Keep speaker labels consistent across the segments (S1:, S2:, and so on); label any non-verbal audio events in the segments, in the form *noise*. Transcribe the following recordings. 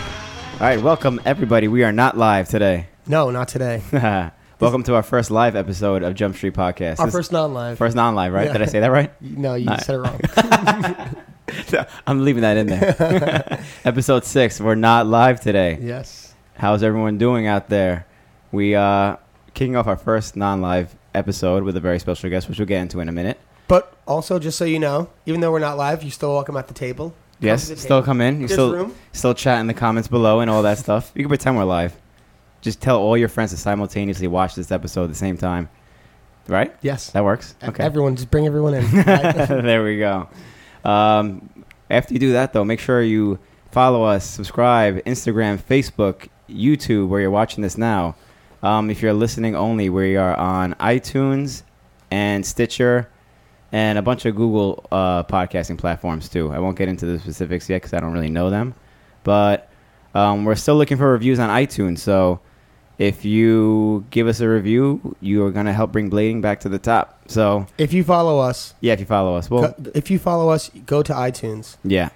S1: All right, welcome everybody. We are not live today. *laughs*
S2: No, not today.
S1: welcome to our first live episode of Jump Street Podcast.
S2: Our
S1: This-
S2: first non-live.
S1: first non-live, right?
S2: Yeah.
S1: Did I say that
S2: *laughs*
S1: right?
S2: No, you
S1: Nah.
S2: said it wrong.
S1: I'm leaving that in
S2: *laughs*
S1: there. *laughs* Episode six. We're not live today.
S2: yes.
S1: How's everyone doing out there? We uh kicking off our first non-live episode with a very special guest, which we'll get into in a minute.
S2: But also, just so you know, even though we're not live, you're still welcome at the table. Come
S1: Yes,
S2: to the
S1: still
S2: table.
S1: come in. You
S2: This
S1: still
S2: room.
S1: still chat in the comments below and all that stuff. You can pretend we're live. Just tell all your friends to simultaneously watch this episode at the same time. Right?
S2: Yes.
S1: That works. *laughs*
S2: Everyone, just bring everyone *laughs* in. Right?
S1: there we go. Um, after you do that, though, make sure you follow us, subscribe, Instagram, Facebook, YouTube, where you're watching this now. Um, if you're listening only, we are on iTunes and Stitcher and a bunch of Google uh, podcasting platforms, too. I won't get into the specifics yet because I don't really know them. But um, we're still looking for reviews on iTunes, so if you give us a review, you are going to help bring blading back to the top. So
S2: if you follow us,
S1: yeah, if you follow us. Well,
S2: go- if you follow us, go to iTunes.
S1: yeah.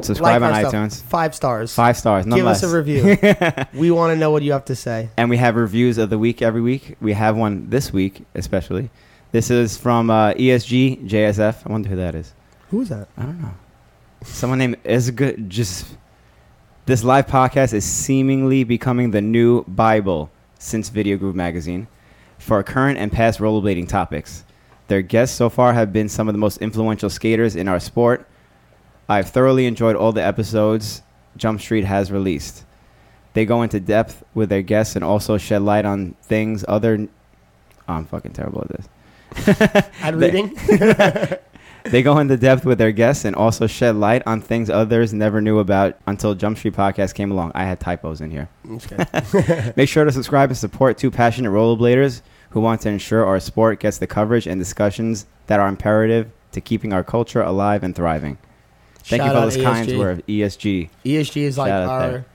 S1: Subscribe
S2: Like
S1: on
S2: our stuff.
S1: iTunes.
S2: Five stars.
S1: Five stars, no
S2: Give
S1: less.
S2: us a review. we want to know what you have to say.
S1: *laughs* and we have reviews of the week every week. We have one this week, especially. This is from uh, ESG JSF. I wonder who that is.
S2: Who is that?
S1: I don't know. Someone named is good. Just this live podcast is seemingly becoming the new Bible since Video Groove Magazine for current and past rollerblading topics. Their guests so far have been some of the most influential skaters in our sport. I've thoroughly enjoyed all the episodes Jump Street has released. They go into depth with their guests and also shed light on things other. I'm fucking terrible at this. *laughs*
S2: At reading?
S1: They go into depth with their guests and also shed light on things others never knew about until Jump Street Podcast came along. I had typos in
S2: *laughs*
S1: here. *laughs*
S2: Okay.
S1: Make sure to subscribe and support two passionate rollerbladers who want to ensure our sport gets the coverage and discussions that are imperative to keeping our culture alive and thriving. Thank
S2: Shout
S1: you for
S2: out E
S1: those E
S2: ESG.
S1: kinds word ESG.
S2: ESG E is like
S1: Shout out
S2: our.
S1: there.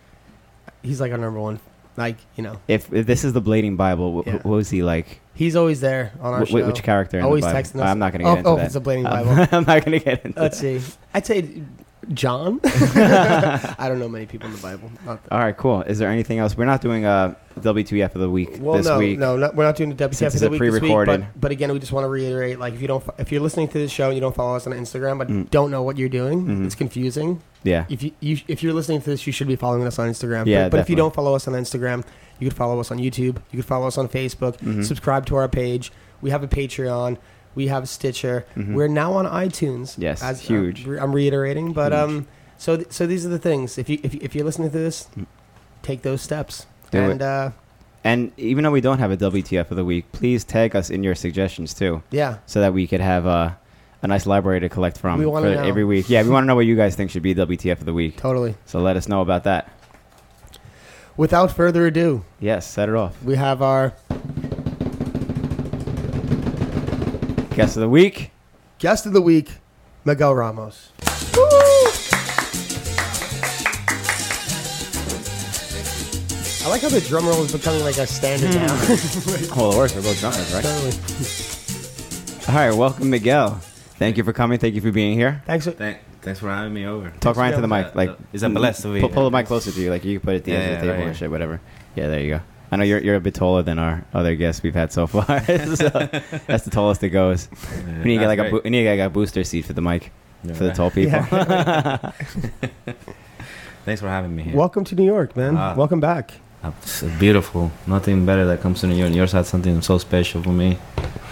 S2: He's like our number one. Like you know,
S1: If, if this is the blading Bible, wh-
S2: Yeah.
S1: wh- what was he like?
S2: he's always there on our
S1: Wh-
S2: show.
S1: wh- which character? In
S2: Always
S1: the Bible?
S2: texting us.
S1: I'm not going to
S2: Oh,
S1: get into
S2: oh,
S1: that. Uh,
S2: it's a blading
S1: *laughs* I'm-
S2: Bible. Uh,
S1: I'm not going to get into
S2: Let's
S1: that.
S2: see. *laughs* I'd say *laughs* John. I don't know many people in the Bible. Not that.
S1: All right, cool. Is there anything else? We're not doing uh, a WTF of the week
S2: Well,
S1: this
S2: no,
S1: week.
S2: no, no, we're not doing the WTF
S1: Since
S2: of
S1: it's
S2: the
S1: a
S2: week this week.
S1: pre-recorded.
S2: But, but again, we just want to reiterate: like, if you don't, if you're listening to this show and you don't follow us on Instagram, but
S1: Mm.
S2: don't know what you're doing,
S1: Mhm.
S2: it's confusing.
S1: Yeah.
S2: If you, you if you're listening to this, you should be following us on Instagram.
S1: Yeah,
S2: but, but if
S1: definitely.
S2: you don't follow us on Instagram, you could follow us on YouTube. You could follow us on Facebook.
S1: Mhm.
S2: Subscribe to our page. We have a Patreon. We have Stitcher.
S1: Mhm.
S2: We're now on iTunes.
S1: Yes,
S2: as uh,
S1: huge.
S2: I'm, I'm reiterating, but
S1: Huge.
S2: um, so th- so these are the things. If you if, you- if you're listening to this,
S1: Mm.
S2: take those steps.
S1: Do
S2: and
S1: it.
S2: uh,
S1: And even though we don't have a WTF of the week, please tag us in your suggestions too,
S2: yeah,
S1: so that we could have uh, a nice library to collect from
S2: We wanna
S1: for
S2: know.
S1: every week. Yeah, we want to know what you guys think should be WTF of the week.
S2: totally.
S1: So let us know about that.
S2: Without further ado,
S1: Yes, set it off.
S2: we have our
S1: Guest of the week.
S2: guest of the week, Miguel Ramos. I like how the drum roll is becoming like a standard now.
S1: Well, of course, we're both drummers, Mm. right?
S2: *laughs* Totally.
S1: All right, welcome, Miguel. Thank you for coming. Thank you for being here.
S2: Thanks. for-
S3: Thank, thanks for having me over.
S1: Talk right into the
S3: Yeah,
S1: mic. Like,
S3: uh, is that blessed over
S1: Pull,
S3: here?
S1: pull the mic closer to you. Like, you can put it at the
S3: Yeah,
S1: edge
S3: yeah,
S1: of the table
S3: right
S1: and
S3: here.
S1: shit, whatever. Yeah, there you go. I know you're, you're a bit taller than our other guests we've had so far. *laughs*
S3: *laughs*
S1: so that's the tallest it goes. We need to get like a bo- we need to get like a booster seat for the mic for the tall people.
S3: Thanks for having me here.
S2: Welcome to New York, man.
S3: Ah.
S2: Welcome back.
S3: Uh, It's beautiful. Nothing better that comes to New York. Yours had something so special for me.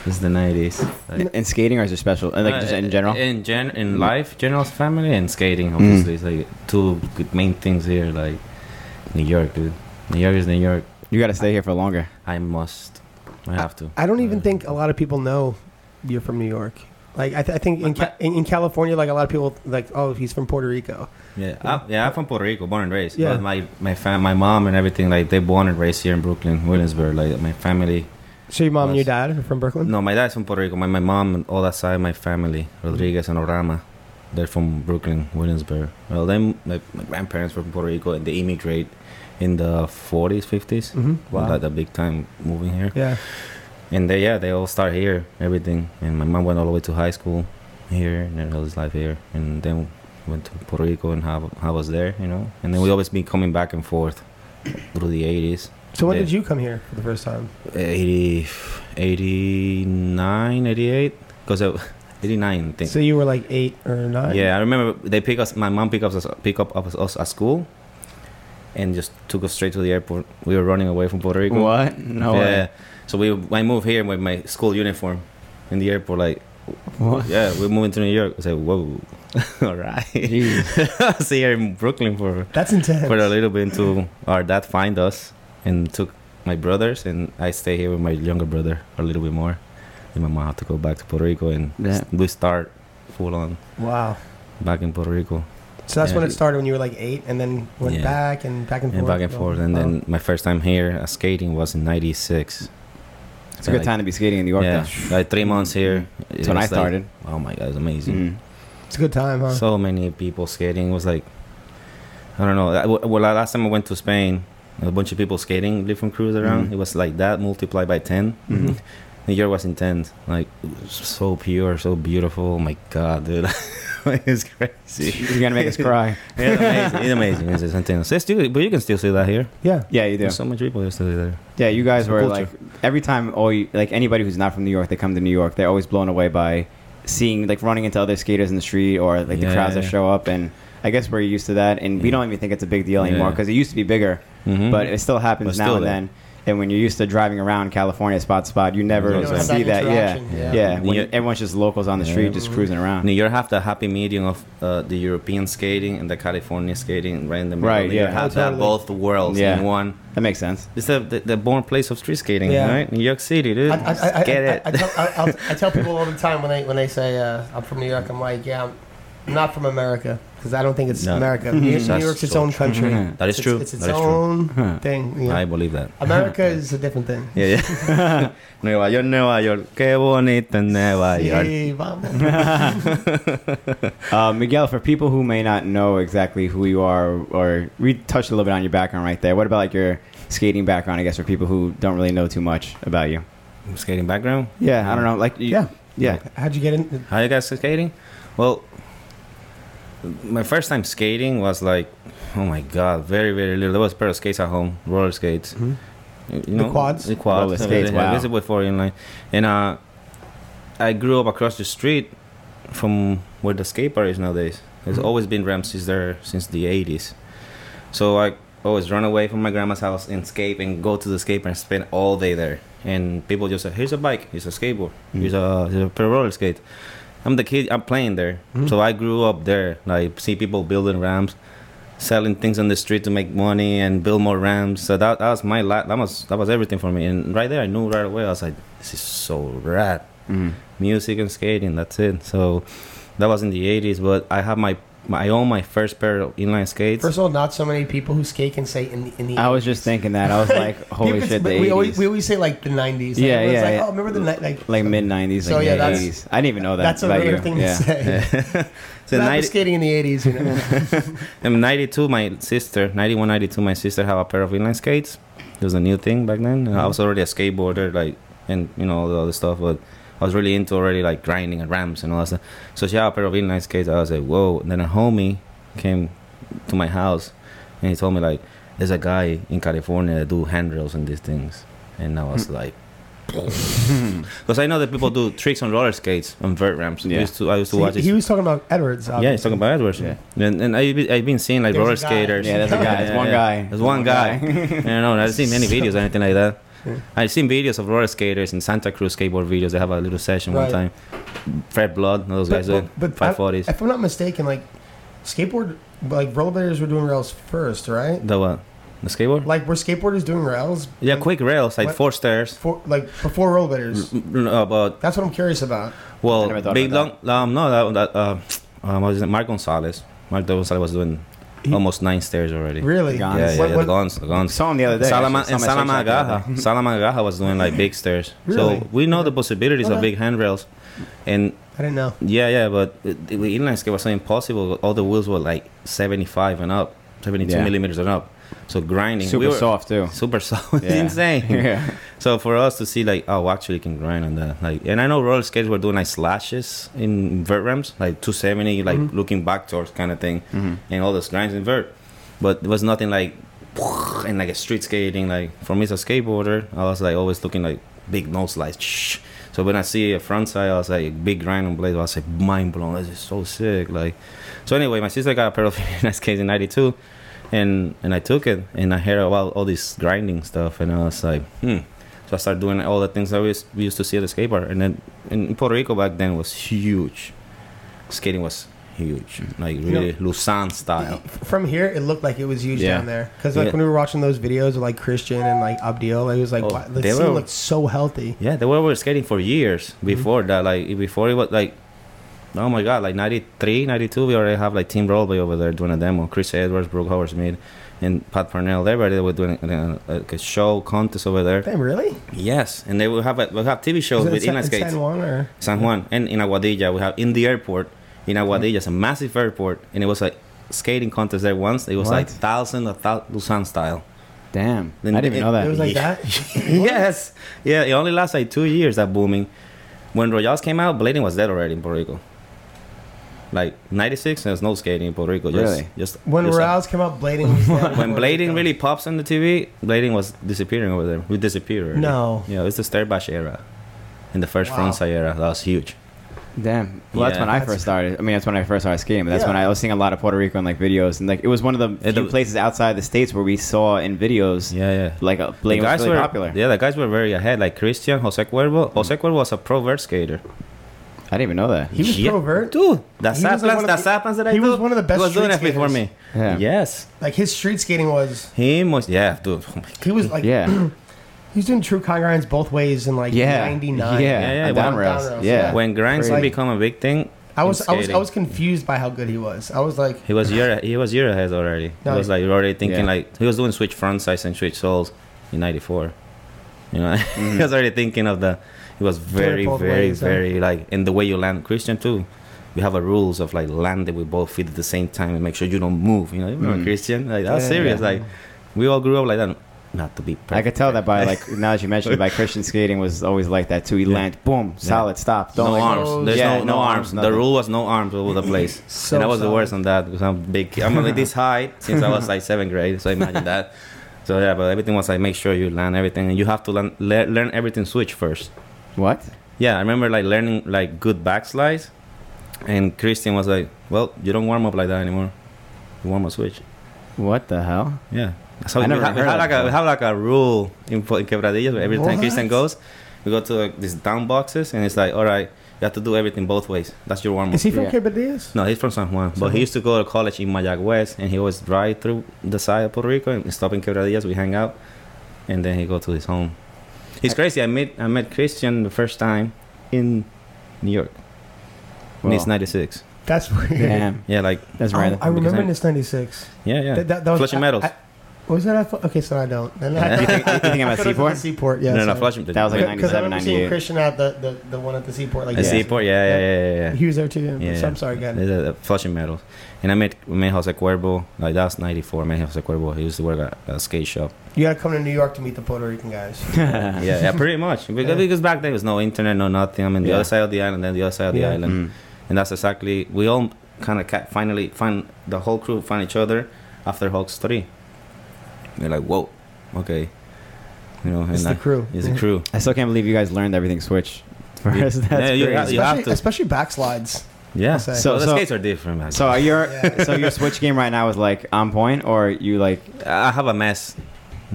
S3: It's the nineties.
S1: *laughs* and, and skating or is it special? And Uh, like
S3: Uh,
S1: just in general.
S3: in gen, in
S1: Mm.
S3: life, general family and skating. Obviously, it's like two good main things here. Like New York, dude. New York is New York.
S1: you got to stay here for longer.
S3: I must. I have to.
S2: I don't even
S3: Uh,
S2: think a lot of people know you're from New York. Like I, th- I think in,
S3: My-
S2: Ca- in in California, like a lot of people, like oh, he's from Puerto Rico.
S3: Yeah, I'm, yeah, I'm from Puerto Rico, born and raised.
S2: Yeah.
S3: But my my fam, my mom and everything, like they born and raised here in Brooklyn, Williamsburg. Like my family.
S2: So your mom and your dad
S3: Nice.
S2: are from Brooklyn.
S3: No, my dad's from Puerto Rico. My my mom and all that side, my family, Rodriguez and Orama, they're from Brooklyn, Williamsburg. Well, then my, my grandparents were from Puerto Rico and they immigrated in the 40s, 50s.
S2: hmm
S3: Wow. Like the big time moving here.
S2: Yeah.
S3: And they, yeah, they all start here, everything. And my mom went all the way to high school here and then all his life here. And then went to Puerto Rico and have have us there, you know. And then we always been coming back and forth through the eighties.
S4: So when
S3: Yeah.
S4: did you come here for the first time?
S3: 80, 89, 88? Because 89, I think.
S4: So you were like eight or nine.
S3: yeah, I remember they pick us. My mom pick us pick up us, us at school, and just took us straight to the airport. We were running away from Puerto Rico.
S1: What? No
S3: yeah.
S1: way.
S3: So we I moved here with my school uniform in the airport. Like,
S1: What?
S3: *laughs* yeah, we're moving to New York. I said, whoa, *laughs* all right.
S1: Jeez.
S3: *laughs* Stay here in Brooklyn for
S4: That's intense.
S3: for a little bit until our dad find us and took my brothers and I stay here with my younger brother a little bit more. And my mom had to go back to Puerto Rico and
S1: Yeah.
S3: we start full on
S4: Wow.
S3: back in Puerto Rico
S4: So that's
S3: Yeah.
S4: when it started when you were like eight, and then went
S3: Yeah.
S4: back and back and forth.
S3: and back and forth. And
S4: Wow.
S3: then my first time here uh, skating was in '96.
S1: It's a good time to be skating in New York.
S3: Yeah, like three months here.
S1: That's
S3: It
S1: when I
S3: was like-
S1: started.
S3: oh my god, it's amazing.
S1: Mhm.
S4: it's a good time, huh?
S3: so many people skating. It was like, I don't know. That- Well, la- last time I went to Spain, a bunch of people skating, different crews around.
S1: Mhm.
S3: It was like that multiplied by 10.
S1: Mhm.
S3: New York was intense. Like, it was so pure, so beautiful. Oh my God, dude. *laughs* it's crazy.
S1: *laughs* You're gonna make us
S3: *laughs*
S1: cry.
S3: It's amazing. It's amazing. It's just intense. It's still, but you can still see that here.
S4: yeah.
S1: Yeah, you do.
S3: There's so much people that still there.
S1: Yeah, you guys
S3: It's a
S1: were
S3: culture.
S1: like every time. All you, like anybody who's not from New York, they come to New York. They're always blown away by seeing like running into other skaters in the street or like the
S3: Yeah,
S1: crowds
S3: yeah,
S1: that
S3: yeah.
S1: show up. And I guess we're used to that, and we
S3: Yeah.
S1: don't even think it's a big deal anymore
S3: Yeah.
S1: because it used to be bigger,
S3: Mhm.
S1: but it still happens
S3: But
S1: now
S3: still
S1: and
S3: there.
S1: then. And when you're used to driving around California spot to spot, you never
S3: You don't have
S1: see that. Yeah,
S2: interaction,
S1: yeah.
S3: Yeah.
S1: When
S3: Yeah.
S1: everyone's just locals on the street,
S3: Yeah.
S1: just cruising around.
S3: New York uh, have the happy medium of uh, the European skating and the California skating right in the middle.
S1: Right,
S3: New York
S1: yeah.
S3: have
S4: Oh,
S3: that
S4: totally.
S3: both worlds
S1: Yeah.
S3: in one.
S1: That makes sense.
S3: It's the, the, the born place of street skating,
S4: Yeah.
S3: right? New York City, dude.
S2: I, I, I,
S3: Get
S2: I,
S3: it.
S2: I, I, tell, I, I'll- I tell people all the time when they when they say uh, I'm from New York, I'm like, yeah, I'm- I'm not from America because I don't think it's
S3: No.
S2: America.
S1: Hmm.
S2: New, New
S3: That's
S2: York's its
S3: so
S2: own country.
S1: Mhm.
S3: that is
S2: It's-
S3: true.
S2: It's, its
S3: that is true.
S2: own
S1: Huh.
S2: thing. you know.
S3: I believe that. *laughs*
S2: America is a different thing.
S3: Yeah, yeah. *laughs* Nueva York, Nueva York. Qué bonita Nueva York.
S2: Sí, vamos. *laughs*
S1: Uh, Miguel, for people who may not know exactly who you are, or we touched a little bit on your background right there. What about like your skating background? I guess for people who don't really know too much about you.
S3: Skating background.
S1: Yeah, I don't know. Like, you,
S4: Yeah.
S1: yeah,
S4: How'd you get in?
S3: How you guys skating? Well, my first time skating was like, oh my god, very very little. There was a pair of skates at home, roller skates.
S4: Mhm.
S3: You
S4: The quads?
S3: the quads,
S1: Roller skates, wow.
S3: This is before inline, and uh, I grew up across the street from where the skate park is nowadays. There's
S4: Mhm.
S3: always been ramps since there since the '80s, so I always run away from my grandma's house and skate and go to the skate park and spend all day there. And people just say, "Here's a bike, here's a skateboard,
S2: Mm-hmm.
S3: here's Mm. a, here's a pair of roller skate." I'm the kid. I'm playing there,
S4: Mhm.
S3: so I grew up there. Like see people building ramps, selling things on the street to make money and build more ramps. So that, that was my la- that was that was everything for me. And right there, I knew right away. I was like, this is so rad.
S1: Mhm.
S3: Music and skating. That's it. So that was in the '80s. But I have my, my I own my first pair of inline skates. *laughs*
S2: First of all, not so many people who skate can say in the, in the
S1: I was just thinking that.
S2: *laughs*
S1: I was like, Oh, holy
S2: People-
S1: shit, the
S2: but we always
S1: 80s,
S2: we always say like the 90s. Like,
S1: Yeah,
S2: everyone's
S1: yeah,
S2: Like,
S1: yeah.
S2: oh, remember the night? Like
S1: like mid '90s,
S2: So,
S1: like
S2: yeah,
S1: mid
S2: that's-
S1: '80s. I didn't even know that
S2: that's a
S1: about
S2: regular
S1: you. *laughs*
S2: thing
S1: yeah.
S2: to say.
S3: so
S2: not
S3: 90
S2: skating in the 80s.
S3: *laughs*
S2: You know.
S3: I'm 92. My sister, 91, 92. My sister have a pair of inline skates. It was a new thing back then. And I was already a skateboarder, like, and you know all the other stuff. But I was really into already like grinding and ramps and all that stuff. So she had a pair of inline skates. I was like, whoa. And then a homie came to my house, and he told me like, there's a guy in California that do handrails and these things. And I was like.
S1: *laughs*
S3: Because I know that people do tricks on roller skates on vert ramps.
S1: Yeah.
S3: I used to, I used to
S4: So
S3: watch
S4: he,
S3: it.
S4: he was talking about Edwards.
S3: Yeah, he's talking about Edwards.
S1: Yeah.
S3: And, and I've, been- I've been seeing like
S2: There's
S3: roller
S2: a guy.
S3: skaters.
S1: yeah, that's a guy. It's
S3: Yeah,
S1: one
S3: yeah.
S1: guy.
S3: There's one guy. *laughs* I don't know. I've seen many videos or anything like that.
S4: Yeah.
S3: I've seen videos of roller skaters in Santa Cruz skateboard videos. They have a little session
S2: Right.
S3: one time. Fred Blood, those
S2: But-
S3: guys,
S2: but-
S3: uh,
S2: but I-
S3: 540s.
S2: if I'm not mistaken, like skateboard, like rollerbladers were doing rails first, right?
S3: the what? The skateboard?
S2: Like were skateboarders doing rails?
S3: yeah, quick rails, like
S2: What?
S3: four stairs.
S2: For, like before rollerbladers.
S3: Uh, but,
S2: That's what I'm curious about.
S1: I never
S3: well,
S1: thought
S3: big long.
S1: about
S3: Um, no, that, that uh, um, what is it? Mark Gonzalez. Mark Gonzalez was doing
S4: He-
S3: almost nine stairs already.
S2: Really?
S1: Yeah,
S3: Yeah, yeah,
S2: What-
S3: yeah.
S2: what-
S3: the guns, the guns.
S1: Saw him the other day.
S3: Salama,
S1: actually.
S3: and
S1: Saw him at Shake Shack the other
S3: Salamagaja.
S1: day.
S3: Salamagaja was doing like big stairs.
S2: Really?
S3: So we know the possibilities of
S2: Okay.
S3: big handrails. And
S2: I didn't know.
S3: yeah, yeah, but it- it- the inline skate was so impossible. All the wheels were like 75 and up, 72
S1: Yeah.
S3: millimeters and up. So grinding,
S1: Super
S3: we were-
S1: soft too.
S3: *laughs* super soft,
S1: Yeah.
S3: insane.
S1: *laughs* Yeah.
S3: So for us to see like, oh, actually can grind on that. Like, and I know roller skates were doing like slashes in vert ramps, like 270, like
S1: Mm-hmm.
S4: Mhm.
S3: looking back towards kind of thing,
S1: Mhm.
S3: and all those grinds in vert. But there was nothing like, *laughs* and like a street skating. Like for me as a skateboarder, I was like always looking like big nose slides. Shh. So when I see a front side, I was like big grind on blade. I was like mind blown. This is so sick. Like, so anyway, my sister got a pair of *laughs* Fiona's skates in '92. And, and I took it and I heard about all this grinding stuff and I was like, hmm, so I started doing all the things that we, us- we used to see at the skate park. And then in Puerto Rico back then was huge. Skating was huge, like
S4: know-
S3: really Luzon style.
S4: From here, it looked like it was huge
S1: Yeah.
S4: down there because like
S3: Yeah.
S4: when we were watching those videos of like Christian and like Abdil, it was like
S3: Oh,
S4: wow, the
S3: they
S4: scene
S3: were-
S4: looked so healthy.
S3: Yeah, they were, were skating for years before that. Like before it was like, oh my god, like 93, 92, we already have like Team Rollway over there doing a demo. Chris Edwards, Brooke Howard Smith, and Pat Parnell. They already were doing uh, like a show contest over there.
S4: Damn, really?
S3: Yes, and they will have a, we'll have TV shows
S4: Is it
S3: with
S4: San,
S3: inline skates.
S4: San Juan or
S3: San Juan, and in Aguadilla we have in the airport. In Aguadilla, it's a massive airport, and it was a skating contest there once. It was like
S1: What?
S3: thousand, a thousand Luzon style.
S1: Damn.
S3: Then
S1: I didn't
S3: it-
S1: even know that.
S4: it was like
S3: Yeah. *laughs*
S4: that. *laughs*
S3: yes, yeah. It only lasted like two years. That booming. When Royals came out, blading was dead already in Puerto Rico. Like '96, there's no skating in Puerto Rico. Just,
S1: Really?
S3: Just
S4: When
S3: just-
S4: Rouse came out, blading. Was down
S3: *laughs* when
S4: before it
S3: blading
S4: came.
S3: really pops on the TV, blading was disappearing over there. We disappeared. Already.
S4: No.
S3: Yeah, it's the stair bash era, in the first
S4: Wow.
S3: frontside era. That was huge.
S1: Damn. Well, that's
S3: Yeah.
S1: when I
S4: That's-
S1: first started. I mean, that's when I first started skiing. But that's
S4: Yeah.
S1: when I was seeing a lot of Puerto Rican like videos, and like it was one of the
S3: Yeah,
S1: few
S3: the-
S1: places outside the states where we saw in videos
S3: Yeah, yeah.
S1: like a blade
S3: The
S1: was really
S3: were,
S1: popular.
S3: Yeah, the guys were very ahead. Like Christian, Jose Cuervo. Jose Cuervo was a pro vert skater.
S1: I didn't even know that.
S4: He was
S3: Yeah.
S4: pro vert.
S3: Dude, the
S4: He was like
S3: Zaplans,
S4: one
S3: the
S4: of the-
S3: Zaplans that I
S4: he
S3: do,
S4: was one of the best
S3: He was doing
S4: street
S3: it for me.
S4: skaters.
S1: Yeah.
S3: Yes,
S4: Like his street skating was,
S3: he was. Yeah, dude. Oh my God.
S4: he was like,
S1: Yeah.
S4: he was doing true con grinds both ways in like
S1: yeah.
S4: '99.
S1: Yeah.
S3: Yeah, yeah,
S1: on
S3: well,
S1: down
S3: on
S1: rails.
S4: down rails,
S1: Yeah.
S4: yeah.
S3: When grinds
S1: Crazy.
S3: become a big thing,
S4: I
S3: in
S4: was, I was, I
S3: skating.
S4: was confused by how good he was. I was like,
S3: He was year. He was year ahead already.
S4: No,
S3: he was like already thinking
S1: yeah.
S3: like he was doing switch front sides and switch soles in '94. You know, *laughs* he was already thinking of the. He was very,
S4: both
S3: very,
S4: ways, huh?
S3: very like in the way you land. Christian too. We have a rules of like landing with both feet at the same time and make sure you don't move. You know, you remember
S1: Mhm.
S3: Christian? Like that was
S4: Yeah,
S3: serious.
S4: yeah.
S3: Like we all grew up like that. Not to be. Perfect.
S1: I could tell that by like now that you mentioned it, by Christian skating was always like that too. He
S3: Yeah.
S1: land, boom, solid, stop. Don't
S3: no
S1: like,
S3: arms. There's
S1: Yeah,
S3: no, no arms. the
S1: nothing.
S3: rule was no arms all over the place.
S4: So
S3: and I was the
S4: solid.
S3: worst on that because I'm big. kid. I'm only this
S4: *laughs*
S3: high since I was like seventh grade. So imagine that. So yeah, but everything was like make sure you learn everything, and you have to learn le- learn everything switch first.
S1: What?
S3: Yeah, I remember like learning like good backslides, and Christian was like, "Well, you don't warm up like that anymore. You warm up switch."
S1: What the hell?
S3: Yeah. So
S1: I never
S3: we, ha- we
S1: heard
S3: have
S1: that
S3: like a, we
S1: before.
S3: have like a rule in, Po- in Quebradillas where every time
S4: What?
S3: Christian goes, we go to like, these down boxes and it's like, all right, you have to do everything both ways. That's your warm up.
S4: is he from
S1: Yeah.
S4: Quebradillas?
S3: No, he's from San Juan,
S4: San
S3: but
S4: Juan.
S3: he used to go to college in Mayaguez, and he always drive through the side of Puerto Rico and stop in Quebradillas. We hang out, and then he go to his home. It's crazy. I met I met Christian the first time in New York.
S1: Well,
S3: and it's '96.
S4: That's *laughs* weird.
S1: Damn,
S3: Yeah, like
S1: that's
S4: I,
S1: *laughs* random.
S4: Oh, I remember
S3: Because I-
S4: this '96.
S3: yeah, yeah.
S4: That, that, that was,
S3: Flushing
S4: I-
S3: Meadows.
S4: I- was that? I thought- okay, so I don't. Then I,
S1: you, think, you think I'm
S4: *laughs* I
S1: at
S4: thought it
S1: Seaport?
S4: was at the Seaport, yeah.
S3: no, no,
S4: sorry.
S3: Flushing.
S1: That was like
S4: Yeah, 'cause I remember
S1: 97,
S4: seeing
S1: 98.
S4: Christian at the, the, the one at the Seaport. Like
S3: At
S4: yeah.
S3: Seaport. Yeah, yeah, yeah, yeah. yeah.
S4: He was there too. Yeah.
S3: Yeah.
S4: So I'm sorry, guys.
S3: The, the flushing metals. And I met, met Jose Cuervo. Like, that's 94. I met Jose Cuervo. He used to work at a skate shop.
S4: You gotta come to New York to meet the Puerto Rican guys.
S3: Yeah, yeah pretty
S4: *laughs*
S3: much. Because,
S4: Ah. Yeah.
S3: because back then there was no internet, no nothing. I mean, the
S1: Yeah.
S3: other side of the island, then the other side of the
S4: Yeah.
S3: island.
S1: Mm.
S3: And that's exactly, we all kind of finally find, the whole crew find each other after Hulk's 3. They're like, whoa, okay. You know, and
S4: It's
S3: I-
S4: the crew.
S3: It's the
S1: *laughs*
S3: crew.
S1: I still can't believe you guys learned everything switch. First, *laughs* that's
S3: Yeah, you-
S1: crazy.
S3: you have
S4: Especially,
S3: to.
S4: especially backslides.
S3: Yeah.
S4: So-
S3: So, the
S1: so-
S3: skates are different, man.
S1: So are your
S4: Yeah.
S1: so your switch game right now is like on point, or you like
S3: I have a mess,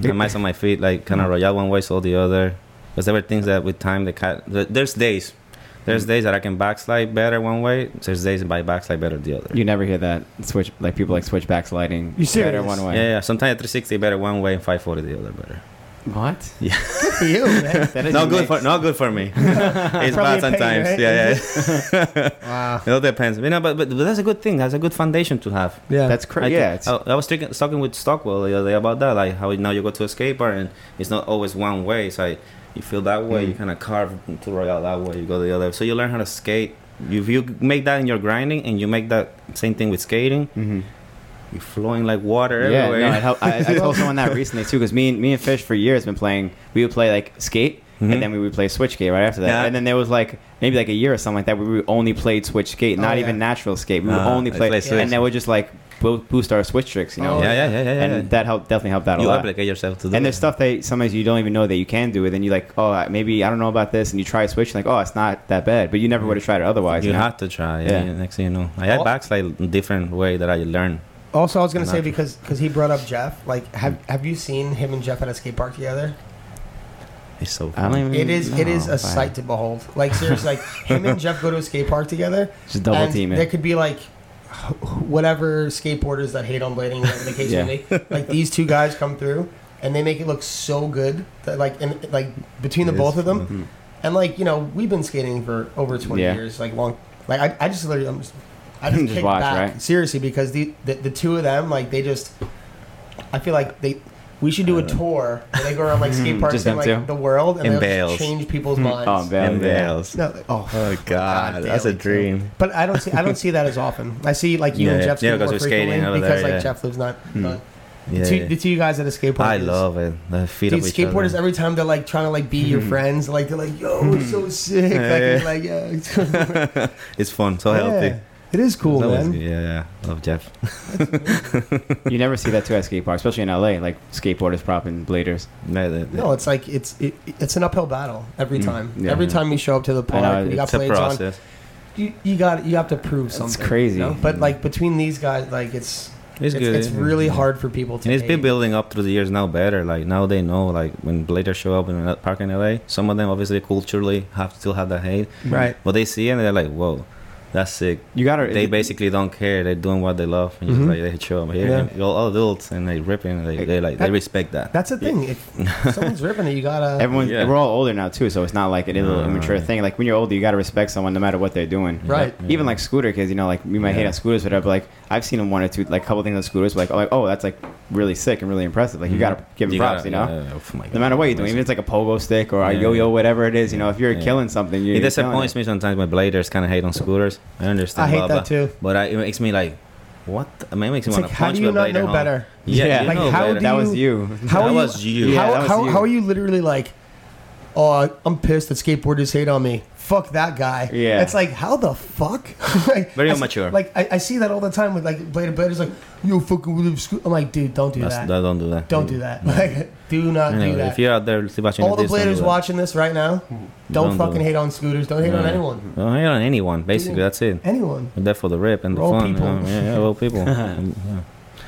S3: a mess on my feet, like
S1: Mm.
S3: kind of royal one way, so the other. Because there were things that with time, the cat. th- There's days, there's
S1: Mm.
S3: days that I can backslide better one way. There's days that I backslide better the other.
S1: you never hear that switch like people like switch backsliding
S4: You
S1: better
S4: serious?
S1: one
S3: Yeah,
S1: way.
S3: yeah. Sometimes 360 better one way and 540 the other better.
S1: What?
S4: Good *laughs* for you, man.
S1: That
S3: Not good for not good for me. it's
S4: Probably a pain,
S3: bad sometimes.
S4: right?
S3: Yeah, yeah.
S1: *laughs*
S4: wow.
S3: It all depends. You know, but, but but that's a good thing. That's a good foundation to have.
S4: Yeah.
S1: That's
S3: I
S1: crazy.
S3: think-
S1: Yeah, it's,
S3: I, I was talking, talking with Stockwell the other day about that, like how now you go to a skate park and it's not always one way. It's like you feel that way,
S1: Mm.
S3: you kind of carve to Royale that way, you go the other. So you learn how to skate. If you make that in your grinding and you make that same thing with skating,
S1: mhm.
S3: You're flowing like water
S1: yeah,
S3: everywhere.
S1: no, it helped. I, I told someone
S3: *laughs*
S1: that recently too, because me and me and Fish for years been playing. We would play like skate,
S3: Mhm.
S1: and then we would play switch skate right after that.
S3: Yeah.
S1: And then there was like maybe like a year or something like that. where We only played switch skate,
S4: Oh,
S1: not
S4: yeah.
S1: even natural skate. We would
S3: Ah,
S1: only
S3: I
S1: play,
S3: play
S1: and
S3: switch.
S1: and then we just like bo- boost our switch tricks, you know.
S4: Oh,
S3: yeah, yeah, yeah, yeah, yeah.
S1: And that helped definitely helped out a
S3: you
S1: lot.
S3: obligate yourself to
S1: And
S3: do. it.
S1: there's stuff that sometimes you don't even know that you can do, and then you're like, oh, I- maybe I don't know about this, and you try switch, like, oh, it's not that bad, but you never would have tried it otherwise.
S3: Mm. you
S1: know?
S3: have to try. Yeah.
S1: Yeah.
S3: yeah, Next thing you know, I had
S2: Oh.
S3: backslide different way that I learned.
S2: Also, I was gonna say
S3: Not-
S2: because because he brought up Jeff. Like, have
S3: Mm.
S2: have you seen him and Jeff at a skate park together?
S3: It's so.
S1: I don't even.
S3: fun.
S2: It is it is
S1: know
S2: a
S1: if I-
S2: sight to behold. Like seriously,
S3: *laughs*
S2: like him and Jeff go to a skate park together.
S1: Just double
S2: and
S1: team
S2: There
S1: it.
S2: could be like whatever skateboarders that hate on blading, whatever the case
S1: Yeah.
S2: may be. Like these two guys come through and they make it look so good that like and like between the
S3: It is
S2: both of them
S1: Mhm.
S2: and like you know we've been skating for over twenty
S1: Yeah.
S2: years, like long. Like I, I just literally I'm just
S1: *laughs*
S2: I just,
S1: Just
S2: kick
S1: watch,
S2: back
S1: right?
S2: seriously because the, the the two of them like they just I feel like they. We should do a tour where they go
S1: *laughs*
S2: around like skate
S1: Mm,
S2: parks
S1: Uh, just
S2: in
S1: them
S2: like
S1: two?
S2: the world and
S3: In
S2: they'll
S3: Bales.
S2: just change people's
S1: *laughs*
S2: minds.
S1: Oh,
S3: And
S1: Valley, yeah.
S3: Bales.
S2: No, like, oh,
S3: Oh God, that's a
S2: daily, too.
S3: dream.
S2: but I don't see I don't see that as often. I see like you
S3: Yeah,
S2: and
S3: yeah.
S2: Jeff
S3: Yeah,
S2: skate
S3: because
S2: more
S3: we're skating
S2: frequently
S3: over
S2: because
S3: there,
S2: like
S3: yeah.
S2: Jeff lives not.
S1: Hmm.
S2: not-
S3: Yeah,
S2: Two, the two guys at a skateboard.
S3: I
S2: is-
S3: love it. The feet
S2: Dude,
S3: of each other.
S2: skateboarders every time they're like trying to like be your friends, like they're like, "Yo, it's so sick!"
S3: Yeah, Hmm. yeah.
S2: Like, yeah. like yeah, *laughs*
S3: *laughs* it's fun, so healthy.
S2: Yeah. It is cool,
S3: That was
S2: man.
S3: good. Yeah, yeah. Love Jeff.
S1: You never see that too at skate parks, especially in LA, like skateboarders propping bladers.
S3: No, the- the-
S2: No, it's like it's it, it's an uphill battle every
S1: Mm,
S2: time.
S1: yeah.
S2: every time you show up to the
S1: I
S2: park,
S1: know,
S2: you got
S3: it's a
S2: blades on.
S3: process.
S2: You, you got you have to prove
S1: That's
S2: something.
S1: crazy.
S2: you know? But
S3: Mm.
S2: like between these guys, like it's
S3: It's
S2: it's,
S3: good. Mm.
S2: it's really hard for people to.
S3: And it's been
S2: hate.
S3: building up through the years now better. Like now they know like when bladers show up in a park in LA, some of them obviously culturally have still have that hate.
S2: right.
S3: But they see it and they're like, Whoa, that's sick.
S1: You gotta.
S3: They basically don't care. They're doing what they love and
S2: Mhm.
S3: just like they show up here.
S2: Yeah.
S3: And they're all adults and they ripping and they, they like they
S2: That-
S3: respect that.
S2: That's the thing.
S3: *laughs*
S2: If someone's ripping it, you gotta.
S1: Everyone's
S3: Yeah.
S1: we're all older now too, so it's not like an little
S3: No,
S1: immature
S3: right.
S1: thing. Like when you're older, you gotta respect someone no matter what they're doing.
S2: Right.
S3: Yeah.
S1: Even like scooter kids, you know, like we might hate
S3: Yeah.
S1: on scooters, whatever. But like I've seen them one or two, like a couple things on scooters, like oh, like oh, that's like really sick and really impressive. Like you gotta give them
S3: Mm-hmm. You
S1: props,
S3: gotta-
S1: you know.
S3: yeah, yeah, oh my
S1: No
S3: God.
S1: matter what you're doing, even if it's like a pogo stick or a
S3: Yeah.
S1: yo-yo, whatever it is, you know, if you're
S3: Yeah.
S1: killing something, you're
S3: it
S1: you're killing
S3: disappoints me sometimes. My bladers kind of hate on scooters. I understand.
S2: I hate
S3: blah,
S2: that
S3: blah.
S2: too.
S3: But I, it makes me like, what? the- I mean, it makes me
S2: It's
S3: want
S2: like,
S3: to
S2: how
S3: punch
S2: do you
S3: my
S2: not
S3: blader
S2: know
S3: hard.
S2: better?
S3: Yeah,
S1: Yeah.
S3: you
S1: Like,
S3: know
S2: how
S3: better.
S2: do
S1: That
S2: you-
S1: was you.
S2: How
S3: that
S2: are you-
S3: was you.
S1: Yeah,
S2: how,
S1: that was
S2: how,
S1: you.
S2: how are you literally like, oh, I'm pissed that skateboarders hate on me. Fuck that guy.
S1: Yeah.
S2: It's like, how the fuck? *laughs* like,
S3: Very
S2: I see-
S3: immature.
S2: Like, I, I see that all the time with like Blade Blade. It's like, you fucking with the sco-" I'm like, dude, don't do
S3: That's-
S2: that.
S3: that- Don't do that.
S2: Don't do that. *laughs* Like, do not
S3: You
S2: do
S3: know, If
S2: that.
S3: you're out there watching
S2: All the
S3: this, don't do
S2: bladers
S3: that.
S2: watching this right now,
S3: Don't
S2: don't
S3: do
S2: fucking
S3: it.
S2: hate on scooters. Don't hate on
S3: Yeah.
S2: anyone.
S3: Don't hate on anyone. Basically, that's it. *laughs*
S2: Anyone.
S3: We're there for the rip and the
S2: We're all
S3: fun. you
S2: people.
S3: know? Yeah, yeah,
S2: *laughs*
S3: well, people. Um, yeah.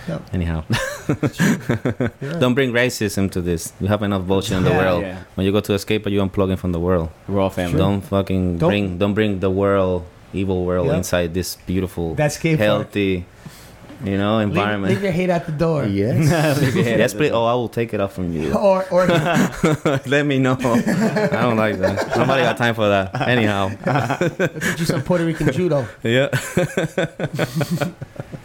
S2: Yep.
S3: Anyhow,
S2: You're right.
S3: don't bring racism to this. We have enough bullshit in the
S2: Yeah,
S3: world.
S1: yeah.
S3: When you go to a skate park, you unplugging from the world.
S1: We're all family.
S3: Don't fucking
S2: Don't-
S3: bring. Don't bring the world, evil world,
S2: Yeah.
S3: inside this beautiful,
S2: That skate park.
S3: healthy, you know,
S2: Leave,
S3: environment.
S2: leave
S3: *laughs*
S2: your hate at the door.
S3: Yes.
S1: Yeah.
S3: That's pretty. Oh, I will take it off from you.
S2: *laughs* Or, or
S3: *laughs* Let me know. I don't like that. Nobody got time for that.
S2: *laughs*
S3: Anyhow.
S2: teach you some Puerto Rican judo.
S3: Yeah.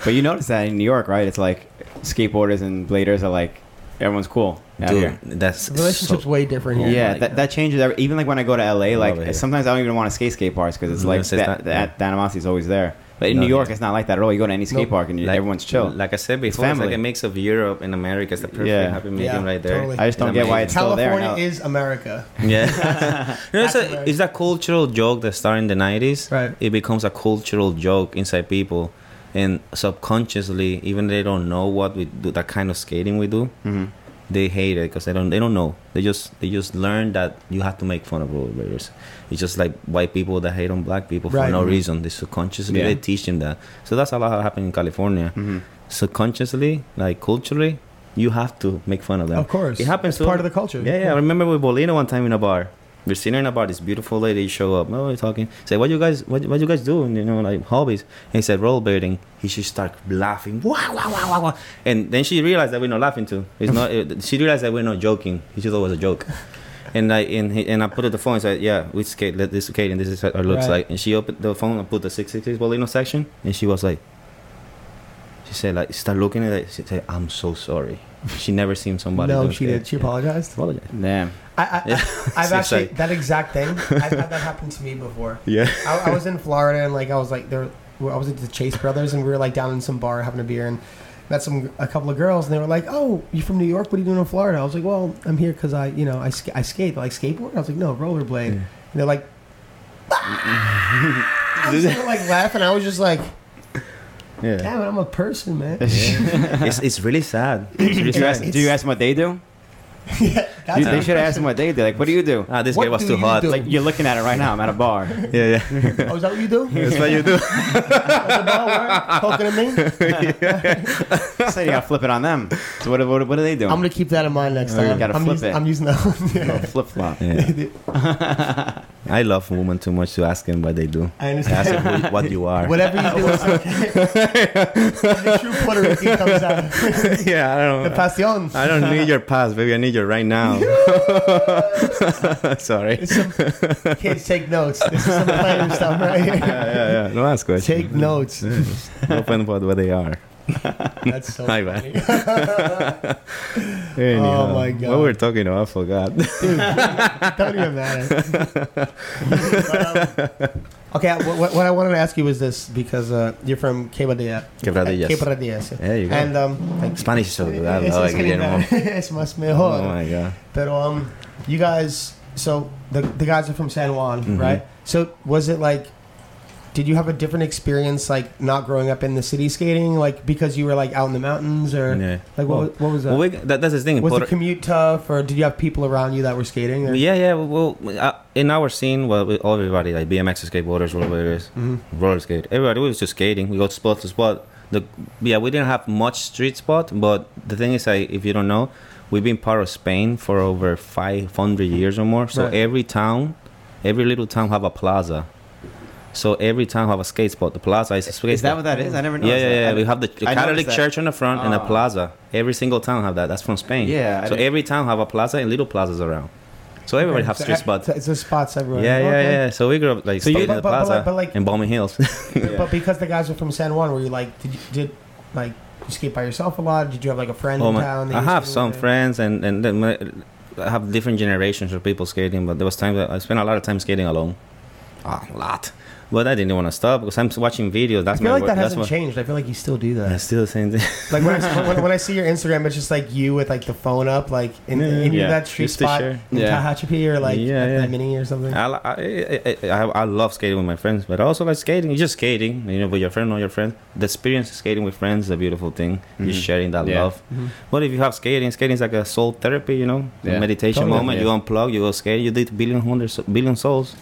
S1: But you notice that in New York, right? It's like skateboarders and bladers are like everyone's cool out
S3: Dude,
S1: here.
S3: that's
S2: The relationship's way different here.
S1: Yeah,
S3: my
S1: that,
S3: God.
S1: that changes. every- Even like when I go to LA,
S3: Love it
S1: like
S3: here.
S1: sometimes I don't even want to skate skate parks because it's
S3: Mhm.
S1: like
S3: It's just
S1: that,
S3: that-
S1: that, that animosity is always there. But in
S3: No,
S1: New York,
S3: yeah.
S1: it's not like that at all. You go to any skate
S2: Nope.
S1: park and you,
S3: Like-
S1: everyone's chill.
S3: Like I said before, it's, like
S1: family.
S3: a mix of Europe and America. It's the perfect
S1: Yeah.
S3: happy medium
S2: Yeah,
S3: right there.
S2: totally.
S1: I just
S3: It's
S1: don't get why it's
S3: amazing.
S1: still there.
S2: California
S1: Now.
S2: is America.
S3: *laughs*
S1: *laughs*
S3: Yeah. no, it's,
S2: That's
S3: a,
S2: right.
S3: it's that cultural joke that started in the 90s.
S2: Right.
S3: It becomes a cultural joke inside people. And subconsciously, even they don't know what we do, that kind of skating we do,
S1: Mhm.
S3: they hate it because they don't they don't know they just they just learn that you have to make fun of rollerbladers it's just like white people that hate on black people for
S2: Right.
S3: no reason they subconsciously
S1: Yeah.
S3: they teach them that so that's a lot that happened in california
S1: Mhm.
S3: subconsciously like culturally you have to make fun of them
S2: Of course.
S3: it happens
S2: It's
S3: to
S2: part of the culture.
S3: yeah, yeah. I remember with Bolina one time in a bar. We're sitting in a bar. This beautiful lady show up. Oh, we're talking. Say, what you guys, what, what you guys doing? You know, like hobbies. And he said rollerblading. He should start laughing. Wow, wow, wow, wow, wow. And then she realized that we're not laughing too. It's not. it- she realized that we're not joking. He just thought it was a joke. And I and, he, and I put it the phone. and said, yeah, we skate. Let this skate, and this is how it looks
S2: Right.
S3: like. And she opened the phone and put the six six six Bolino section. And she was like, she said like, start looking at it. She said, I'm so sorry. She never seen somebody.
S2: no,
S3: do
S2: she
S3: skate.
S2: did. She
S3: Yeah.
S2: apologized.
S3: Apologize.
S1: Damn.
S2: I, I, I, *laughs*
S3: Yeah.
S2: I've
S3: Seems
S2: actually
S3: like-
S2: that exact thing. I've
S1: *laughs*
S2: had that happen to me before.
S3: Yeah.
S2: I, I was in Florida and like I was like there. were- I was at the Chase Brothers and we were like down in some bar having a beer and met some a couple of girls, and they were like, "Oh, you're from New York? What are you doing in Florida?" I was like, "Well, I'm here because I, you know, I, sk- I skate, like skateboard." I was like, "No, rollerblade."
S1: Yeah.
S2: And they're like,
S1: *laughs*
S2: "Ah!" I was like laughing. I was just like,
S3: Yeah.
S2: "Damn it, I'm a person,
S1: *laughs*
S2: man." *laughs*
S3: *laughs* it's, it's really sad. It's really
S1: do, you ask,
S3: sad.
S1: do you ask them what they do?
S2: yeah,
S1: You-
S2: that's
S1: they should ask them what they do. Like, what do you do?
S3: Ah, this
S2: What
S3: guy was
S2: do
S3: too
S2: you
S3: hot.
S2: do?
S1: Like, you're looking at it right now. I'm at a bar.
S3: *laughs* Yeah, yeah.
S2: *laughs* Oh, is that what you do?
S3: That's what you do.
S2: At the bar, right? Poking at
S1: *laughs*
S2: me.
S1: so you gotta flip it on them. So what, what, what are they doing?
S2: I'm gonna keep that in mind next
S1: Oh, you
S2: time.
S1: gotta
S2: I'm,
S1: flip
S2: using,
S1: it.
S2: I'm using that one. *laughs* Yeah.
S1: flip flop.
S3: *laughs* Yeah. I love women too much to ask them what they do.
S2: I
S3: I ask
S2: understand. *laughs*
S3: them who- what you are. *laughs*
S2: Whatever you do, it's okay. the true Puerto Rican comes
S3: *laughs*
S2: out.
S3: yeah, I
S2: The
S3: don't.
S2: pasión.
S3: I don't need your past, baby. I need you right now. *laughs* Sorry.
S2: It's some, kids take notes. This is some player stuff right here.
S3: *laughs* Yeah, yeah, yeah. No ask questions.
S2: Take notes.
S3: Yeah, just *laughs* Open about what they are.
S2: That's so
S3: My
S2: funny. *laughs*
S3: Anyhow,
S2: Oh my
S3: What
S2: God.
S3: we're talking about, I forgot. *laughs*
S2: Don't even matter. But, um, okay, what, what- what I wanted to ask you was this because uh, you're from Quebradilla.
S3: Quebradillas.
S2: Quebradillas. yeah.
S3: There you go.
S2: And um, thank you.
S3: Spanish is so good. I
S2: It's-
S3: love
S2: it's
S3: it,
S2: getting
S3: Guillermo.
S2: better. *laughs* It's más
S3: Oh
S2: mejor.
S3: my god.
S2: Pero um, you guys, so the the guys are from San Juan,
S3: Mhm.
S2: right? So was it like? Did you have a different experience, like not growing up in the city skating, like because you were like out in the mountains, or
S3: Yeah.
S2: like what,
S3: Well,
S2: was- what was that?
S3: Well, we, that, that's the thing. in
S2: was
S3: Puerto-
S2: the commute tough, or did you have people around you that were skating? Or?
S3: yeah, yeah. Well, uh, in our scene, well, with all everybody like BMX skateboarders, rollerbladers,
S2: Mhm.
S3: roller skate. Everybody was just skating. We go spot to spot. The yeah, we didn't have much street spot, but the thing is, like, if you don't know, we've been part of Spain for over five hundred years or more. So
S2: Right.
S3: every town, every little town have a plaza. So every town have a skate spot. The plaza is a skate
S1: Is that
S3: spot.
S1: what that is? I never know.
S3: yeah, yeah, yeah. We have the
S1: I
S3: Catholic
S1: noticed that.
S3: church on the front and a
S1: Ah.
S3: plaza. Every single town have that. That's from Spain.
S1: Yeah, I
S3: So
S1: didn't-
S3: every town have a plaza and little plazas around. So everybody
S2: Okay,
S3: have
S2: so
S3: street
S2: e-
S3: spots.
S2: so It's a spots everywhere.
S3: Yeah, yeah,
S2: Okay.
S3: yeah. So we grew up like
S1: So you-
S3: skating
S2: But-
S3: the
S2: but- but
S3: plaza
S2: like- but like-
S3: in Balmy Hills.
S1: Yeah.
S2: But because the guys are from San Juan, were you like, did you, did like you skate by yourself a lot? Did you have like a friend
S3: oh
S2: in
S3: my!
S2: town? that
S3: I
S2: you
S3: have
S2: skated
S3: some
S2: with?
S3: friends and and then my- I have different generations of people skating. But there was time that I spent a lot of time skating alone, a lot. But I didn't want to stop because I'm watching videos.
S2: I
S3: That's
S2: feel
S3: my
S2: like
S3: wor-
S2: that
S3: that's
S2: hasn't
S3: what- *laughs*
S2: changed. I feel like you still do
S3: I
S2: that.
S3: still the same thing.
S2: like when I, when, when I see your Instagram, it's just like you with like the phone up, like in,
S3: Yeah,
S2: in
S1: yeah.
S2: that street
S3: *laughs* Just to
S2: spot
S3: share.
S2: in
S1: Yeah.
S2: Tehachapi or like
S3: Yeah,
S2: at
S3: yeah. Ah.
S2: the mini or something.
S3: I, li- I, I, I, I love skating with my friends, but I also like skating. You're just skating, you know, with your friend or your friend. The experience of skating with friends is a beautiful thing. You're
S1: Mhm.
S3: sharing that
S1: Yeah.
S3: love.
S2: Mhm.
S3: But if you have skating, skating is like a soul therapy, you know, a
S1: Yeah.
S3: meditation
S1: Totally.
S3: moment. You unplug, you go skate, you did billion hundreds, billion souls.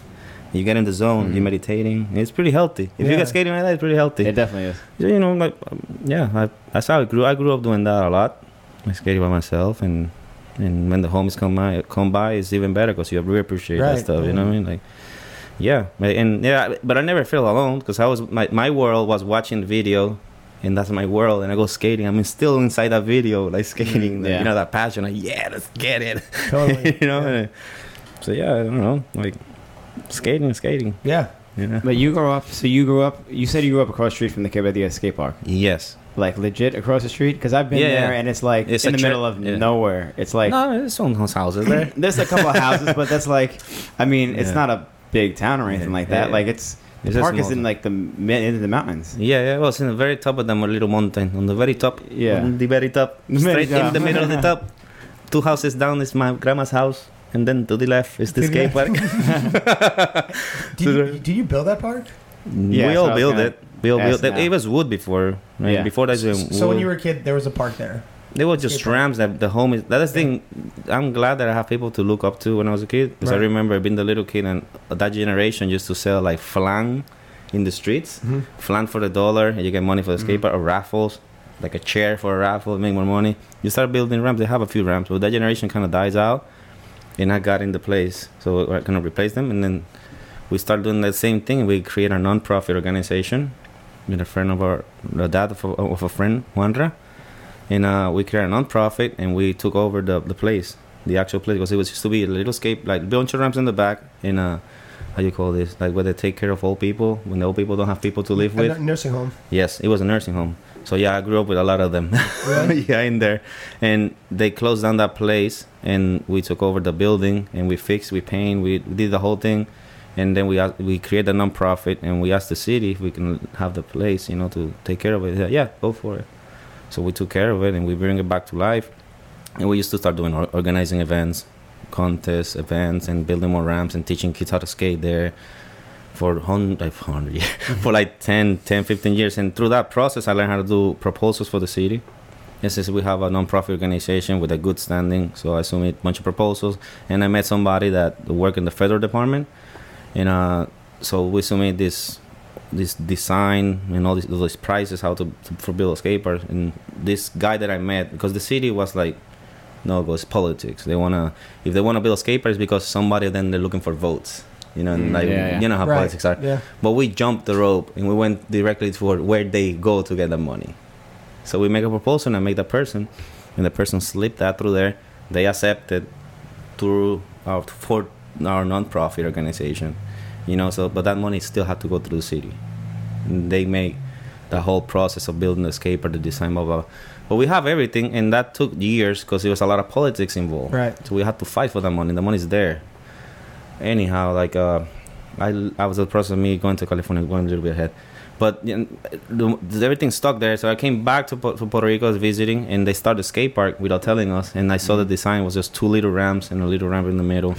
S3: You get in the zone,
S1: Mm-hmm.
S3: you're meditating. It's pretty healthy. If you
S2: Yeah.
S3: get skating like that, it's pretty healthy.
S1: It definitely is.
S3: you know, like, um, yeah, I, that's how I grew. I grew up doing that a lot. I skated by myself, and and when the homies come by, come by, it's even better because you really appreciate
S2: Right,
S3: that stuff. You know what I mean? Like, yeah, but- and yeah, but I never feel alone because I was my my world was watching the video. And that's my world, and I go skating. I'm still inside that video, like skating. like,
S1: yeah.
S3: You know that passion, like yeah, let's get it. *laughs*
S2: Totally.
S3: you know. And, so yeah, I don't know, like skating, is skating.
S2: yeah.
S3: You know.
S1: But you grew up. So you grew up. You said you grew up across the street from the Quebradilla skate park,
S3: Yes.
S1: like legit across the street. Because I've been
S3: Yeah,
S1: there,
S3: yeah.
S1: and it's like
S3: It's
S1: in
S3: a
S1: the
S3: chur-
S1: middle of
S3: yeah.
S1: nowhere. It's like
S3: no, there's some houses there.
S1: there's a
S3: *laughs*
S1: couple of houses, but that's like, I mean, it's
S3: Yeah.
S1: not a big town or anything
S3: Yeah,
S1: like
S3: yeah,
S1: that.
S3: yeah.
S1: Like it's the
S3: *clears throat* It's a
S1: park is
S3: small
S1: in
S3: town.
S1: like the mid into the mountains.
S3: Yeah, yeah, it was in the very top of the little mountain, on the very top.
S1: Yeah.
S3: On the very
S1: *laughs*
S3: top.
S1: The very
S3: straight
S1: top.
S3: in the middle of the
S1: *laughs*
S3: top. Two houses down is my grandma's house, and then to the left is the
S2: To the
S3: skate park.
S1: *laughs*
S2: Did you, did you build that park?
S1: Yeah, so
S3: we
S1: I
S3: all
S1: was
S3: built
S1: gonna
S3: it. We all
S1: ask
S3: built it.
S1: now.
S3: It was wood before. Right?
S1: Yeah.
S3: Before that, it was
S2: So when
S3: wood.
S2: you were a kid, there was a park there.
S3: They were just
S2: Skate park.
S3: ramps that the homies. That's the thing. I'm glad that I have people to look up to when I was a kid. Because I
S2: Right.
S3: remember being the little kid and that generation used to sell like flan in the streets.
S2: Mhm.
S3: Flan for the dollar, and you get money for the skate park or raffles, like a chair for a raffle, make more money. You start building ramps. They have a few ramps, but that generation kind of dies out. And I got in the place, so I kind of replace them. And then we start doing that same thing. We create a non-profit organization with a friend of our, the dad of a, of a friend, Juanra. And uh, we created a non-profit and we took over the, the place, the actual place, because it was used to be a little skate, like a bunch of ramps in the back. And uh, how you call this? Like where they take care of old people, when the old people don't have people to live
S2: A
S3: with.
S2: nu- nursing home.
S3: Yes, it was a nursing home. So yeah, I grew up with a lot of them. *laughs* yeah, in there, and they closed down that place, and we took over the building, and we fixed, we paint, we did the whole thing, and then we asked- we created a nonprofit, and we asked the city if we can have the place, you know, to take care of it. Yeah, yeah, go for it. So we took care of it and we bring it back to life. And we used to start doing or- organizing events, contests, events, and building more ramps and teaching kids how to skate there for hundred, like hundred years, *laughs* for like 10, 10, 15 years. And through that process, I learned how to do proposals for the city. And since we have a nonprofit organization with a good standing, so I submit a bunch of proposals. And I met somebody that worked in the federal department, and uh, so we submit this this design and all these, those prices how to, to for build a skate park and this guy that i met because the city was like no it was politics they want to if they want to build a skate park it's because somebody then they're looking for votes you know and
S1: Mm,
S3: like
S1: yeah, yeah.
S3: you know how
S2: Right.
S3: politics are
S2: Yeah.
S3: but we jumped the rope and we went directly toward where they go to get the money. So we make a proposal and I make that person, and the person slipped that through there. They accepted through our for our nonprofit organization, you know. So but that money still had to go through the city. And they make the whole process of building the skate park, the design, blah blah. blah. But we have everything, and that took years because there was a lot of politics involved.
S2: Right.
S3: So we had to fight for that money. The money's there. Anyhow, like uh, I, I was the process of me going to California, going a little bit ahead. But you know, the- everything stuck there. So I came back to, Pu- to Puerto Rico, I was visiting, and they started a skate park without telling us. And I saw the design was just two little ramps and a little ramp in the middle.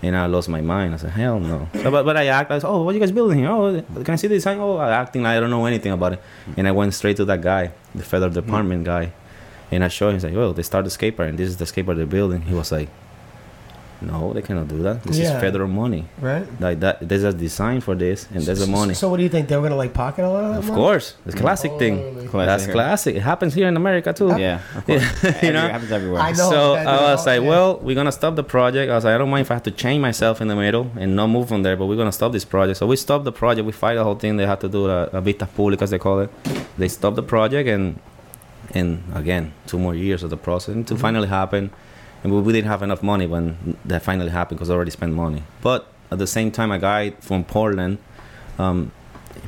S3: And I lost my mind. I said, hell no. So, but, but I act. I was, oh, what you guys building here? Oh, can I see the design? Oh, I acting like I don't know anything about it. And I went straight to that guy, the federal department guy. And I showed him, he's like, well, they started a skate park, and this is the skate park they're building. He was like, no, they cannot do that. This
S2: Yeah.
S3: is federal money
S2: Right.
S3: like that there's a design for this and there's a money
S2: So what do you think they were gonna like pocket a lot of that?
S3: of
S2: money?
S3: course it's classic thing that's
S1: Classic.
S3: classic it happens here in america too *laughs*
S1: Yeah, of course. Every-
S3: know?
S1: happens everywhere.
S2: I know.
S3: so
S2: that-
S3: i was like
S2: yeah.
S3: well we're gonna stop the project i was like i don't mind if i have to change myself in the middle and not move from there but we're gonna stop this project so we stopped the project we fight the whole thing they had to do a, a vistas públicas they call it they stopped the project and and again two more years of the process and to
S2: Mm-hmm.
S3: finally happen and we, we didn't have enough money when that finally happened because i already spent money but at the same time a guy from portland um,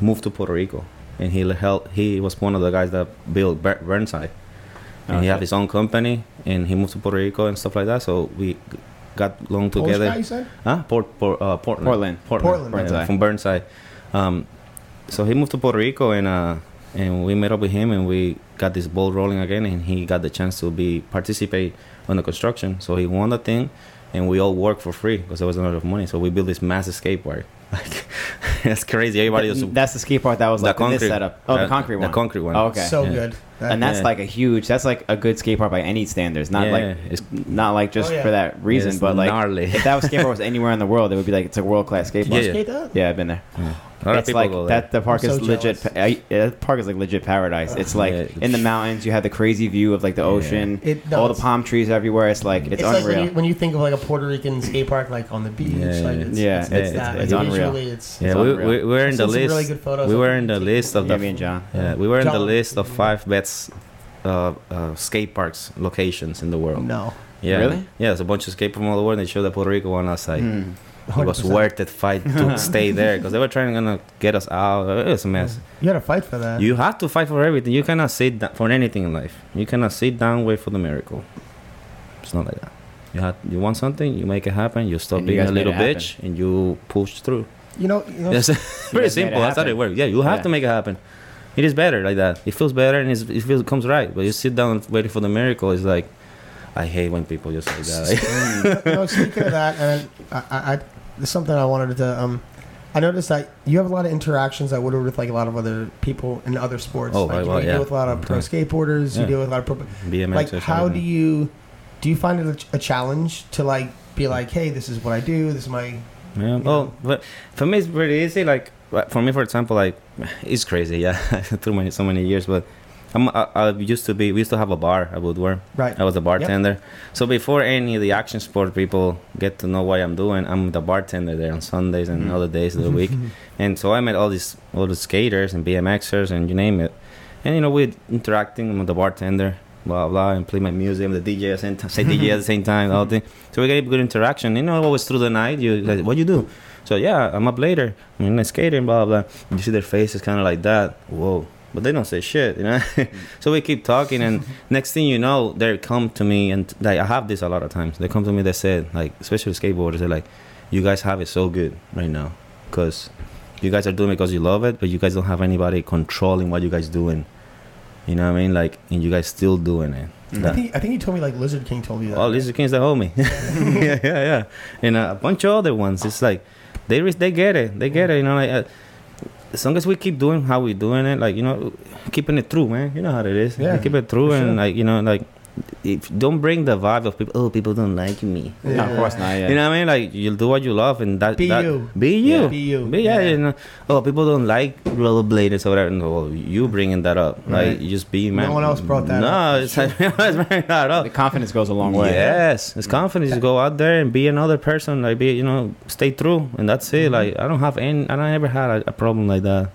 S3: moved to puerto rico and he held, he was one of the guys that built Ber- burnside and he
S1: Oh, Okay.
S3: had his own company and he moved to puerto rico and stuff like that so we g- got along
S2: Polish
S3: together
S2: guy, you said?
S3: Huh? Port, Port, uh, Portland.
S1: Portland.
S3: Portland.
S2: Portland,
S3: yeah,
S1: Burnside.
S3: from Burnside. Um, so he moved to Puerto Rico, and uh, and we met up with him, and we got this ball rolling again, and he got the chance to be participate on the construction. So he won the thing, and we all worked for free because there was a lot of money. So we built this massive skate park. *laughs* Like that's crazy. Everybody was
S1: that's the skate park that was
S3: The
S1: like in this
S3: concrete-
S1: setup. Oh, the
S3: uh,
S1: concrete
S3: the
S1: one.
S3: concrete one.
S1: Oh, okay.
S2: So
S3: Yeah.
S2: good. That-
S1: and that's
S3: Yeah.
S1: like a huge. That's like a good skate park by any standards. Not
S3: Yeah,
S1: like
S3: it's-
S1: not like just
S2: Oh, yeah.
S1: for that reason,
S3: it's
S1: but like
S3: gnarly. *laughs*
S1: if that was skate park was anywhere in the world, it would be like it's a world class skate
S3: Yeah,
S1: park.
S3: yeah.
S2: skate that?
S1: Yeah, I've been there.
S3: a lot of
S1: it's
S3: people
S1: like
S3: go there.
S1: that. The park
S2: I'm
S1: is
S2: so
S1: legit. Pa- I, yeah, that park is like legit paradise. It's like
S3: Yeah.
S1: in the mountains. You have the crazy view of like the
S3: Yeah.
S1: ocean,
S2: It- no,
S1: all the
S2: it's-
S1: palm trees everywhere. It's like it's,
S2: It's, like
S1: unreal.
S2: when you, when you think of like a Puerto Rican skate park, like on the beach,
S3: Yeah,
S2: like
S3: yeah.
S2: it's,
S1: Yeah,
S2: it's,
S1: it's-
S2: it's that.
S3: it's- it's
S2: like,
S1: unreal.
S2: Visually, it's
S3: yeah,
S1: it's
S3: we,
S1: unreal.
S3: we, we're in
S2: I've
S3: the
S2: seen some
S3: list.
S2: really good photos
S3: we
S2: of
S3: were
S2: it.
S3: in the list of
S1: yeah,
S3: the
S1: me and John.
S3: Yeah, we were in the
S2: John-
S3: list of five best uh, uh, skate parks locations in the world. *laughs*
S2: no.
S3: Yeah,
S1: Really?
S3: Yeah, it's a bunch of skate from all the world. They showed the Puerto Rico one outside.
S1: Mm.
S3: It was
S2: 100%.
S3: worth it fight
S1: *laughs*
S3: to stay there because they were trying to get us out. It was a mess.
S2: You had to fight for that.
S3: You have to fight for everything. You cannot sit down for anything in life. You cannot sit down wait for the miracle. It's not like that. You have, you want something, you make it happen. You stop
S1: And you
S3: being
S1: guys
S3: a
S1: made
S3: little
S1: it happen.
S3: bitch and you push through.
S2: You know, you know
S3: That's
S2: *laughs*
S3: *laughs*
S1: guys
S3: pretty
S1: made it
S3: simple. That's how
S1: happen.
S3: it works. Yeah, you have
S1: Yeah.
S3: to make it happen. It is better like that. It feels better and it's, it feels comes right. But you sit down waiting for the miracle. It's like, I hate when people just say that. *laughs* Like,
S2: you know, speaking of that, and I, I, I, there's something I wanted to. Um, I noticed that you have a lot of interactions that would with like a lot of other people in other sports.
S3: Oh,
S2: like,
S3: right,
S2: you, know,
S3: well,
S2: you
S3: yeah.
S2: deal with a lot of pro
S3: Okay.
S2: skateboarders. You
S3: Yeah.
S2: deal with a lot of pro.
S3: BMX
S2: Like,
S3: or
S2: how do
S3: something.
S2: you do? You find it a, ch- a challenge to like be like, hey, this is what I do. This is my.
S3: Yeah. Well, but for me, it's pretty easy. Like like, for me, for example, like *sighs* it's crazy. Yeah, *laughs* through many, so many years, but. I'm, I, I used to be. We used to have a bar at Woodward.
S2: Right.
S3: I was a bartender. So before any of the action sport people get to know what I'm doing, I'm the bartender there on Sundays and
S1: Mhm.
S3: other days of the
S2: *laughs*
S3: week. And so I met all these all the skaters and BMXers and you name it. And you know, we're interacting with the bartender, blah blah, and play my music with the DJ at the same time, say DJ at the same time, the whole thing. So we get good interaction. You know, always through the night, you like, what you do? So yeah, I'm up later. I'm in the skating, blah blah. You see their faces kind of like that. Whoa. But they don't say shit, you know. *laughs* so we keep talking, and next thing you know, they come to me, and like I have this a lot of times. They come to me, they said, like, especially skateboarders, they're like, "You guys have it so good right now, because you guys are doing it because you love it, but you guys don't have anybody controlling what you guys doing. You know what I mean? Like, and you guys still doing it.
S2: I think I think you told me like Lizard King told you that.
S3: Oh, Lizard King's the homie. *laughs* yeah, yeah, yeah. And uh, a bunch of other ones. It's like they re- they get it. They get it. You know, like uh, as long as we keep doing how we doing it, like you know, keeping it true, man. You know how it is.
S2: Yeah,
S3: Yeah, keep it true,
S2: for sure.
S3: and like you know, like if don't bring the vibe of people. Oh, people don't like me.
S2: Yeah.
S1: No, of course not. Yeah.
S3: You know what I mean? Like you'll do what you love, and that
S2: Be
S3: that-
S2: you.
S3: be you,
S2: Yeah, be you.
S3: Be- yeah. You know, oh, people don't like rollerbladers or whatever. No, you bringing that up,
S2: Right.
S3: like you just be man.
S2: one else brought that
S3: no,
S2: up.
S3: it's like, *laughs* it's bringing that up.
S1: the confidence goes a long way.
S3: Yes, it's confidence. You go out there and be another person. Like be, you know, stay true, and that's
S2: Mm-hmm.
S3: it. Like I don't have any. I don't ever had a, a problem like that,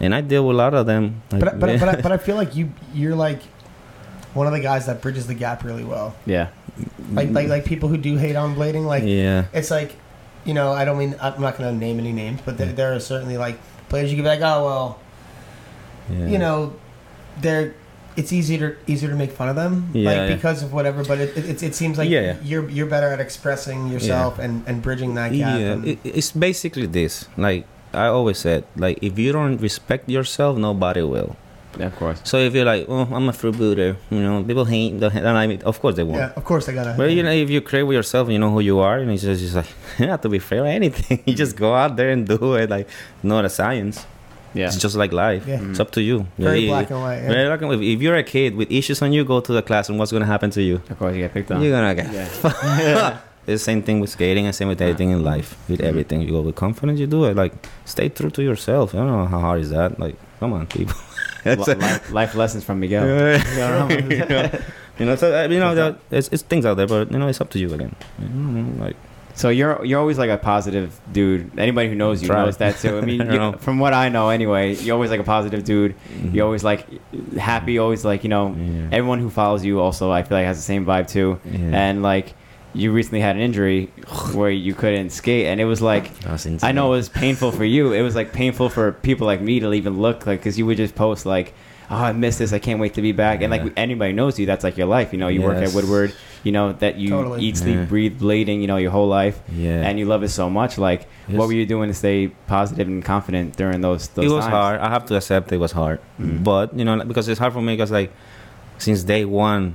S3: and I deal with a lot of them. Like,
S2: But I- but I-
S3: *laughs*
S2: but I, but I feel like you you're like one of the guys that bridges the gap really well.
S1: Yeah.
S2: Like like like people who do hate on blading, like
S3: yeah,
S2: it's like you know I don't mean I'm not gonna name any names, but there, there are certainly like players you can be like oh well
S3: yeah,
S2: you know they're it's easier to easier to make fun of them
S3: Yeah,
S2: like
S3: yeah.
S2: because of whatever but it, it, it seems like
S3: Yeah, yeah.
S2: you're you're better at expressing yourself and, and bridging that gap
S3: yeah.
S2: and,
S3: It, it's basically this. Like I always said, like if you don't respect yourself, nobody will.
S1: Yeah, of course.
S3: So if you're like, oh, I'm a freebooter, you know, people hate, don't, don't like me. Of course they won't.
S2: yeah of course I gotta
S3: Well, you know, if you create with yourself, you know who you are, and it's just, it's like *laughs* you don't have to be afraid of anything. *laughs* You just go out there and do it. Like, not a science.
S1: Yeah.
S3: It's just like life.
S2: Yeah.
S3: It's up to you.
S2: very
S3: Mm-hmm. Yeah,
S2: black
S3: yeah.
S2: and white yeah.
S3: Very black and white. If you're a kid with issues on you, go to the classroom. What's gonna happen to you?
S1: Of course, you get picked on.
S3: You're gonna get.
S1: yeah.
S3: It's the same thing with skating and same with everything in life. With
S1: Mhm.
S3: everything, you go with confidence, you do it. Like, stay true to yourself. I don't know how hard is that. Like, come on, people. *laughs* That's
S1: Li-
S3: it.
S1: life, life lessons from Miguel.
S3: *laughs* you know, you know, so uh, you know, that, it's, it's things out there, but you know, it's up to you again. You know, like,
S1: So you're you're always like a positive dude. Anybody who knows you
S3: Try.
S1: knows that too. I
S3: *laughs*
S1: mean,
S3: I
S1: you-
S3: know.
S1: from what I know, anyway, you're always like a positive dude. You're always like happy. Always like you know,
S3: Mm-hmm. yeah.
S1: everyone who follows you also I feel like has the same vibe too. And like, you recently had an injury where you couldn't skate, and it was like I know it was painful for you. It was like painful for people like me to even look like because you would just post like, "Oh, I miss this. I can't wait to be back." And
S3: Yeah.
S1: like anybody knows you, that's like your life. You know, you work at
S3: Yes.
S1: Woodward. You know that you
S2: Totally.
S1: eat, sleep,
S3: Yeah.
S1: breathe, blading. You know your whole life,
S3: Yeah,
S1: and you love it so much. Like, what
S3: Yes.
S1: were you doing to stay positive and confident during those? those
S3: it was
S1: times?
S3: hard. I have to accept it was hard,
S1: Mhm.
S3: but you know, like, because it's hard for me because like since day one,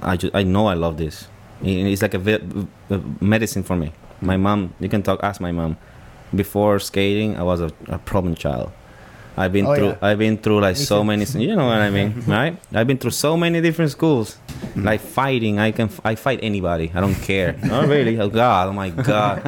S3: I just I know I love this. It- It's like a, vi- a medicine for me. My mom, you can talk. Ask my mom. Before skating, I was a, a problem child. I've been
S2: Oh,
S3: through.
S2: yeah.
S3: I've been through like
S2: Me
S3: so
S2: too.
S3: many. You know what I
S2: *laughs*
S3: mean, right? I've been through so many different schools.
S1: Mm.
S3: Like fighting, I can. f- I fight anybody. I don't care. *laughs* Not really. Oh God. Oh my God.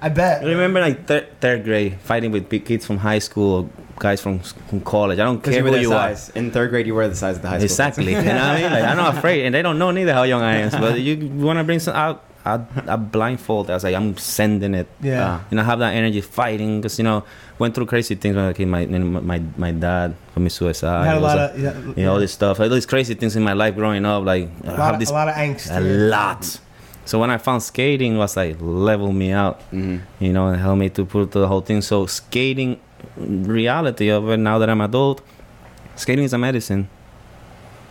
S2: I bet
S3: I remember like thir- third grade fighting with big kids from high school, guys from, s- from college. I don't
S1: Because you
S3: care
S1: were that
S3: who you are.
S1: size. In third grade, you were the size of the high school. *laughs*
S3: Exactly. you know what I mean? Like, I'm not afraid, and they don't know neither how young I am. But you want to bring some out. I, I blindfold. I was like, I'm sending it.
S2: yeah
S1: Ah.
S3: You know, have that energy fighting because you know went through crazy things when I was a kid. My you know, my my dad committed
S2: I
S3: suicide.
S2: had a
S3: Ah, It was
S2: lot
S3: like,
S2: of yeah,
S3: you know all this stuff, all these crazy things in my life growing up. Like I
S2: a
S3: have
S2: lot, of,
S3: this
S2: a lot of angst
S3: a lot. So when I found skating, it was like level me out
S1: Mhm.
S3: you know, and helped me to put the whole thing. So skating, reality of it now that I'm adult, skating is a medicine.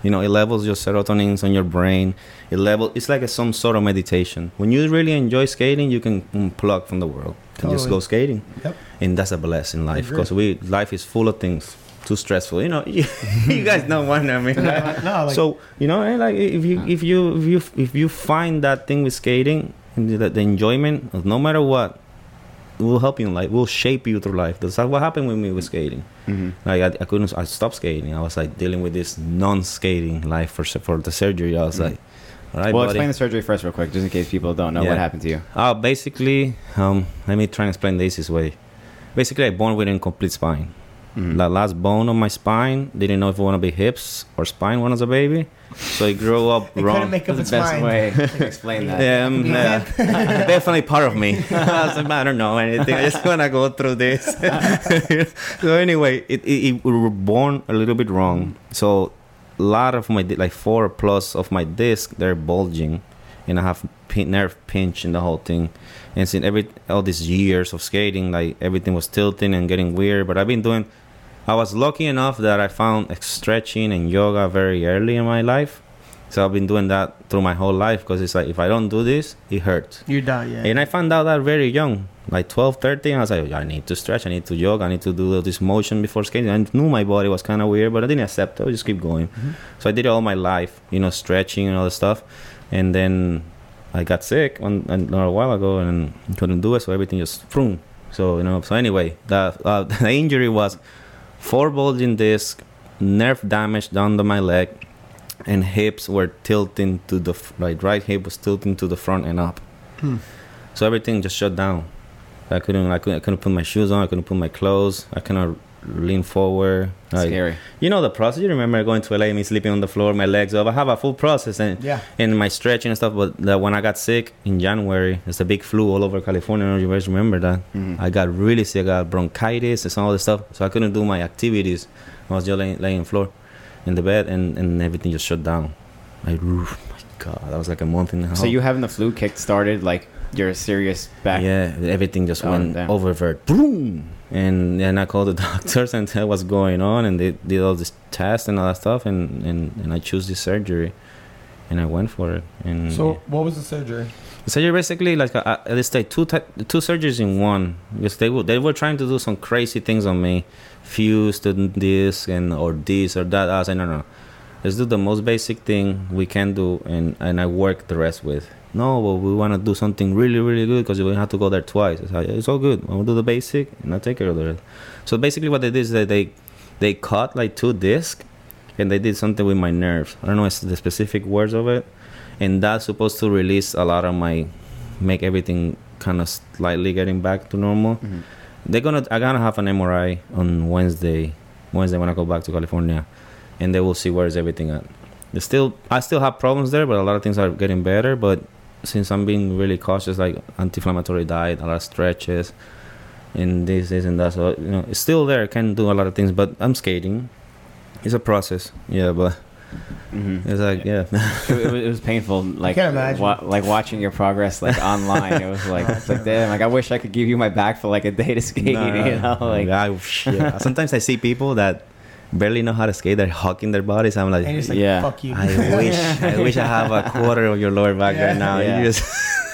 S3: You know, it levels your serotonin on your brain. It level. It's like a, some sort of meditation. When you really enjoy skating, you can unplug from the world and just
S2: Totally.
S3: go skating.
S2: Yep.
S3: And that's a blessing in life
S2: Agree.
S3: because we life is full of things too stressful. You know, *laughs* you, guys know what I
S2: *laughs*
S3: mean.
S2: no like
S3: so you know, eh, like if you if you if you if you find that thing with skating and the, the enjoyment, of no matter what, it will help you in life. Will shape you through life. That's what happened with me with skating.
S1: Mhm.
S3: Like I, I couldn't, I stopped skating. I was like dealing with this non-skating life for sur- for the surgery. I was
S1: Mm.
S3: like, all right,
S1: Well,
S3: buddy.
S1: explain the surgery first, real quick, just in case people don't know what
S3: Yeah.
S1: happened to you.
S3: Uh, basically, um, let me try and explain the easiest way. Basically, I born with an incomplete spine.
S1: Mhm.
S3: The last bone on my spine didn't know if it want to be hips or spine when I was a baby, so it grew up
S2: it couldn't
S3: wrong.
S2: make up
S1: That's
S2: its
S1: the best
S2: mind
S1: way
S2: *laughs*
S1: to explain that.
S3: Um, yeah. *laughs* definitely part of me. *laughs* I, was like, I don't know anything. I just wanna go through this. *laughs* so anyway, it, it, it we were born a little bit wrong. So a lot of my di- like four plus of my disc they're bulging, and I have pin, nerve pinch in the whole thing. And since every all these years of skating, like everything was tilting and getting weird. But I've been doing. I was lucky enough that I found like, stretching and yoga very early in my life. So I've been doing that through my whole life because it's like if I don't do this, it hurts.
S2: you're done yeah
S3: And I found out that very young. like 12, 13, I was like, I need to stretch, I need to jog, I need to do this motion before skating. I knew my body was kind of weird, but I didn't accept it. I just keep going.
S1: Mhm.
S3: So I did it all my life, you know, stretching and all this stuff. And then I got sick one, an- a while ago and couldn't do it, so everything just vroom. So, you know, so anyway, the, uh, *laughs* the injury was four bulging disc, nerve damage down to my leg, and hips were tilting to the f- like right hip was tilting to the front and up.
S2: Hmm.
S3: So everything just shut down. I couldn't, I couldn't, I couldn't put my shoes on. I couldn't put my clothes. I couldn't lean forward. Like,
S1: Scary.
S3: you know the process. You remember going to LA, me sleeping on the floor, my legs up. I have a full process and
S2: Yeah.
S3: and my stretching and stuff. But the, when I got sick in January, it's a big flu all over California. I don't know if You guys remember that?
S1: Mhm.
S3: I got really sick. I got bronchitis and all this stuff. So I couldn't do my activities. I was just laying, laying on the floor in the bed and, and everything just shut down. Like, oof, my God, that was like a month and a half.
S1: So you having the flu kick started like your serious back.
S3: Yeah, everything just
S1: Oh,
S3: went
S1: damn.
S3: oververt. Boom! And then I called the *laughs* doctors and tell what's going on, and they did all this tests and all that stuff, and, and, and I chose this surgery, and I went for it. And
S2: So what was the surgery?
S3: so you're basically like uh, uh, let's say two ty- two surgeries in one because they were they were trying to do some crazy things on me, fuse to this and or this or that. I was like, no, no, let's do the most basic thing we can do, and and I work the rest with. No, but we want to do something really really good because we have to go there twice. It's, like, it's all good. I'll do the basic and I'll take care of the rest. So basically, what they did is that they they cut like two discs, and they did something with my nerves. I don't know it's the specific words of it and that's supposed to release a lot of my make everything kind of slightly getting back to normal
S1: Mhm.
S3: they're gonna i'm gonna have an mri on wednesday wednesday when i go back to california and they will see where is everything at There's still i still have problems there but a lot of things are getting better but since i'm being really cautious like anti-inflammatory diet a lot of stretches and this this and that so you know it's still there I can do a lot of things but i'm skating it's a process yeah but
S1: Mhm.
S3: it's like yeah *laughs*
S1: it, it was- it was painful. Like
S2: can't imagine.
S1: wa- like watching your progress
S3: *laughs*
S1: like online. It was like it's like damn. Like I wish I could give you my back for like a day to skate. *laughs*
S3: No, no,
S1: you know,
S3: no,
S1: like
S3: I, yeah. *laughs* sometimes I see people that barely know how to skate. They're hugging their bodies. I'm like,
S2: And you're just like,
S1: Yeah.
S2: fuck you.
S3: *laughs* I wish, I wish I have a quarter of your lower back right
S2: Yeah.
S3: now. You
S1: Yeah.
S3: just-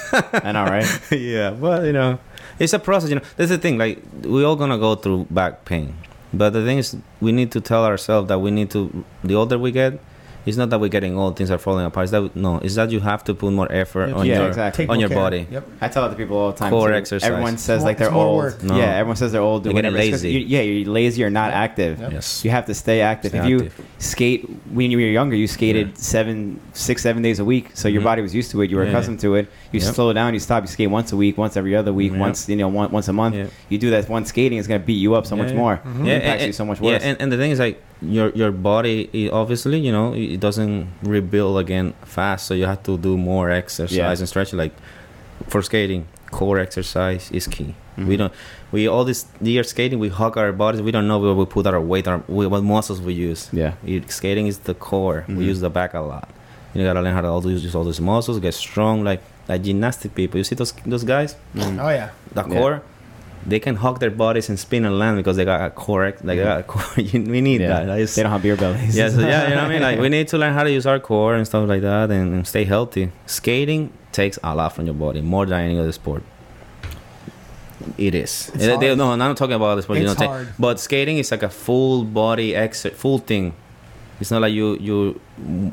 S3: *laughs*
S1: I know, right?
S3: yeah, but you know, it's a process. You know, that's the thing. Like we all gonna go through back pain, but the thing is, we need to tell ourselves that we need to. The older we get, it's not that we're getting old, things are falling apart. It's that no, it's that you have to put more effort
S2: Yeah,
S3: on
S1: yeah,
S3: your.
S1: exactly.
S2: Take
S3: on
S2: more
S3: your
S2: care.
S3: body.
S2: Yep.
S1: I tell it to people all the time.
S3: Oh, Core
S1: too.
S3: exercise.
S1: Everyone says
S2: More-
S1: like they're
S2: it's more
S1: old.
S2: work.
S3: No.
S1: Yeah, everyone says they're old. or
S3: They're getting
S1: whatever. It's 'cause
S3: lazy.
S1: You, yeah, you're lazy. You're not active.
S2: Yep.
S3: Yes.
S1: You have to stay active.
S3: Stay
S1: if you
S3: active.
S1: skate when you were younger, you skated
S3: Yeah.
S1: seven, six, seven days a week. So your
S3: Mhm.
S1: body was used to it. You were
S3: Yeah.
S1: accustomed to it. You
S3: Yep.
S1: slow down. You stop. You skate once a week, once every other week,
S3: Yep.
S1: once you know, one, once a month.
S3: Yeah.
S1: You do that once skating, it's going to beat you up so much
S3: Yeah.
S1: more.
S2: Mhm.
S1: It
S3: Yeah,
S1: impacts
S3: and-
S1: you so much
S3: Yeah,
S1: worse.
S3: and, and the thing is, like your your body, i- obviously, you know, it doesn't rebuild again fast, so you have to do more exercise
S1: Yeah.
S3: and stretching. Like for skating, core exercise is key. We
S1: Mhm.
S3: don't, we all this year skating, we hug our bodies. We don't know where we put our weight, our we- what muscles we use.
S1: yeah.
S3: It- Skating is the core. We
S1: Mhm.
S3: use the back a lot. You gotta learn how to all those- use all those muscles, get strong, like like gymnastic people. You see those those guys,
S2: Oh yeah.
S3: the
S1: Yeah.
S3: core, they can hug their bodies and spin and land because they got a core. ex- Like they got a core. *laughs* You- we need
S1: Yeah.
S3: that. That is-
S1: They
S3: *laughs*
S1: don't have beer bellies.
S3: yeah, so, yeah, you know what I mean.
S1: *laughs*
S2: *laughs*
S3: Like we need to learn how to use our core and stuff like that, and, and stay healthy. Skating takes a lot from your body, more than any other sport. It is. Eh,
S2: It's
S3: They- they-
S2: hard.
S3: no, I'm not talking about this sport. you
S2: It's
S3: know, take-
S2: hard.
S3: but skating is like a full body exercise, full thing. It's not like you you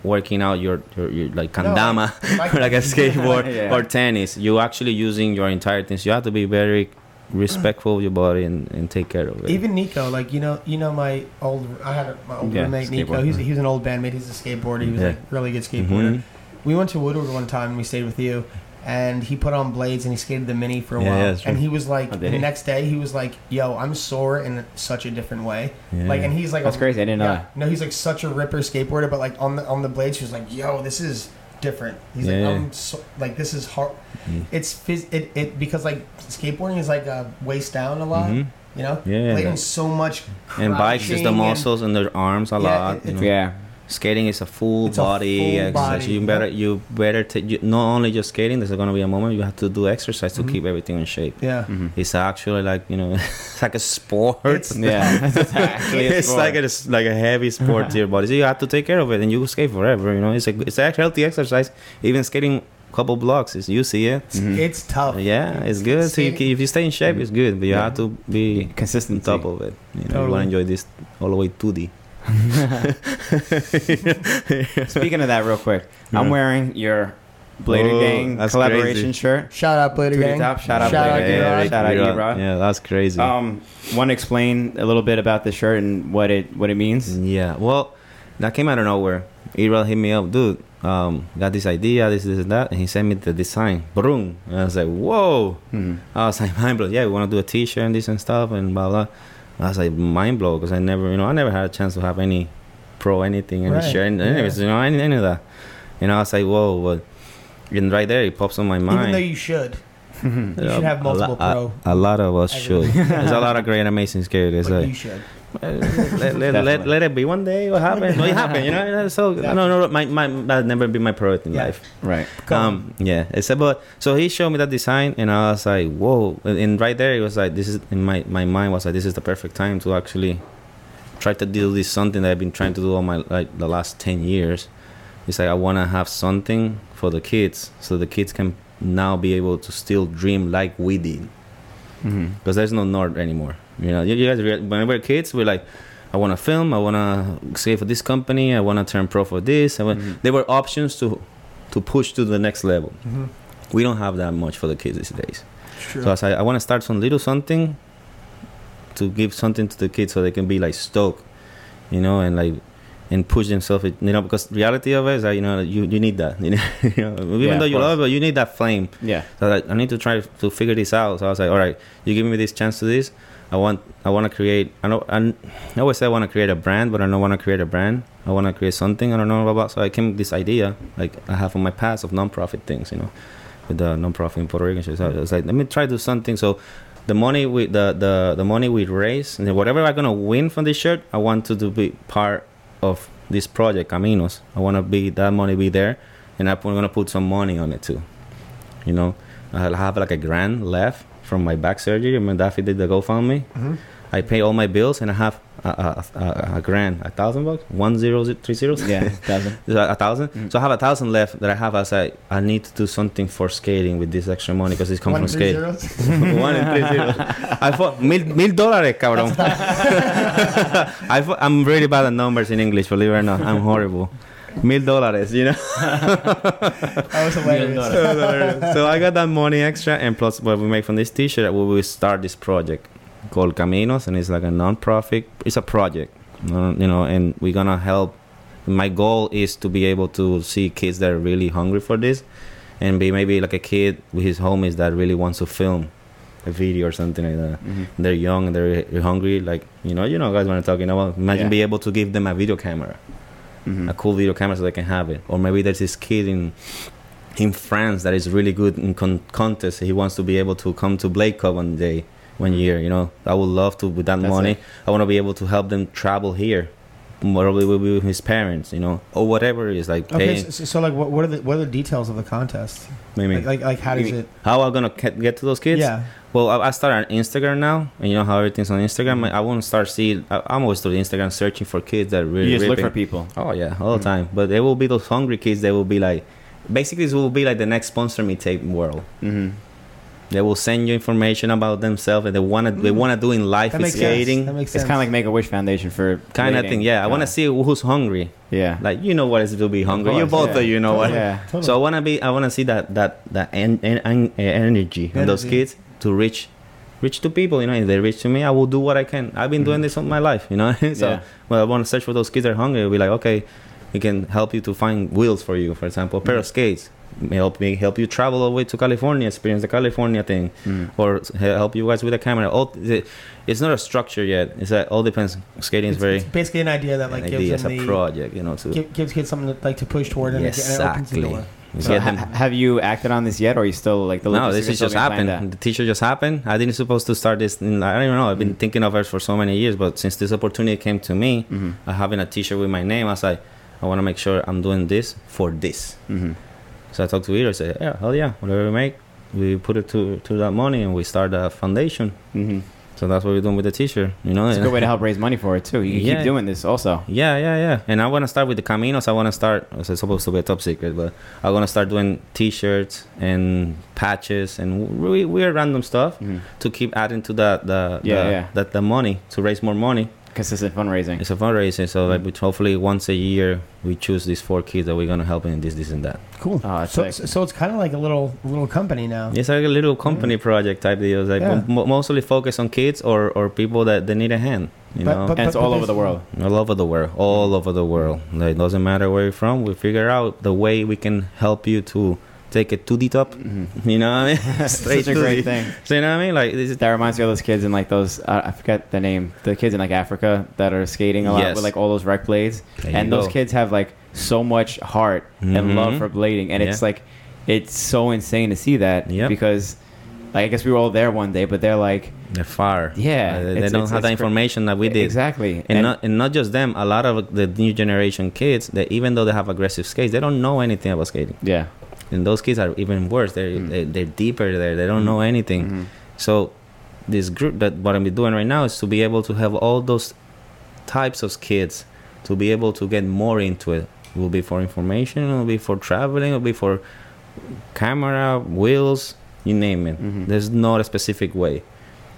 S3: working out your, your, your like
S2: No,
S3: kandama
S2: like-
S3: or *laughs* *laughs* like a
S2: *laughs*
S3: skateboard
S1: Yeah.
S3: or tennis. You actually using your entire things. You have to be very respectful of your body and, and take care of it.
S2: Even Nico, like you know, you know my old, I had a, my old
S1: Yeah,
S2: roommate Nico.
S1: skateboard.
S2: He was, he was an old bandmate. He's a skateboarder. He was
S3: Yeah.
S2: like really good skateboarder.
S3: Mhm.
S2: We went to Woodward one time and we stayed with you, and he put on blades and he skated the mini for a
S3: Yeah, yeah,
S2: while.
S3: that's
S2: and
S3: true.
S2: he was like,
S1: Oh,
S2: the
S1: did he?
S2: next day he was like, "Yo, I'm sore in such a different way."
S3: Yeah.
S2: Like, and he's like,
S1: That's uh,
S2: a-
S1: crazy. I didn't know
S2: yeah.
S1: that.
S2: No, he's like such a ripper skateboarder, but like on the on the blades, he was like, "Yo, this is different." He's
S3: Yeah.
S2: like, "I'm so, like this is hard."
S3: Mm.
S2: It's phys- it, it because like skateboarding is like uh, waist down a lot,
S3: Mhm.
S2: you know.
S3: Yeah.
S2: Like, and so much
S3: and bikes is
S2: crouching
S3: the
S2: and-
S3: muscles and, their arms a
S2: Yeah,
S3: lot.
S2: it-
S3: you
S2: it-
S3: know.
S1: Yeah.
S3: Skating is a full
S2: It's a
S3: body
S2: full
S3: exercise.
S2: body,
S3: You better you better take you, not only just skating. There's gonna be a moment you have to do exercise to
S2: Mhm.
S3: keep everything in shape.
S2: Yeah.
S1: Mhm.
S3: It's actually like you know, *laughs* it's like a sport.
S2: It's-
S1: Mm-hmm.
S3: *laughs*
S1: Yeah. It's actually a
S3: it's
S1: sport.
S3: like a, it's like a heavy sport to your body. So you have to take care of it, and you will skate forever. You know, it's a it's a healthy exercise. Even skating couple blocks. It's, you see it.
S1: Mhm.
S2: It's tough.
S3: Mm-hmm. Yeah, it's good. So you,
S2: Stay-
S3: can- if you stay in shape, it's good, but you
S1: Yeah.
S3: have to be on
S1: Consistency.
S3: *laughs* top of it. You know, you
S2: Totally.
S3: want to enjoy this all the way to the.
S1: *laughs* Speaking of that, real quick, I'm
S3: Yeah.
S1: wearing your Blader
S3: Oh,
S1: Gang
S3: that's
S1: collaboration
S3: crazy.
S1: shirt.
S2: Shout out Blader
S1: Tootie
S2: Gang.
S1: Top, shout out
S2: Shout out
S1: Blader
S2: Erod.
S1: Gang. Shout out Erod.
S3: Yeah, that's crazy.
S1: Um, want to explain a little bit about the shirt and what it what it means?
S3: Yeah, well, that came out of nowhere. Erod hit me up, dude. Um, got this idea, this, this, and that, and he sent me the design. Broom. And I was like, whoa.
S1: Mhm.
S3: I was like, *laughs* mind blown. Yeah, we want to do a T-shirt and this and stuff and blah blah. I was like, mind blown because I never, you know, I never had a chance to have any pro anything, any
S2: Right,
S3: shirt, and
S2: yeah.
S3: anyways, you know, any, any of that. And I was like, whoa, but and right there, it pops on my mind.
S2: Even though you should,
S3: *laughs*
S1: Mhm.
S2: you should
S3: Yeah,
S2: have
S3: a
S2: multiple
S3: lot- uh,
S2: pro.
S3: a lot of us should.
S2: Everyone.
S3: *laughs* There's a lot of great, amazing
S2: *laughs*
S3: skaters.
S2: but
S3: like-
S2: you should.
S3: *laughs* let, let, let, let it be one day what happened what happened
S2: *laughs*
S3: you know so no no no my, my that never be my priority in
S2: Yeah.
S3: life
S1: Right.
S2: Go
S3: um yeah except but so he showed me that design and i was like whoa and, and right there it was like this is in my my mind was like this is the perfect time to actually try to do this something that i've been trying to do all my like the last 10 years it's like i want to have something for the kids so the kids can now be able to still dream like we did
S1: Mhm.
S3: because there's no north anymore. You know, you, you guys, re- when we were kids, we are like, I want to film, I want to save for this company, I want to turn pro for this. I want.
S1: Mhm.
S3: There were options to to push to the next level.
S1: Mm-hmm.
S2: Mhm.
S3: We don't have that much for the kids these days.
S2: True.
S3: So I was like, I want to start some little something to give something to the kids so they can be like stoked, you know, and like and push themselves. You know, because reality of it is that you know you, you need that. *laughs* You know, even
S1: Yeah,
S3: though
S1: of
S3: you
S1: course.
S3: love it, you need that flame. *laughs*
S1: Yeah.
S3: So like, I need to try to figure this out. So I was like, all right, you give me this chance to this. I want I want to create. I don't. I I always say I want to create a brand, but I don't want to create a brand. I want to create something. I don't know about. So I came with this idea, like I have on my past of nonprofit things, you know, with the nonprofit in Puerto Rico. So I was like, let me try to do something. So the money we the the the money we raise and then whatever I'm gonna win from this shirt, I want to do be part of this project Caminos. I want to be that money be there, and I'm gonna put some money on it too. You know, I'll have like a grand left from my back surgery. Remember Daffy did the GoFundMe.
S2: Mhm.
S3: I pay all my bills and I have a, a, a, a grand, a thousand bucks, one zero ze- three zeros.
S1: Yeah. Thousand.
S3: Is that a thousand.
S1: Mm.
S3: So I have a thousand left that I have. as I I need to do something for skating with this extra money because it comes
S2: One
S3: from
S2: three
S3: skate. *laughs*
S2: zeros.
S3: One and three zero. I thought mil, mil dólares,
S2: *laughs*
S3: cabrón. *laughs* I thought, I'm really bad at numbers in English, believe it or not. I'm horrible. Mil dólares, you know.
S2: That was hilarious.
S3: so I got that money extra, and plus what we make from this T-shirt, we will start this project called Caminos, and it's like a non-profit. It's a project, uh, you know, and we're gonna help. My goal is to be able to see kids that are really hungry for this, and be maybe like a kid with his homies that really wants to film a video or something like that.
S1: Mhm.
S3: They're young and they're hungry, like you know, you know, guys, what I'm talking about. Imagine
S1: Yeah.
S3: be able to give them a video camera a
S1: Mhm.
S3: cool video camera so they can have it. Or maybe there's this kid in in France that is really good in con- contests. He wants to be able to come to Blade Cup one day, one year. You know, I would love to with that
S1: That's
S3: money.
S1: it.
S3: I want to be able to help them travel here. Probably will be with his parents, you know, or whatever it is like.
S2: Okay,
S3: paying.
S2: so, so, so like, what, what are the what are the details of the contest?
S3: maybe.
S2: Like, like, like how
S1: You
S2: does
S1: mean
S2: it?
S3: how I'm gonna ca- get to those kids?
S2: Yeah,
S3: Well, I, I start on Instagram now, and you know how everything's on Instagram.
S1: Mm-hmm.
S3: I, I won't start see. I, I'm always through Instagram searching for kids that really.
S1: You just look
S3: ripping.
S1: for people.
S3: Oh yeah, all
S2: Hmm.
S1: Mhm.
S3: the time. But there will be those hungry kids. They will be like, basically, this will be like the next sponsor me tape world.
S1: Mhm.
S3: They will send you information about themselves and they wanna they wanna do in life
S2: Hmm. that
S3: with
S2: makes sense.
S3: skating
S2: That makes
S1: It's
S2: sense.
S1: kind of like Make a Wish Foundation for
S3: kind of thing. Yeah, I wanna see who's hungry.
S1: Yeah.
S3: Like you know what it's to be hungry. you
S1: course,
S3: both
S1: yeah.
S3: of you *laughs* know what.
S1: yeah.
S2: Totally.
S3: So I wanna be I wanna see that that that en- en- en- eh, energy in those
S2: Energy.
S3: kids to reach reach to people. You know, if they reach to me, I will do what I can. I've been
S2: Hmm.
S3: doing
S1: Mhm.
S3: this all my life. You know, *laughs* so
S1: yeah.
S3: well, I want to search for those kids that are hungry. I'll be like, okay, we can help you to find wheels for you, for example, a pair of
S2: Mm-hmm.
S3: skates. May help me help you travel all the way to California, experience the California thing,
S1: Mhm.
S3: or s- he- help you guys with the camera. All the, it's not a structure yet. It's that all depends. Skating is
S2: it's,
S3: very
S2: it's basically an idea that
S3: an
S2: like
S3: idea.
S2: gives
S3: It's
S2: them
S3: a
S2: the
S3: project, you know. To
S2: give, gives kids something to, like to push toward and, it- and it opens the
S3: Exactly.
S2: door.
S3: get
S1: So ha-
S3: them-
S1: have you acted on this yet, or are you still like the
S3: no,
S1: logistics
S3: this
S1: are
S3: is
S1: still
S3: just
S1: being planned
S3: happened. The teacher just happened. I didn't supposed to start this. In, I don't even know. I've been
S2: Mm-hmm.
S1: Mm.
S3: thinking of it for so many years, but since this opportunity came to me,
S1: out? Mhm.
S3: uh, having a T-shirt with my name, I was like, I want to make sure I'm doing this for this.
S1: Mhm.
S3: So I talked to Peter. I said, "Yeah, hell yeah, whatever we make, we put it to to that money, and we start a foundation."
S1: Mhm.
S3: So that's what we're doing with the T-shirt. You know,
S1: It's a good way to help raise money for it too. You can
S3: Yeah.
S1: keep doing this also.
S3: Yeah, yeah, yeah. And I want to start with the Caminos. I want to start. It's supposed to be a top secret, but I want to start doing T-shirts and patches and really weird random stuff
S1: Mhm.
S3: to keep adding to that the
S1: Yeah,
S3: the,
S1: yeah.
S3: That the money to raise more money.
S1: Consistent fundraising.
S3: It's a fundraiser, so like we, hopefully once a year we choose these four kids that we're gonna help in this, this, and that.
S2: Cool.
S1: Oh, it's
S2: so,
S1: like-
S2: so, so it's kind of like a little little company now.
S3: It's like a little company project type deals. Like
S2: Yeah.
S3: mo- mostly focus on kids or or people that they need a hand. You know,
S1: And it's all
S2: they-
S1: over the world.
S3: all over the world all over the world like doesn't matter where you're from we figure out the way we can help you to take it to the top *laughs*
S1: Mhm.
S3: you know
S1: *laughs*
S3: what i mean
S1: It's Such a
S3: to
S1: great
S3: the-
S1: thing.
S3: so you know what i mean like this is
S1: That reminds me of those kids in like those uh, I forget the name. The kids in like Africa that are skating a lot
S3: Yes.
S1: with like all those rec blades.
S3: There
S1: and
S3: you
S1: those
S3: go.
S1: kids have like so much heart and love
S3: Mhm.
S1: for blading, and it's
S3: Yeah.
S1: like it's so insane to see that
S3: Yep.
S1: because like I guess we were all there one day, but they're like
S3: they're far
S1: Yeah,
S3: Uh, they- they
S1: it's-
S3: don't
S1: it's-
S3: have the
S1: it's cra-
S3: information that we did
S1: exactly
S3: and, not and not just them a lot of the new generation kids that even though they have aggressive skates they don't know anything about skating
S1: yeah
S3: and those kids are even worse they're
S1: Mm.
S3: they, they're deeper there they don't know anything
S1: Mhm.
S3: So this group that what I'm doing right now is to be able to have all those types of kids to be able to get more into it. It will be for information, it will be for traveling, it will be for camera, wheels, you name it.
S1: Mhm.
S3: There's not a specific way.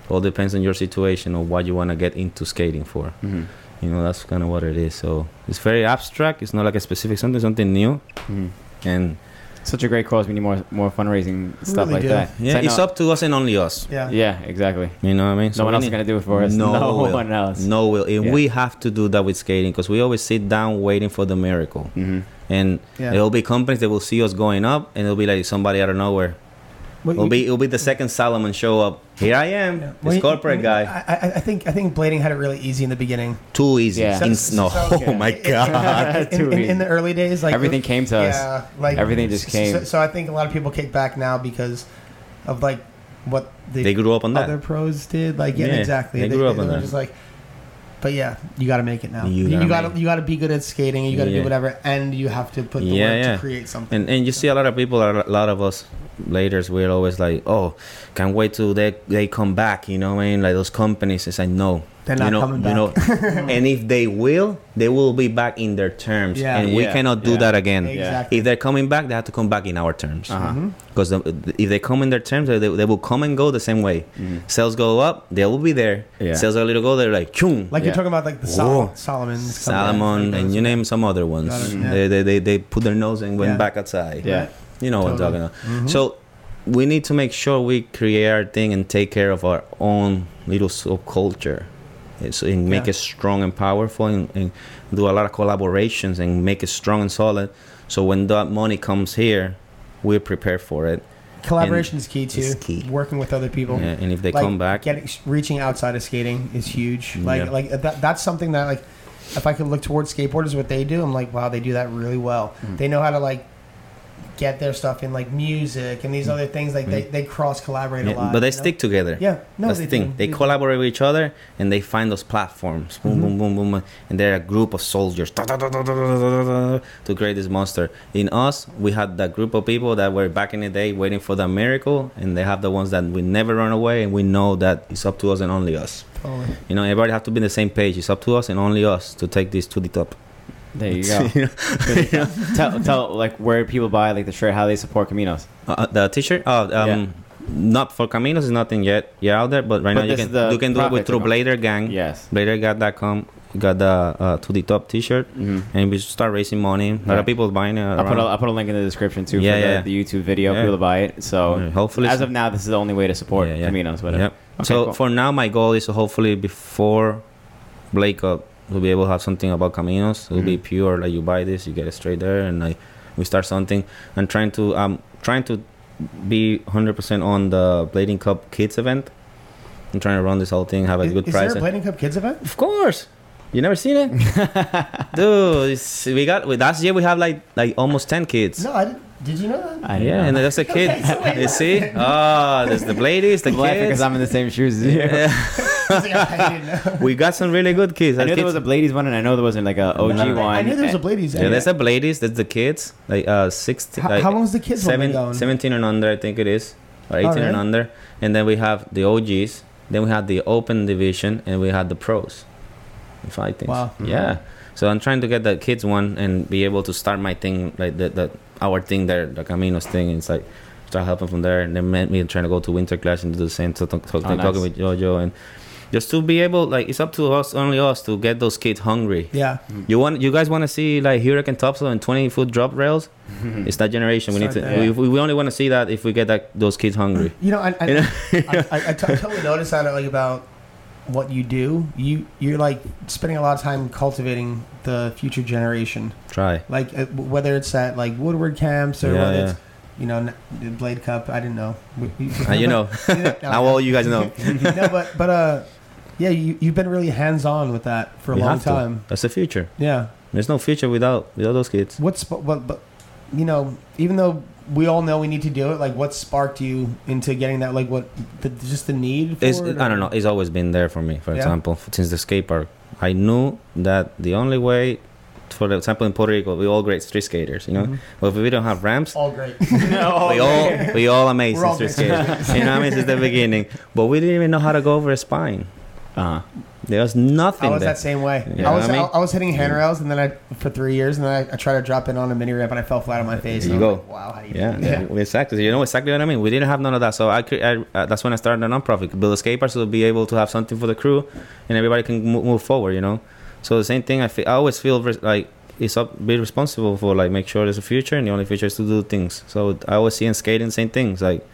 S3: All depends on your situation or what you want to get into skating for.
S1: Mhm.
S3: You know, that's kind of what it is. So it's very abstract. It's not like a specific something, something new.
S1: Mhm.
S3: And
S1: Such a great cause. We need more more fundraising stuff like
S2: really do.
S1: that.
S3: yeah,
S1: So I
S3: it's
S1: know-
S3: up to us and only us.
S2: Yeah.
S1: Yeah, exactly.
S3: You know what I mean?
S1: no one
S3: we
S1: else
S3: need-
S1: is gonna do it for us.
S3: No
S1: *laughs* No,
S3: will.
S1: one else.
S3: No, will. And
S1: Yeah.
S3: we have to do that with skating because we always sit down waiting for the miracle.
S1: hmm
S3: And
S2: Yeah.
S3: there'll be companies that will see us going up, and it'll be like somebody out of nowhere.
S2: Well,
S3: It'll
S2: you-
S3: be it'll be the second Solomon show up. Here I am,
S2: yeah. Well,
S3: this
S2: you-
S3: corporate guy.
S2: I, I, I think I think blading had it really easy in the beginning.
S3: Too easy.
S1: Yeah.
S3: In
S2: So- *laughs*
S3: snow.
S2: so-
S3: *laughs* Oh my god.
S2: in, in, in the early days, like
S1: Everything came to us.
S2: yeah, like
S1: Everything just
S2: so-
S1: came.
S2: So, so I think a lot of people kick back now because of like what the
S3: They grew up on
S2: other
S3: that.
S2: pros did. Like yeah,
S3: Yeah,
S2: exactly.
S3: they grew up
S2: they
S3: on
S2: were
S3: that.
S2: Just like, but yeah, you got to make it now.
S3: You
S2: You,
S3: gotta
S2: you got
S3: make-
S2: to you got to be good at skating. You got to
S3: Yeah.
S2: do whatever, and you have to put the
S3: Yeah,
S2: work
S3: yeah.
S2: to create something.
S3: And and you see a lot of people, a lot of us later, we're always like, oh, can't wait till they they come back. You know what I mean? Like those companies. It's like no,
S2: They're not
S3: you know,
S2: coming back.
S3: You know,
S2: *laughs*
S3: and if they will, they will be back in their terms,
S2: Yeah.
S3: and we
S1: Yeah.
S3: cannot do
S1: Yeah.
S3: that again.
S2: exactly.
S3: If they're coming back, they have to come back in our terms.
S1: Uh-huh.
S2: Mhm.
S3: Because the, if they come in their terms, they, they will come and go the same way.
S1: Mm-hmm.
S3: Sales go up, they will be there.
S1: Yeah.
S3: Sales are little go, they're like, chung.
S2: Like
S1: Yeah.
S2: you're talking about like the
S3: Whoa.
S2: Sol- Solomon's
S3: Salmon, and you name some other ones.
S2: Got it,
S3: Mm.
S2: yeah.
S3: They, they, they, they put their nose and went
S2: Yeah.
S3: back outside.
S1: Yeah.
S3: You know what
S2: Totally. Mm-hmm.
S3: I'm talking about. So we need to make sure we create our thing and take care of our own little subculture. It's, and make
S2: Yeah.
S3: it strong and powerful and, and do a lot of collaborations and make it strong and solid. So when that money comes here, we're prepared for it.
S2: Collaboration is key too.
S3: It's key.
S2: Working with other people.
S3: Yeah, and if they
S2: like,
S3: come back, Mm,
S2: getting reaching outside of skating is huge. Like
S3: Yeah.
S2: like uh, that, that's something that like if I could look towards skateboarders, what they do, I'm like, wow, they do that really well.
S3: Mm.
S2: They know how to like get their stuff in like music and these other things. Like they, they cross collaborate
S3: Mm. Yeah,
S2: a lot.
S3: eh, but they
S2: you know?
S3: stick together.
S2: Yeah, no,
S3: That's
S2: they
S3: the thing.
S2: do.
S3: They collaborate with each other and they find those platforms. Boom,
S2: Mm-hmm.
S3: boom, boom, boom, boom. And they're a group of soldiers da, da, da, da, da, da, da, da, da, to create this monster. In us, we had that group of people that were back in the day waiting for that miracle, and they have the ones that we never run away, and we know that it's up to us and only us.
S2: Totally.
S3: You know, everybody have to be on the same page. It's up to us and only us to take this to the top.
S1: There
S3: *laughs*
S1: you go. Really tell- tell tell like where people buy like the shirt, how they support Caminos.
S3: Uh, the T-shirt, uh, um,
S1: Yeah.
S3: not for Caminos, is nothing yet. Yeah, out there, but right
S1: But
S3: now you
S1: this
S3: can
S1: is the
S3: you can do it
S1: profit
S3: with through
S1: from-
S3: Blader Gang.
S1: Yes.
S3: BladerGat.com. Got the uh, to the top T-shirt,
S1: hmm
S3: and we start raising money. A lot
S1: Yeah.
S3: of people buying it.
S1: I'll put
S3: around.
S1: a, I'll put a link in the description too
S3: Yeah,
S1: for the,
S3: yeah.
S1: the YouTube video
S3: Yeah.
S1: for people to buy it. So
S3: Yeah, hopefully,
S1: as of now, this is the only way to support
S3: Yeah, yeah.
S1: Caminos. Whatever.
S3: Yep.
S1: Okay,
S3: so
S1: cool. *laughs*
S3: for now, my goal is hopefully before Blake up, we'll be able to have something about Caminos. It'll
S1: Mm-hmm.
S3: be pure like you buy this, you get it straight there, and like we start something. I'm trying to I'm trying to be 100 percent on the Blading Cup Kids event. I'm trying to run this whole thing, have a
S2: Is,
S3: good
S2: is
S3: price.
S2: there a Blading Cup kids event?
S3: Of course. You never seen it, dude? It's, we got we, last year we have like like almost ten kids.
S2: No, I didn't. Did you know
S3: *laughs*
S2: that?
S1: I
S3: yeah, and that's a kid.
S2: Okay, so wait,
S3: *laughs* you see? Ah, there's the ladies,
S1: *laughs*
S3: the
S1: I'm laughing
S3: kids.
S1: because I'm in the same shoes as you.
S3: Yeah.
S2: I, was like, I didn't know.
S3: *laughs* we got some really good kids.
S1: I
S3: Our
S1: knew there was
S3: kids-
S1: a Bladies one, and I know there wasn't like a OG
S2: I,
S1: one.
S2: I knew there was a Bladies.
S3: yeah, there's the ladies, there's the kids, like uh, sixteen,
S2: how,
S3: like
S2: how long's the kids one been
S3: seven,
S2: going? Oh,
S3: 17 and under, I think it is, or eighteen and
S2: really?
S3: under. And then we have the OGs, Then we had the open division and we had the pros in five things.
S2: Wow.
S1: Mhm.
S3: Yeah. So I'm trying to get the kids one and be able to start my thing, like the, the our thing there, the Caminos thing. It's like start helping from there. And then met me trying to go to winter class and do the same, so, so, so,
S1: Oh, nice.
S3: talking with JoJo and just to be able, like it's up to us, only us, to get those kids hungry.
S2: Yeah.
S1: *laughs*
S2: *laughs*
S3: You want you guys want to see like Hurricane topsail and 20 foot drop rails? It's that generation. We need to.
S2: Start
S1: there.
S3: We, we only want to see that if we get that those kids hungry.
S2: You know, I, I,
S3: You know?
S2: I, I, I t- I totally noticed that like about what you do. You you're like spending a lot of time cultivating the future generation,
S3: *laughs* Try.
S2: like uh, w- whether it's at like Woodward camps or
S3: Yeah,
S2: whether
S3: yeah.
S2: it's you know n- the Blade Cup. I didn't know. We-
S3: *laughs*
S2: we-
S3: Uh, you
S2: *laughs*
S3: know
S2: No,
S3: how all you guys know.
S2: *laughs* no, but but uh, yeah, you you've been really hands on with that for a
S3: We
S2: long
S3: have to.
S2: time.
S3: That's the future.
S2: Yeah.
S3: There's no future without without those kids.
S2: What sp- what but you know, even though we all know we need to do it, like what sparked you into getting that? Like what the, just the need for
S3: It's,
S2: it,
S3: I
S2: or-
S3: don't know. It's always been there for me. For
S2: Yeah.
S3: example, f- since the skate park, I knew that the only way, for example, in Puerto Rico, we all great street skaters. You know,
S2: Mhm.
S3: but if we don't have ramps,
S2: All great. *laughs*
S3: we all we all amazing
S2: Oh, We're all
S3: street
S2: great street *laughs*
S3: skaters. you know, what I mean, since the beginning, but we didn't even know how to go over a spine.
S1: Uh-huh.
S3: There was
S2: I
S3: nothing.
S2: was
S3: there.
S2: that same way.
S3: Yeah,
S2: I was I,
S3: I mean-
S2: I was hitting handrails, and then I for three years, and then I, I tried to drop in on a mini ramp, and I fell flat on my face.
S3: There
S2: and
S3: you
S2: I
S3: go.
S2: was like, wow, how do you?
S3: Yeah,
S2: do that?
S3: yeah, exactly. You know exactly what I mean. We didn't have none of that, so I, cre- I uh, that's when I started a nonprofit, build a skate park, so to be able to have something for the crew, and everybody can mo- move forward. You know, so the same thing. I fe- I always feel res- like it's up be responsible for like make sure there's a future, and the only future is to do things. So I always see in skating same things like.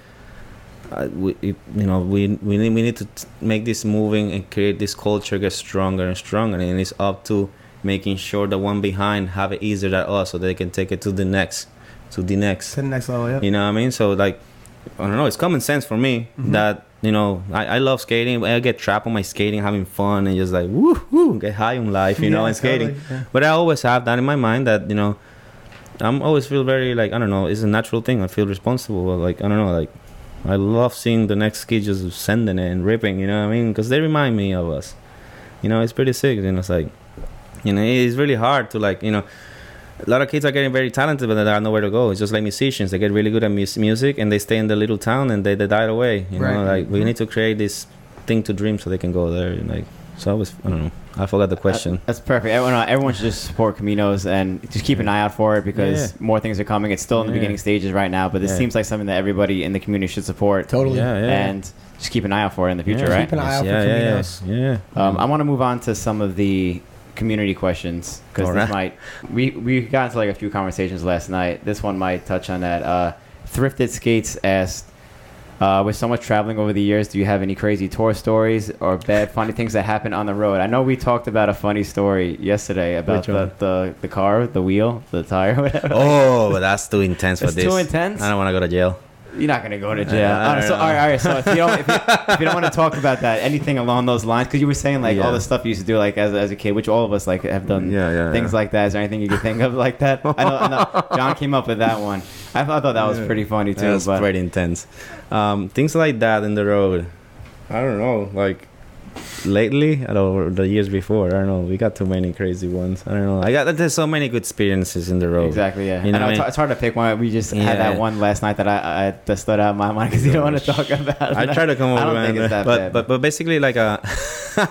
S3: I, we, it, you know, we we need, we need to t- make this moving and create this culture get stronger and stronger, and it's up to making sure the one behind have it easier than us, so they can take it to the next, to the next.
S2: To the next level. Yeah.
S3: You know what I mean? So like, I don't know. It's common sense for me
S2: Mhm.
S3: that you know I, I love skating. I get trapped on my skating, having fun, and just like woo woo, get high on life, you know,
S2: Yeah,
S3: and skating.
S2: totally, yeah.
S3: But I always have that in my mind that you know, I'm always feel very like I don't know. It's a natural thing. I feel responsible. but, Like I don't know. Like I love seeing the next kid just sending it and ripping. You know what I mean? Because they remind me of us. You know, it's pretty sick. You know, it's like you know, it's really hard to like you know. A lot of kids are getting very talented, but they don't know where to go. It's just like musicians; they get really good at mus- music, and they stay in the little town, and they, they die away. You know,
S2: Right.
S3: like we need to create this thing to dream so they can go there. And like, so I was, I don't know, I forgot the question.
S1: That- that's perfect. Everyone, uh, everyone should just support Caminos and just keep an eye out for it because
S3: Yeah.
S1: more things are coming. It's still in the
S3: Yeah.
S1: beginning stages right now, but this
S3: Yeah.
S1: seems like something that everybody in the community should support.
S2: Totally.
S3: Yeah, yeah.
S1: And just keep an eye out for it in the future,
S3: Yeah.
S1: right?
S2: Keep an eye out for
S3: yeah, yeah, yeah,
S2: Caminos.
S3: yeah.
S1: Um, I want to move on to some of the community questions because
S3: All
S1: this might
S3: right.
S1: we we got into like a few conversations last night. This one might touch on that. Uh, Thrifted Skates asked, uh, "With so much traveling over the years, do you have any crazy tour stories or bad funny things that happen on the road?" I know we talked about a funny story yesterday about
S3: Which
S1: the,
S3: one?
S1: the the car, the wheel, the tire, *laughs* whatever.
S3: *laughs* oh, but that's too intense for
S1: It's
S3: this.
S1: too intense.
S3: I don't want to go to jail.
S1: You're not gonna go to jail.
S3: Yeah, I
S1: Uh,
S3: don't
S1: so,
S3: know.
S1: all right, all right. So if you don't, if you, if you don't want to talk about
S3: *laughs*
S1: that, anything along those lines, because you were saying like all
S3: Yeah.
S1: the stuff you used to do like as, as a kid, which all of us like have done
S3: yeah.
S1: things like that. Is there anything you could think of like that? I know, I know John came up with that one. I thought, I thought that was
S3: Yeah.
S1: pretty funny
S3: That
S1: too.
S3: was
S1: But
S3: pretty intense. Um, things like that in the road. I don't know, like lately I don't- or the years before. I don't know. We got too many crazy ones. I don't know. I got there's so many good experiences in the road.
S1: exactly, yeah.
S3: You
S1: I know
S3: know what I
S1: it's,
S3: mean?
S1: it's hard to pick one. We just had
S3: Yeah.
S1: that one last night that I, I that stood out in my mind because you don't want to talk about.
S3: I
S1: that.
S3: try to come
S1: I
S3: over,
S1: don't think
S3: man,
S1: it's that
S3: but,
S1: bad.
S3: but but basically like uh, *laughs*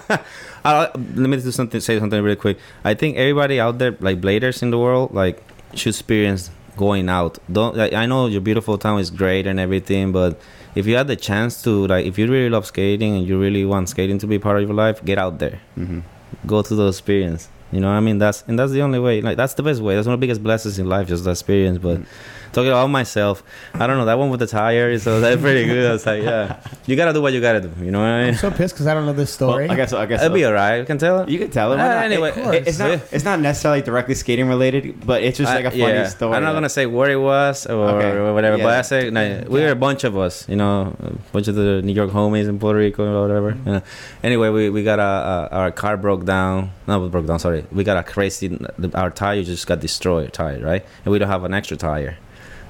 S3: I- let me do something. Say something really quick. I think everybody out there, like bladers in the world, like should experience going out. Don't like, I know your beautiful town is great and everything, but if you had the chance to like, if you really love skating and you really want skating to be part of your life, get out there
S1: Mhm.
S3: go through the experience. You know what I mean? That's and that's the only way. Like that's the best way. That's one of the biggest blessings in life, just the experience. But
S1: Mm.
S3: talking about myself, I don't know that one with the tire. So that's pretty good. I was like, yeah, you gotta do what you gotta do. You know what I
S2: I'm
S3: mean?
S2: so pissed because I don't know this
S1: Well,
S2: story.
S1: I guess I guess
S3: It'll be
S1: so.
S3: alright. You can tell.
S1: you can tell it. why
S3: Ah,
S1: not?
S3: anyway,
S1: It- it- it's not
S3: yeah.
S1: it's not necessarily directly skating related, but it's just
S3: I-
S1: like a funny
S3: yeah.
S1: story.
S3: I'm not
S1: that-
S3: gonna say where it was or
S1: Okay.
S3: whatever,
S1: Yeah.
S3: but I say no, we were a bunch of us, you know, a bunch of the New York homies in Puerto Rico or whatever. you know. Anyway, we, we got a, a our car broke down. No, it broke down. Sorry, we got a crazy. Our tire just got destroyed, tire right, and we don't have an extra tire,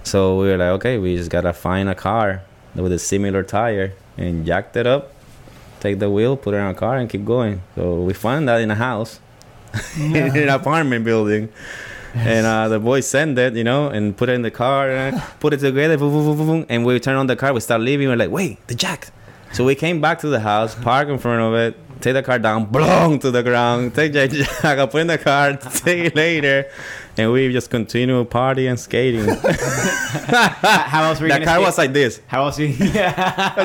S3: so we were like, okay, we just gotta find a car with a similar tire and jacked it up. Take the wheel, put it in our car, and keep going. So we found that in a house, *laughs* in an apartment building and uh, the boys send it, you know, and put it in the car, uh, put it together, vroom, vroom, vroom, vroom, and we turn on the car, we start leaving, we're like, wait, the jack, So we came back to the house, park in front of it, take the car down, blong to the ground, take the jacket, put in the car, *laughs* take it later, and we just continue partying and
S1: *laughs*
S3: skating. the
S1: How else were you
S3: car
S1: gonna skate?
S3: was like this.
S1: How else are you?
S3: *laughs*
S1: How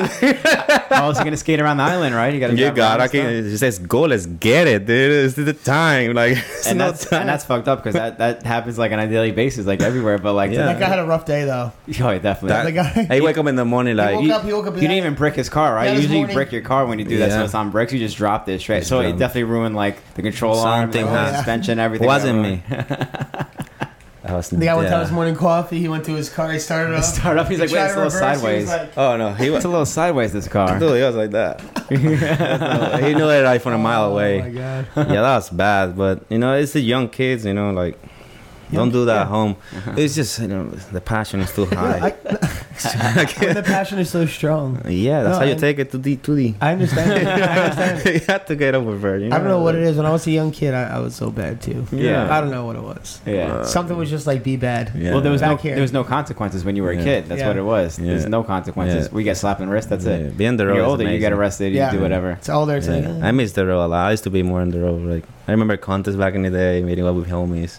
S1: else are you gonna skate around the island, right? You gotta.
S3: You
S1: drive around
S3: got
S1: and
S3: okay.
S1: stuff.
S3: It says go, let's get it, dude. It's the time. *laughs* Like it's
S1: And
S3: no
S1: that's,
S3: time.
S1: and that's fucked up because that, that happens like on a daily basis, like everywhere. But like,
S3: Yeah.
S2: That guy had a rough day though.
S1: *laughs* oh, yeah, definitely.
S3: That-
S2: The guy.
S3: I wake up in the morning like
S2: woke
S1: you,
S2: up, he woke up,
S1: you
S2: he
S1: didn't
S2: had-
S1: even brick his car, right?
S2: had
S1: You
S2: his
S1: usually
S2: morning-
S1: brick your car when you do that, so
S3: Yeah.
S1: it's on bricks. You just drop this straight. So it
S3: dumb.
S1: definitely ruined like the control arm, the
S3: Something,
S1: whole
S3: huh?
S1: suspension, everything.
S3: it wasn't
S1: got *laughs*
S3: me. I was
S2: The guy went to
S3: yeah.
S2: his morning coffee. He went to his car. He started
S1: ruined.
S2: up.
S1: Start up. He's like,
S2: He
S1: wait,
S2: tried
S1: it's a
S2: to
S1: little
S2: reverse, he was
S1: sideways.
S2: like-
S3: Oh no, he
S1: It's
S3: was.
S1: a little sideways. This car. *laughs*
S3: *laughs* Dude, he was like that. he knew it like from a mile away.
S2: Oh my
S3: *laughs*
S2: god.
S3: yeah, that's bad. But you know, it's the young kids. You know, like don't do that at home.
S2: Uh-huh.
S3: It's just you know the passion is
S2: *laughs*
S3: too high.
S2: When the passion is so strong.
S3: yeah, that's
S2: No,
S3: how you
S2: I-
S3: take it to D to D.
S2: *laughs* I understand. I
S3: *laughs*
S2: understand.
S3: you have to get over it. You know?
S2: I don't know what it is. When I was a young kid, I, I was so bad too.
S1: Yeah.
S2: I don't know what it was.
S1: Yeah.
S2: Something was just like be bad.
S3: Yeah.
S1: Well, there was no
S2: Back here.
S1: there was no consequences when you were a
S3: Yeah.
S1: kid. That's
S2: Yeah.
S1: what it was.
S3: Yeah.
S1: There's no consequences.
S3: Yeah.
S1: We get slapped in the wrist. That's
S3: Yeah,
S1: it.
S3: Being the
S1: When
S3: road,
S1: you're
S3: is
S1: older, you get
S3: amazing.
S1: arrested. You
S2: Yeah.
S1: do whatever.
S2: It's all there. It's
S3: Yeah.
S2: like, eh.
S3: I miss the road a lot. I used to be more on the road. Like I remember contests back in the day, meeting up with homies.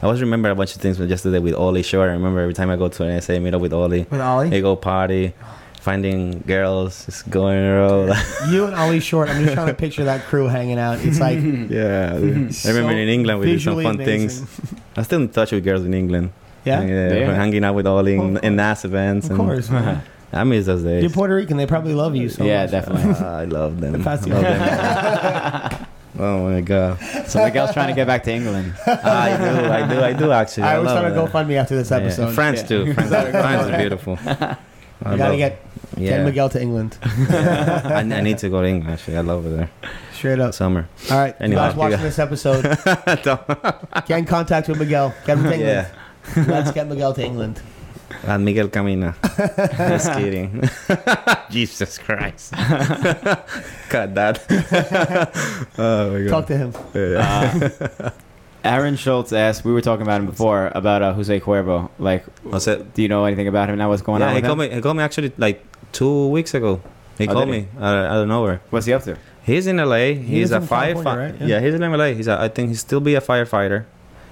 S3: I always remember a bunch of things. But just today with Ollie, sure. I remember every time I go to an SA, meet up with Ollie.
S2: with Ollie,
S3: They go party, finding girls, just going around.
S2: you and Ollie Short. I'm just trying to picture that crew hanging out. It's
S1: *laughs*
S2: like
S3: yeah. I remember
S2: Mhm. so
S3: in England we did some
S2: visually
S3: fun
S2: amazing.
S3: things. I'm still in touch with girls in England.
S2: Yeah,
S1: Yeah.
S3: we're hanging out with Ollie in,
S2: Of
S3: in NAS events.
S2: of
S3: and
S2: course.
S3: *laughs*
S2: man.
S3: I miss those days.
S2: You're Puerto Rican. They probably love you. So
S1: yeah,
S2: much. *laughs*
S1: definitely.
S3: Ah, I love them.
S2: That's
S3: Love them.
S2: *laughs*
S3: oh my god.
S1: so Miguel's trying to get back to England.
S3: I do, I do, I do actually.
S2: I was
S3: love
S2: trying to
S3: that.
S2: go find me after this
S3: Yeah.
S2: episode.
S3: France
S1: Yeah.
S2: *laughs*
S3: too. France, France is beautiful. I
S2: You gotta
S3: love-
S2: get, get
S3: yeah.
S2: Miguel to England.
S3: yeah. *laughs* I, I need to go to England. Actually, I love it there.
S2: Straight up.
S3: Summer.
S2: All right. you
S3: Anyway.
S2: guys watching this
S3: *laughs*
S2: episode, get in contact with Miguel. Get him to England.
S3: yeah.
S2: Let's get Miguel to England.
S3: And Miguel Camina. Just kidding. Jesus Christ. *laughs* Cut that. oh my god.
S2: Talk to him.
S3: yeah.
S1: Uh, Aaron Schultz asked. We were talking about him before about uh, Jose Cuervo. Like,
S3: What's it?
S1: do you know anything about him now? What's going
S3: Yeah,
S1: on?
S3: he
S1: With
S3: called
S1: him?
S3: me. He called me actually like two weeks ago. He
S1: Oh,
S3: called
S1: did he?
S3: me out of, out of nowhere.
S1: What's he up to?
S3: He's in LA.
S2: lives
S3: He's a
S2: in California,
S3: firefighter.
S2: right?
S3: Yeah.
S2: Yeah.
S3: he's in LA. He's a, I think he still be a firefighter.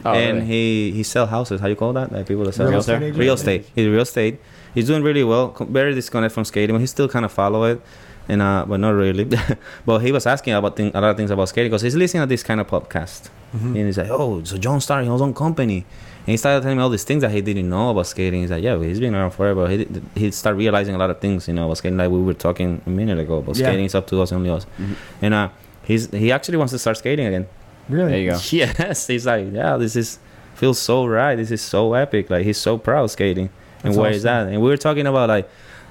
S1: Oh,
S3: and
S1: really?
S3: he he sell houses. How you call that? Like people that sell
S1: Real
S3: houses?
S1: estate
S2: agent?
S3: real estate. He's real estate. He's doing really well. co- Very disconnected from skating, but he still kind of follow it, and uh, but not really. *laughs* but he was asking about thing, a lot of things about skating because he's listening to this kind of podcast,
S1: Mm-hmm.
S2: Mhm.
S3: and he's like, "Oh, so John started his own company." And he started telling me all these things that he didn't know about skating. He's like, yeah, well, he's been around forever. He did- he started realizing a lot of things, you know, about skating. Like we were talking a minute ago about
S2: Yeah.
S3: skating is up to us, only us.
S1: Mhm.
S3: And uh, he's he actually wants to start skating again.
S2: Really?
S1: There you go.
S3: *laughs* Yes, he's like, yeah, this is feels so right. This is so epic. Like he's so proud skating. And
S2: That's
S3: where is
S2: awesome.
S3: that? And we were talking about like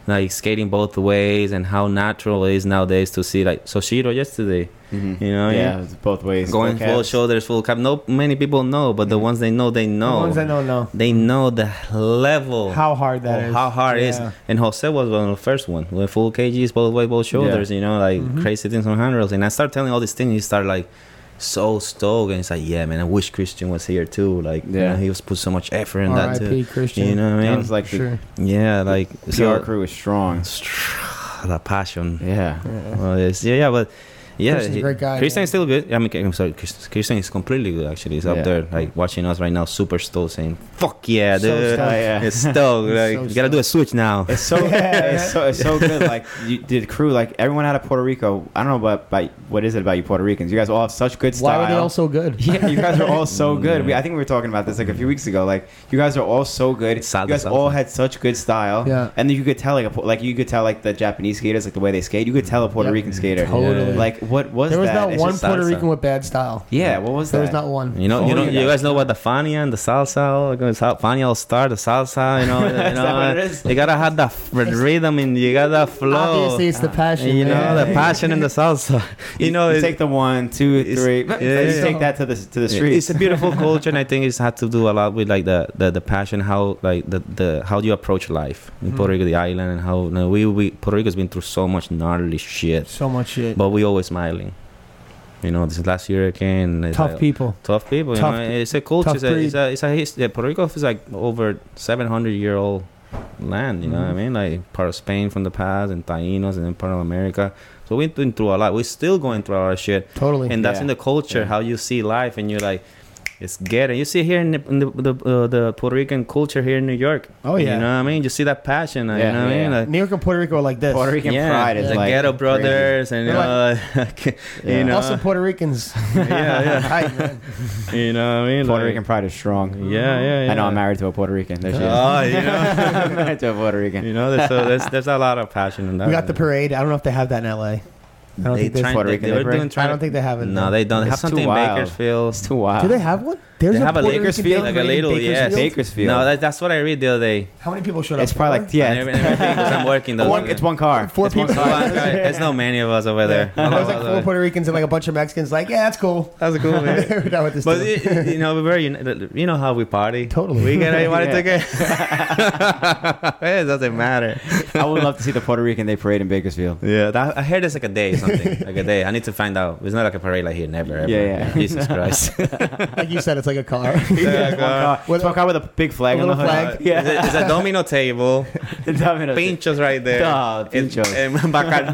S3: like skating both ways and how natural it is nowadays to see like Soshiro yesterday.
S1: Mhm.
S3: Mm-hmm. You know,
S1: yeah,
S3: yeah.
S1: it's both ways.
S3: Going
S1: Full
S3: full
S1: caps.
S3: shoulders, full cap. No, many people know, but the ones they know, they
S2: Mm-hmm. The
S3: know.
S2: ones that don't know
S3: they know the level.
S2: how hard that
S3: Oh,
S2: is.
S3: How hard it is.
S2: Yeah.
S3: And Jose was one of the first one with full kgs, both way, both shoulders. You know, like
S2: Mhm.
S3: crazy things on handrails. And I start telling all these things. He started like so stoked, and it's like, yeah, man, I wish Christian was here too. Like, you
S1: Yeah.
S3: know, he was put so much effort in that too.
S2: R.I.P. Christian.
S3: You know what I
S1: That
S3: mean?
S1: was like the
S2: sure.
S3: yeah, like
S1: PR
S3: so,
S1: crew is strong.
S3: *sighs* the passion.
S1: Yeah.
S2: Yeah.
S3: Well, it's, yeah, yeah, but. Yeah,
S2: Christian's a
S3: he-
S2: great guy,
S3: Christian
S2: man.
S3: is still good. I mean, I'm sorry, Christian, Christian is completely good. Actually, he's
S1: Yeah.
S3: up there, like watching us right now, super stoked, saying "fuck yeah,
S2: So
S3: dude."
S1: Oh, yeah.
S3: It's *laughs* stoked.
S2: He's
S3: Like,
S2: so
S3: you gotta do a switch now.
S1: It's
S2: *laughs*
S1: so it's so it's so good. Like you did crew. Like everyone out of Puerto Rico. I don't know about by what is it about you Puerto Ricans? You guys all have such good
S2: Why
S1: style.
S2: were they all so
S1: *laughs*
S2: good?
S1: yeah, you guys are all
S3: Mm,
S1: so good. We, I think we were talking about this like a few weeks ago. Like you guys are all so good.
S3: Salsa,
S1: you guys all
S3: salsa.
S1: had such good style.
S2: Yeah.
S1: And then you could tell like a, Pu- like you could tell like the Japanese skaters like the way they skate. You could tell a Puerto
S2: Yep.
S1: Rican skater.
S2: Totally.
S3: Yeah.
S1: Like what was
S2: there was
S1: that?
S2: not
S1: It's
S2: one
S1: just-
S2: Puerto
S3: salsa.
S2: Rican with bad style.
S1: yeah. What was
S2: There was
S1: that?
S2: not one.
S3: You know, you
S1: Oh,
S3: know,
S1: yeah.
S3: you guys know about the fania and the salsa. Like, it's how fania all start the salsa. You know, you
S1: *laughs* Is that what it
S3: know,
S1: is?
S3: you gotta have the f- rhythm and you gotta flow.
S2: Obviously, it's the passion.
S3: you know,
S2: man.
S3: the passion and the salsa. You know,
S1: you
S3: it-
S1: take the one, two,
S3: it's-
S1: three.
S3: yeah,
S1: you
S3: yeah.
S1: take that to the to the street.
S3: it's a beautiful culture, and I think it's had to do a lot with like the the, the passion, how like the, the how you approach life in Puerto Rico, the island, and how you know, we we Puerto Rico's been through so much gnarly shit,
S2: So much shit.
S3: but we always smiling. You know, this last hurricane, it's
S2: Tough
S3: like-
S2: people.
S3: tough people. You
S2: Tough-
S3: know, it's a culture.
S2: tough
S3: It's a, it's a, it's a history. Puerto Rico is like over 700 year old land. You know
S1: Mm-hmm.
S3: what I mean? Like part of Spain from the past, and Taínos, and then part of America. So we've been through a lot. We're still going through a lot of shit,
S2: Totally.
S3: and that's
S1: Yeah.
S3: in the culture
S1: Yeah.
S3: how you see life, and you're like. It's getting. You see here in the in the, the, uh, the Puerto Rican culture here in New York.
S2: Oh,
S3: you
S2: yeah.
S3: know what I mean. You see that passion. uh,
S1: Yeah,
S3: you know what
S1: yeah,
S3: I mean.
S1: yeah.
S3: Like,
S2: New York and Puerto Rico are like this.
S1: Puerto Rican pride is
S3: the
S1: like
S3: ghetto
S1: crazy.
S3: brothers and you
S2: They're
S3: know,
S1: Yeah.
S3: you know,
S2: Also, Puerto Ricans.
S3: *laughs*
S2: *laughs*
S3: yeah,
S2: Tight,
S3: *laughs*
S2: man.
S3: yeah, you know what I mean.
S1: Puerto
S3: Like,
S1: Rican pride is strong.
S3: Yeah, yeah, yeah.
S1: I know I'm married to a Puerto Rican. There she is.
S3: Oh, you know,
S1: I'm *laughs* married to a Puerto Rican.
S3: you know. There's, so there's there's a lot of passion in that.
S2: we got the parade. I don't know if they have that in LA. I don't think they.
S3: trying-
S1: Puerto
S3: they-
S1: Rican
S3: They were
S1: different.
S3: doing
S2: I
S3: trying.
S2: don't think they have it.
S3: No, they don't. They have
S1: It's too
S3: something in
S1: wild.
S3: Bakersfield.
S1: It's too wild.
S2: Do they have one? There's
S3: They have a
S2: Puerto Rican
S1: Bakersfield,
S2: parade
S3: like a
S2: in
S3: little, yeah.
S2: Bakersfield?
S1: Bakersfield.
S3: No, that, that's what I read the other day.
S2: How many people showed up?
S1: it's probably like yeah.
S3: I never- never think, 'cause I'm working those.
S1: one, it's one car.
S2: Four
S1: It's one
S2: people. *laughs*
S1: car.
S3: Well, I- There's no many of us over there.
S2: There was like
S3: *laughs*
S2: four Puerto Ricans and like a bunch of Mexicans. Like, yeah, that's cool. *laughs*
S3: That's cool, man.
S2: We're done with this.
S3: But
S2: too.
S3: you, you know, we're very, uni- you know how we party.
S2: Totally.
S3: We get everybody
S2: *laughs*
S1: Yeah.
S3: together. it *laughs* doesn't matter.
S1: *laughs* I would love to see the Puerto Rican Day Parade in Bakersfield.
S3: Yeah, that, I heard it's like a day something, like a day. I need to find out. It's not like a parade like here, never. Ever.
S1: Yeah, yeah.
S2: *laughs*
S3: Jesus Christ.
S2: *laughs*
S3: *laughs*
S2: like you said, it's like a car.
S3: Yeah,
S1: It's one car. It's one car with a big flag
S2: A
S1: on the
S2: little
S1: hood.
S2: flag.
S1: Yeah,
S3: There's a
S1: *laughs*
S3: domino table,
S1: the dominoes. *laughs*
S3: pinchos right there,
S1: Duh,
S3: and-
S1: pinchos.
S3: and, *laughs* Bacardi.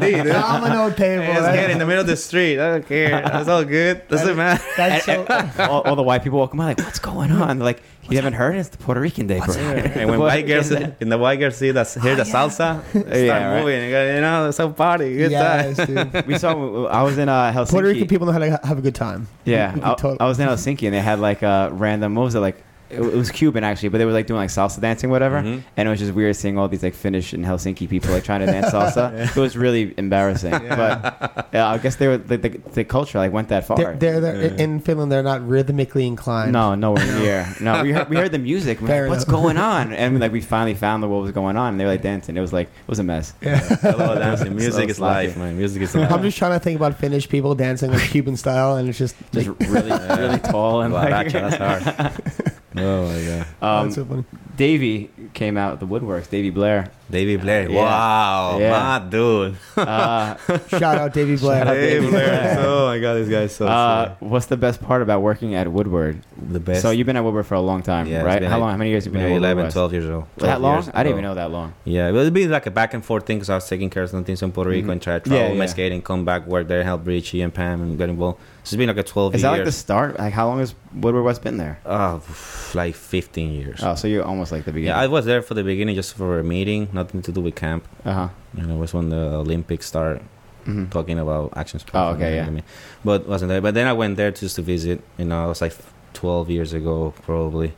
S1: *laughs*
S3: dude.
S2: Domino table.
S3: It's
S2: That-
S3: here in the middle of the street. I don't care. That's all good.
S1: *laughs*
S3: Doesn't matter.
S2: That's so.
S1: all, all the white people walking by like, what's going on? They're like, you haven't heard? It's the Puerto Rican Day *laughs* Parade.
S3: And when
S1: Puerto
S3: white girls
S1: Rican
S3: *laughs*
S1: Day-
S3: in the white girls see that hear
S1: *laughs*
S3: the salsa, they start
S1: Yeah, right.
S3: moving. You know, it's a party. Good time.
S2: *laughs* Yes, dude.
S1: we saw. I was in uh, Helsinki.
S2: Puerto Rican people know how to have a good time.
S1: Yeah,
S2: We can
S1: I,
S2: totally-
S1: I was in Helsinki and they had like uh, random. What was it like? It, it was Cuban actually, but they were like doing like salsa dancing, whatever.
S3: Mhm.
S1: And it was just weird seeing all these like Finnish and Helsinki people like trying to dance *laughs* salsa. It was really embarrassing. But yeah, I guess they were the, the, the culture like went that far.
S2: They're, they're, they're- in Finland. They're not rhythmically inclined.
S1: no, nowhere near. No, we heard, we heard the music. and we're
S2: Fair
S1: like, What's
S2: enough.
S1: going on? And like we finally found out what was going on. And they were like dancing. It was like it was a mess.
S3: Hello,
S1: *laughs*
S3: dancing. Music
S1: it's
S3: is life, man.
S1: *laughs*
S3: Music is life.
S2: I'm just trying to think about Finnish people dancing like Cuban style, and it's just,
S1: Just *laughs* really, really tall and
S3: Wow,
S1: like.
S3: that's, that's hard. oh my
S2: oh,
S3: god,
S1: *laughs* Um,
S2: it's so funny.
S1: Davey came out of the woodworks. Davey Blair.
S3: David Blair.
S1: Yeah.
S3: Wow,
S1: Yeah.
S3: my dude.
S1: Uh,
S2: Shout out Davy Blair.
S3: David Blair.
S1: Blair.
S3: Oh my god, this guy's so.
S1: uh, what's the best part about working at Woodward?
S3: sick. the best.
S1: So you've been at Woodward for a long time,
S3: Yeah, it's
S1: right?
S3: been
S1: How
S3: like-
S1: long? How many years have you been
S3: Maybe
S1: at Woodward?
S3: 11,
S1: West?
S3: 12 years old. 12
S1: That long?
S3: years
S1: I didn't
S3: ago.
S1: even know that long.
S3: Yeah, it would be like a back and forth thing because I was taking care of some things in Puerto Rico
S1: Mhm.
S3: and try to
S1: Yeah,
S3: travel with my
S1: yeah.
S3: skating, come back, work there, help Richie and Pam and get involved. So it's been like a 12
S1: Is that
S3: years.
S1: like the start? Like how long has Woodward West been there?
S3: Oh, f- like 15 years.
S1: Oh, so you're almost like the
S3: yeah, I
S1: beginning.
S3: was there for the beginning just for a meeting, nothing to do with camp.
S1: Uh huh.
S3: You know, it was when the Olympics started
S1: hmm
S3: talking about action sports.
S1: Oh, okay,
S3: you know
S1: yeah.
S3: what I mean? But wasn't there. But then I went there just to visit. You know, it was like 12 years ago, probably.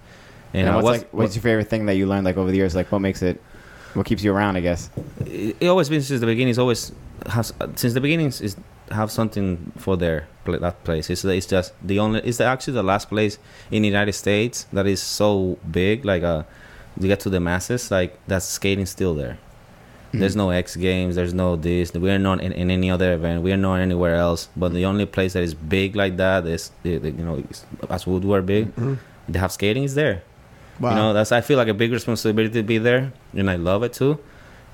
S1: And,
S3: And, I
S1: what's
S3: was,
S1: like, what's your favorite thing that you learned like over the years? Like what makes it, what keeps you around? I guess.
S3: it, it always been since the beginning. It's always has since the beginning is have something for their pla- that place. It's it's just the only. It's the, actually the last place in the United States that is so big. Like uh, to get to the masses, like that skating's still there.
S1: Mm-hmm.
S3: There's no X Games. There's no this. We are not in, in any other event. We are not anywhere else. But the only place that is big like that is the- the- you know is- as Woodward big. They have skating is there.
S2: Wow.
S3: You know, that's I feel like a big responsibility to be there, and I love it too.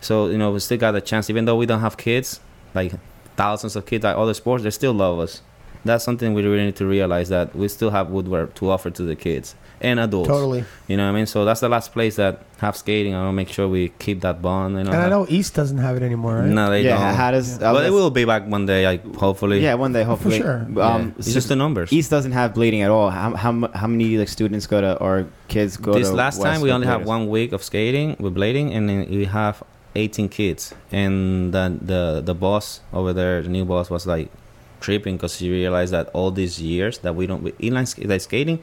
S3: So you know, we still got the chance, even though we don't have kids, like thousands of kids at other sports, they still love us. That's something we really need to realize that we still have Woodward to offer to the kids and adults.
S2: totally.
S3: You know what I mean? So that's the last place that have skating. I want to make sure we keep that bond. You know,
S2: And I
S3: have-
S2: know East doesn't have it anymore, right?
S3: no, they
S1: yeah.
S3: don't.
S1: How does?
S3: but
S1: how
S3: it
S1: does-
S3: will be back one day, like hopefully.
S1: Yeah, one day hopefully.
S2: sure.
S3: Yeah.
S1: Um,
S3: it's just the numbers.
S1: East doesn't have bleeding at all. How how, mu- how many like students go to or kids go
S3: this
S1: to
S3: last
S1: West
S3: time we
S1: with
S3: only have
S1: Raiders?
S3: one week of skating with blading and then we have 18 kids and the the, the boss over there the new boss was like tripping because she realized that all these years that we don't we, inline sk- like skating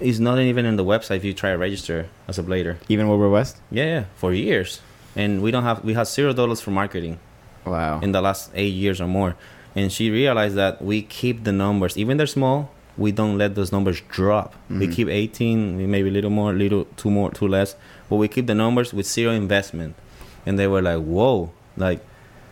S3: is not even in the website if you try to register as a blader
S1: Even Wilbur West.
S3: yeah yeah for years and we don't have we have zero dollars for marketing
S1: Wow.
S3: in the last eight years or more. And she realized that we keep the numbers, even they're small. We don't let those numbers drop. We
S1: Mhm.
S3: keep 18, maybe a little more, little two more, two less, but we keep the numbers with zero investment. And they were like, "Whoa!" Like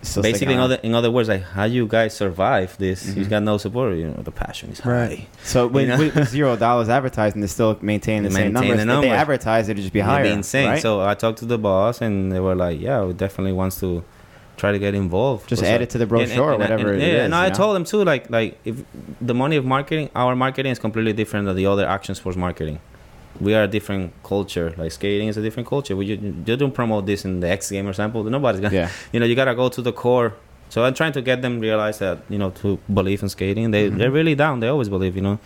S1: Still sticking
S3: basically, in
S1: around.
S3: other in other words, like how you guys survive this? You
S1: Mhm.
S3: got no support. You know, the passion is high.
S2: Right.
S1: So with,
S3: know?
S1: with zero dollars advertising, they still maintain the same
S3: Maintain
S1: numbers.
S3: the
S1: If
S3: numbers.
S1: they advertise, it'd just be
S3: It'd
S1: higher.
S3: insane.
S1: right?
S3: So I talked to the boss, and they were like, "Yeah, we definitely wants to try to get involved.
S1: just
S3: 'Cause,
S1: add
S3: like,
S1: it to the brochure, or
S3: and, and,
S1: whatever
S3: and,
S1: it is.
S3: yeah, and I
S1: you know?
S3: told them too, like like if the money of marketing, our marketing is completely different than the other action sports marketing. we are a different culture. Like skating is a different culture. We you, you don't promote this in the X game or sample. Nobody's gonna.
S1: Yeah.
S3: You know, you gotta go to the core. So I'm trying to get them realize that you know to believe in skating. They
S1: Mhm.
S3: they're really down. They always believe. You know.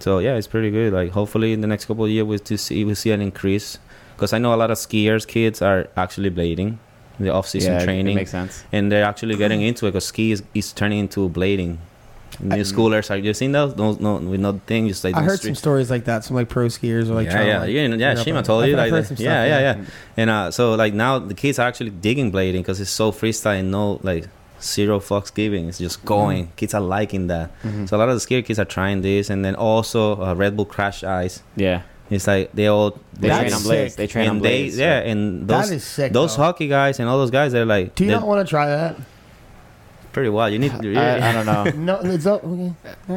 S3: So yeah, it's pretty good. Like hopefully in the next couple of years we to see we see an increase because I know a lot of skiers kids are actually blading, the off season
S1: yeah, it-
S3: training
S1: It makes sense.
S3: and they're actually getting into it because ski is, is turning into blading. New schoolers are you seen those? No, no, with no thing. Just like
S2: I
S3: the
S2: heard some
S3: street-
S2: stories like that. Some like pro skiers or like
S3: yeah,
S2: trying to,
S3: yeah,
S2: like,
S3: yeah, yeah,
S2: get up
S3: Shima
S2: on-
S3: told you
S2: I've- I've
S3: like,
S2: heard
S3: that.
S2: some
S3: yeah,
S2: stuff,
S3: yeah, yeah,
S1: yeah.
S3: And uh, so like now the kids are actually digging blading because it's so freestyle and no like zero fucks giving. It's
S2: Mm-hmm.
S3: just going. Kids are liking that. So a lot of the skier kids are trying this, and then also uh, Red Bull Crash Ice.
S1: Yeah.
S3: It's like they all
S1: They
S2: That's
S1: train on blades.
S2: sick.
S1: They train on
S3: and they-
S1: blades.
S3: yeah, and those
S2: that is sick.
S3: those
S2: though.
S3: hockey guys and all those guys they're like
S2: Do you
S3: they're
S2: not want to try that?
S3: pretty wild.
S2: *laughs*
S3: You need.
S1: I, I don't know.
S2: No, it's not, okay.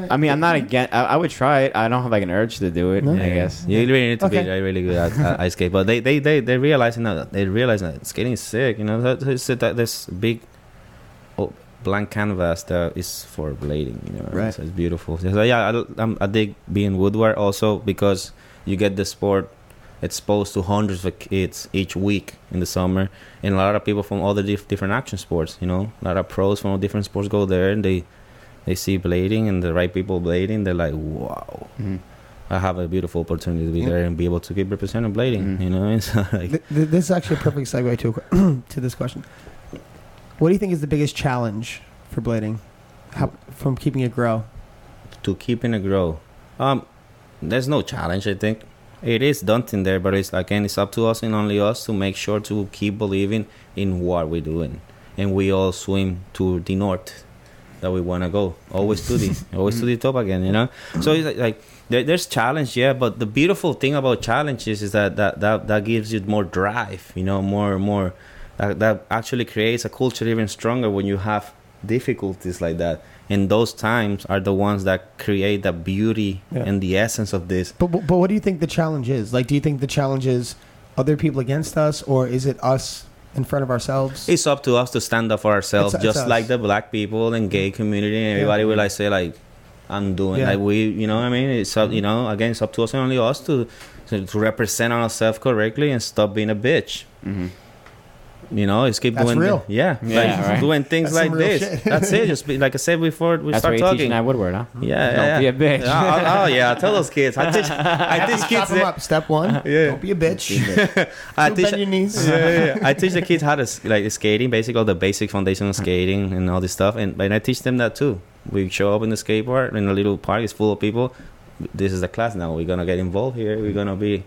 S1: I mean, I'm not against. I, I would try it. I don't have like an urge to do it.
S2: No?
S1: I guess.
S3: you really need to
S2: Okay.
S3: be like, really good at, at ice skate, but they they they they realizing that they realizing that skating is sick. You know, that, that's it, that this big oh, blank canvas that is for blading. You know,
S1: Right.
S3: so it's beautiful. So yeah, I, I'm, I dig being woodward also because you get the sport exposed to hundreds of kids each week in the summer, and a lot of people from all the dif- different action sports. You know, a lot of pros from all different sports go there and they. They see blading and the right people blading, they're like, wow,
S1: Mhm.
S3: I have a beautiful opportunity to be
S2: Yeah.
S3: there and be able to keep representing blading.
S1: Mm.
S3: You *laughs* know, it's like
S2: Th- th- this is actually a perfect segue to a que- *clears throat* to this question. What do you think is the biggest challenge for blading? How, from keeping it grow?
S3: to keeping it grow. Um, there's no challenge. I think it is done in there, but it's again, it's up to us and only us to make sure to keep believing in what we're doing, and we all swim to the north that we want to go. Always to the always to the top again. You know, so it's like. like there, there's challenge, yeah, but the beautiful thing about challenges is that that, that, that gives you more drive, you know, more more. That, that actually creates a culture even stronger when you have difficulties like that. And those times are the ones that create the beauty
S2: Yeah.
S3: and the essence of this.
S2: But but but what do you think the challenge is? Like, do you think the challenge is other people against us, or is it us in front of ourselves?
S3: It's up to us to stand up for ourselves,
S2: It's- it's
S3: just
S2: us.
S3: like the black people and gay community and
S2: Yeah.
S3: everybody will like say like, "I'm doing."
S2: Yeah. Mm-hmm.
S3: Like we, you know, what I mean, it's up, you know, again, it's up to us and only us to to, to represent ourselves correctly and stop being a bitch.
S1: Mm-hmm.
S3: You know, just keep
S2: That's
S3: doing, the-
S2: real.
S3: yeah,
S1: Yeah,
S3: like,
S1: right.
S3: *laughs* doing things
S2: That's some
S3: like
S2: real
S3: this.
S2: shit.
S3: That's it. Just be, like I said before, we
S1: That's what
S3: start
S1: you're teaching
S3: talking.
S1: at Woodward, huh?
S3: yeah,
S1: Don't
S3: yeah,
S1: be a bitch.
S3: Yeah, *laughs* oh, oh,
S1: *laughs*
S3: yeah, I tell those kids. I teach, *laughs* I teach
S2: Stop
S3: kids.
S2: 'em
S3: that-
S2: up. Step one.
S3: Yeah.
S2: Don't be a bitch.
S3: Uh-huh. I
S2: Don't
S3: teach,
S2: bend your knees.
S3: yeah, yeah, yeah. *laughs* I teach the kids how to s- like skating, basically all the basic foundation of skating and all this stuff, and and I teach them that too. We show up in the skate park, and a little park is full of people. This is the class now. We're gonna get involved here. We're gonna be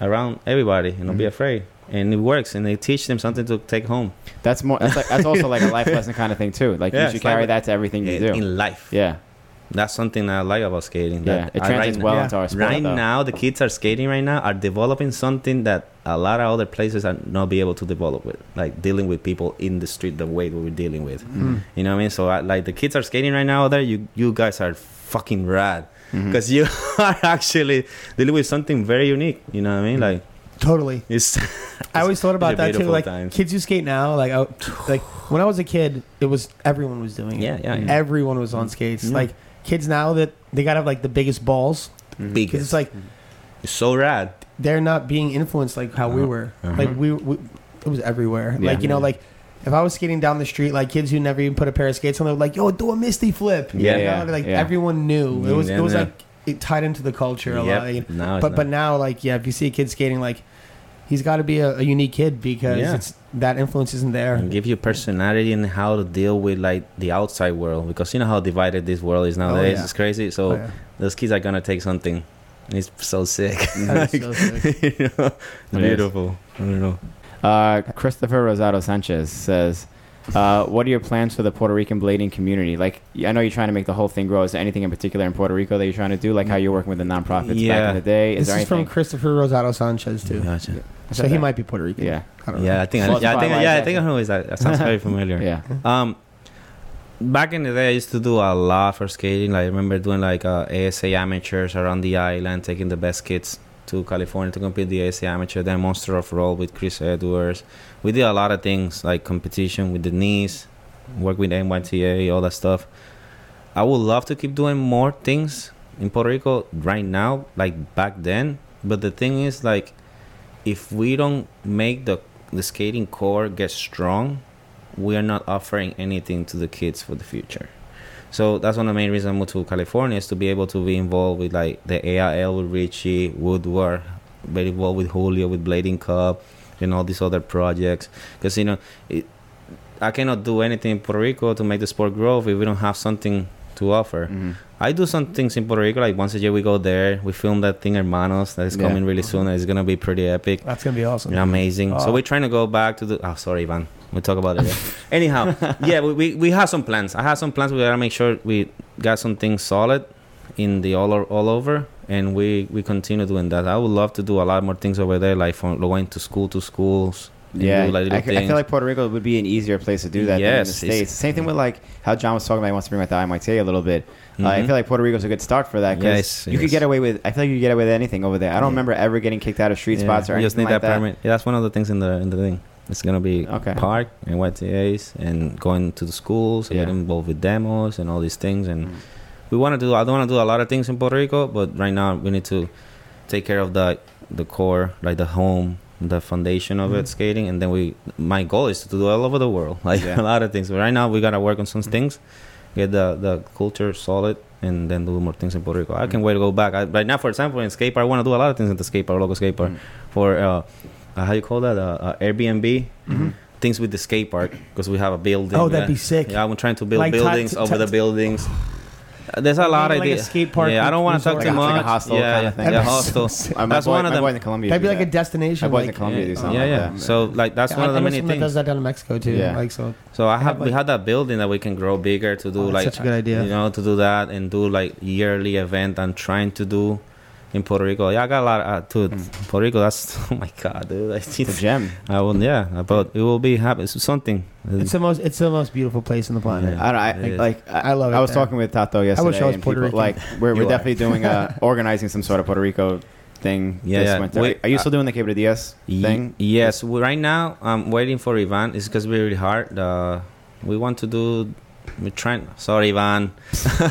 S3: around everybody, and don't be
S1: Mhm.
S3: afraid. And it works, and they teach them something to take home
S1: That's more. That's, like, that's also like a
S3: *laughs*
S1: life lesson kind of thing too. Like
S3: Yeah,
S1: you should
S3: it's like-
S1: carry that to everything you
S3: in,
S1: do.
S3: in life.
S1: yeah,
S3: That's something I like about skating.
S1: yeah.
S3: that
S1: It
S3: I- right
S1: translates
S3: now-
S1: well
S2: yeah.
S1: into our sport.
S3: right
S1: though.
S3: now the kids are skating right now are developing something that a lot of other places are not be able to develop with like dealing with people in the street the way we were dealing with
S1: Mhm.
S3: you know what i mean so I, like the kids are skating right now out there you you guys are fucking rad
S1: Mhm.
S3: because you *laughs* are actually dealing with something very unique you know what i mean like
S2: *laughs* Totally.
S3: it's *laughs*
S2: I always thought
S3: a
S2: about that too.
S3: beautiful
S2: Like
S3: time.
S2: kids who skate now, like I, like when I was a kid, it was everyone was doing it.
S3: yeah yeah, yeah.
S2: Everyone was on skates.
S3: Mm. Yeah.
S2: Like kids now that they gotta have like the biggest balls
S1: Mhm.
S3: big
S2: because it's like
S3: It's so rad
S2: they're not being influenced like how we
S3: Uh-huh.
S2: were.
S3: Uh-huh.
S2: Like we, we, it was everywhere.
S1: Yeah.
S2: Like you know, like if I was skating down the street, like kids who never even put a pair of skates on, they were like, "Yo, do a misty flip." You
S3: Yeah,
S2: know?
S1: yeah,
S2: like
S1: yeah.
S2: everyone knew it was.
S3: Yeah,
S2: it was
S3: yeah.
S2: like it tied into the culture a lot. you know?
S3: yep. no,
S2: but but now like yeah, if you see a kid skating, like he's got to be a, a unique kid because
S3: Yeah. Mm.
S2: it's that influence isn't there.
S3: and give you personality and how to deal with like the outside world because you know how divided this world is
S2: Oh,
S3: nowadays.
S2: yeah.
S3: It's crazy. So
S2: Oh, yeah.
S3: those kids are gonna take something. It's so
S2: *laughs*
S3: sick. *laughs*
S2: That is so sick.
S3: You know?
S1: It is.
S3: Beautiful. I don't know.
S1: Uh, Christopher Rosado Sanchez says, uh, "What are your plans for the Puerto Rican blading community? Like, I know you're trying to make the whole thing grow. Is there anything in particular in Puerto Rico that you're trying to do? Like how you're working with the nonprofits back
S3: Yeah.
S1: in the day? Is
S2: This
S1: there
S2: is from
S1: anything?
S2: Christopher Rosado Sanchez too,
S3: Gotcha.
S1: Is
S2: so
S1: that
S2: he
S1: that?
S2: might be Puerto Rican.
S1: Yeah,
S2: I don't know.
S3: Yeah, I think. I,
S1: Sponsored
S3: yeah, I think.
S1: by
S3: Yeah, I
S1: Life
S3: think I
S1: Jacket.
S3: know. is That That sounds
S2: *laughs*
S3: very familiar.
S1: yeah,
S3: Um, back in the day, I used to do a lot for skating. Like, I remember doing like uh, ASA amateurs around the island, taking the best kids to California to compete the ASA amateur, then Monster of Roll with Chris Edwards. We did a lot of things like competition with the knees, work with NYTA, all that stuff. I would love to keep doing more things in Puerto Rico right now, like back then. But the thing is, like, if we don't make the the skating core get strong, we are not offering anything to the kids for the future. So that's one of the main reasons I moved to California is to be able to be involved with like the AIL with Richie Woodward, very involved with Julio with Blading Cup, and all these other projects. Because you know, it, I cannot do anything in Puerto Rico to make the sport grow if we don't have something to offer.
S1: Mhm.
S3: I do some things in Puerto Rico. Like once a year, we go there. We film that thing, Hermanos, that is
S1: Yeah.
S3: coming really soon. It's gonna be pretty epic,
S2: That's gonna be awesome.
S3: and amazing.
S2: Oh.
S1: Ah.
S3: So we're trying to go back to the. Oh, sorry, Ivan. We'll talk about it. *laughs* later. Anyhow, yeah, we, we we have some plans. I have some plans. We gotta make sure we got something solid in the all o- all over, and we we continue doing that. I would love to do a lot more things over there, like from going to school to schools. and
S1: Yeah,
S3: do, like,
S1: I,
S3: little
S1: I feel
S3: things.
S1: like Puerto Rico would be an easier place to do that than in the
S3: Yes, it's-
S1: states. Same thing with like how John was talking about he wants to bring back the IMYT a little bit. Uh, I
S3: Mhm.
S1: feel like Puerto Rico's a good start for that because
S3: Yes,
S1: you could
S3: yes.
S1: get away with. I feel like you could get away with anything over there. I don't
S3: Yeah.
S1: remember ever getting kicked out of street
S3: Yeah,
S1: spots or
S3: you
S1: anything
S3: just need
S1: like Oh,
S3: that permit. Yeah, that's one of the things in the in the thing. It's gonna be
S1: Okay.
S3: park and YTAs and going to the schools and
S1: Yeah.
S3: get involved with demos and all these things. And
S1: Mm.
S3: we want to do. I don't want to do a lot of things in Puerto Rico, but right now we need to take care of the the core, like the home, the foundation of
S1: Mm.
S3: it, skating. And then we. My goal is to do all over the world, *laughs* like
S1: Yeah.
S3: a lot of things. But right now we gotta work on some things, get the the culture solid. And then do more things in Puerto Rico.
S1: Mm.
S3: I can wait to go back. I, right now, for example, in skate park, I want to do a lot of things in the skate park, local skate park
S1: Mm.
S3: for uh, uh, how you call that uh, uh, Airbnb
S1: Mm-hmm.
S3: things with the skate park because we have a building.
S2: Oh, that'd
S3: yeah.
S2: be sick.
S3: Yeah, I'm trying to build
S2: Like, ti-
S3: buildings
S2: ti-
S3: over the
S2: ti-
S3: buildings. Uh, There's a lot
S2: Like
S3: of
S2: a
S3: ideas.
S2: skate park
S3: Yeah, I don't want to
S2: resort.
S3: talk
S1: Like
S3: too
S1: a- like a
S3: much.
S1: hostel
S3: yeah,
S1: kinda
S3: yeah,
S1: thing. *laughs*
S3: yeah,
S2: That'd be
S3: hostel.
S2: so sick.
S1: that. Uh, my
S3: That's
S1: boy,
S3: one of
S1: my
S3: them.
S1: boy in Colombia.
S2: That'd be
S1: do
S2: like a
S1: that.
S2: destination.
S1: My boy's
S2: like,
S1: in Colombia. do
S3: Yeah,
S1: something
S3: yeah.
S1: like
S3: yeah.
S1: that.
S3: So like that's
S2: I-
S3: one of
S2: I
S3: the
S2: know
S3: many
S2: someone that does
S3: things.
S2: that down in Mexico too.
S1: Yeah.
S2: Like so,
S3: So I have
S2: have,
S3: we
S2: like-
S3: had that building that we can grow bigger to do
S2: Oh, that's
S3: like
S2: such a good idea.
S3: You know, to do that and do like yearly event I'm trying to do in Puerto Rico. Yeah, I got a lot uh, dude.
S1: Hmm.
S3: Puerto Rico, that's *laughs* oh my god, dude. I
S1: It's *laughs* a gem.
S3: I will, yeah, but it will be happy. It's something.
S2: it's the most it's the most beautiful place on the planet.
S3: Yeah.
S1: I don't. I,
S3: It is.
S1: like I,
S2: I love it.
S1: I was
S2: there.
S1: talking with Tato yesterday.
S2: wish I was
S1: and
S2: Puerto
S1: people-
S2: Rican.
S1: Like we're, we're
S3: You are.
S1: definitely doing
S3: *laughs*
S1: uh, organizing some sort of Puerto Rico thing
S3: Yeah,
S1: this
S3: yeah.
S1: winter.
S3: Wait, uh,
S1: Are you still doing the Cable DS
S3: Ye-
S1: thing?
S3: Yes, we, right now I'm waiting for Ivan. It's because we're really hard. Uh, we want to do. We're trying. Sorry, Ivan. *laughs*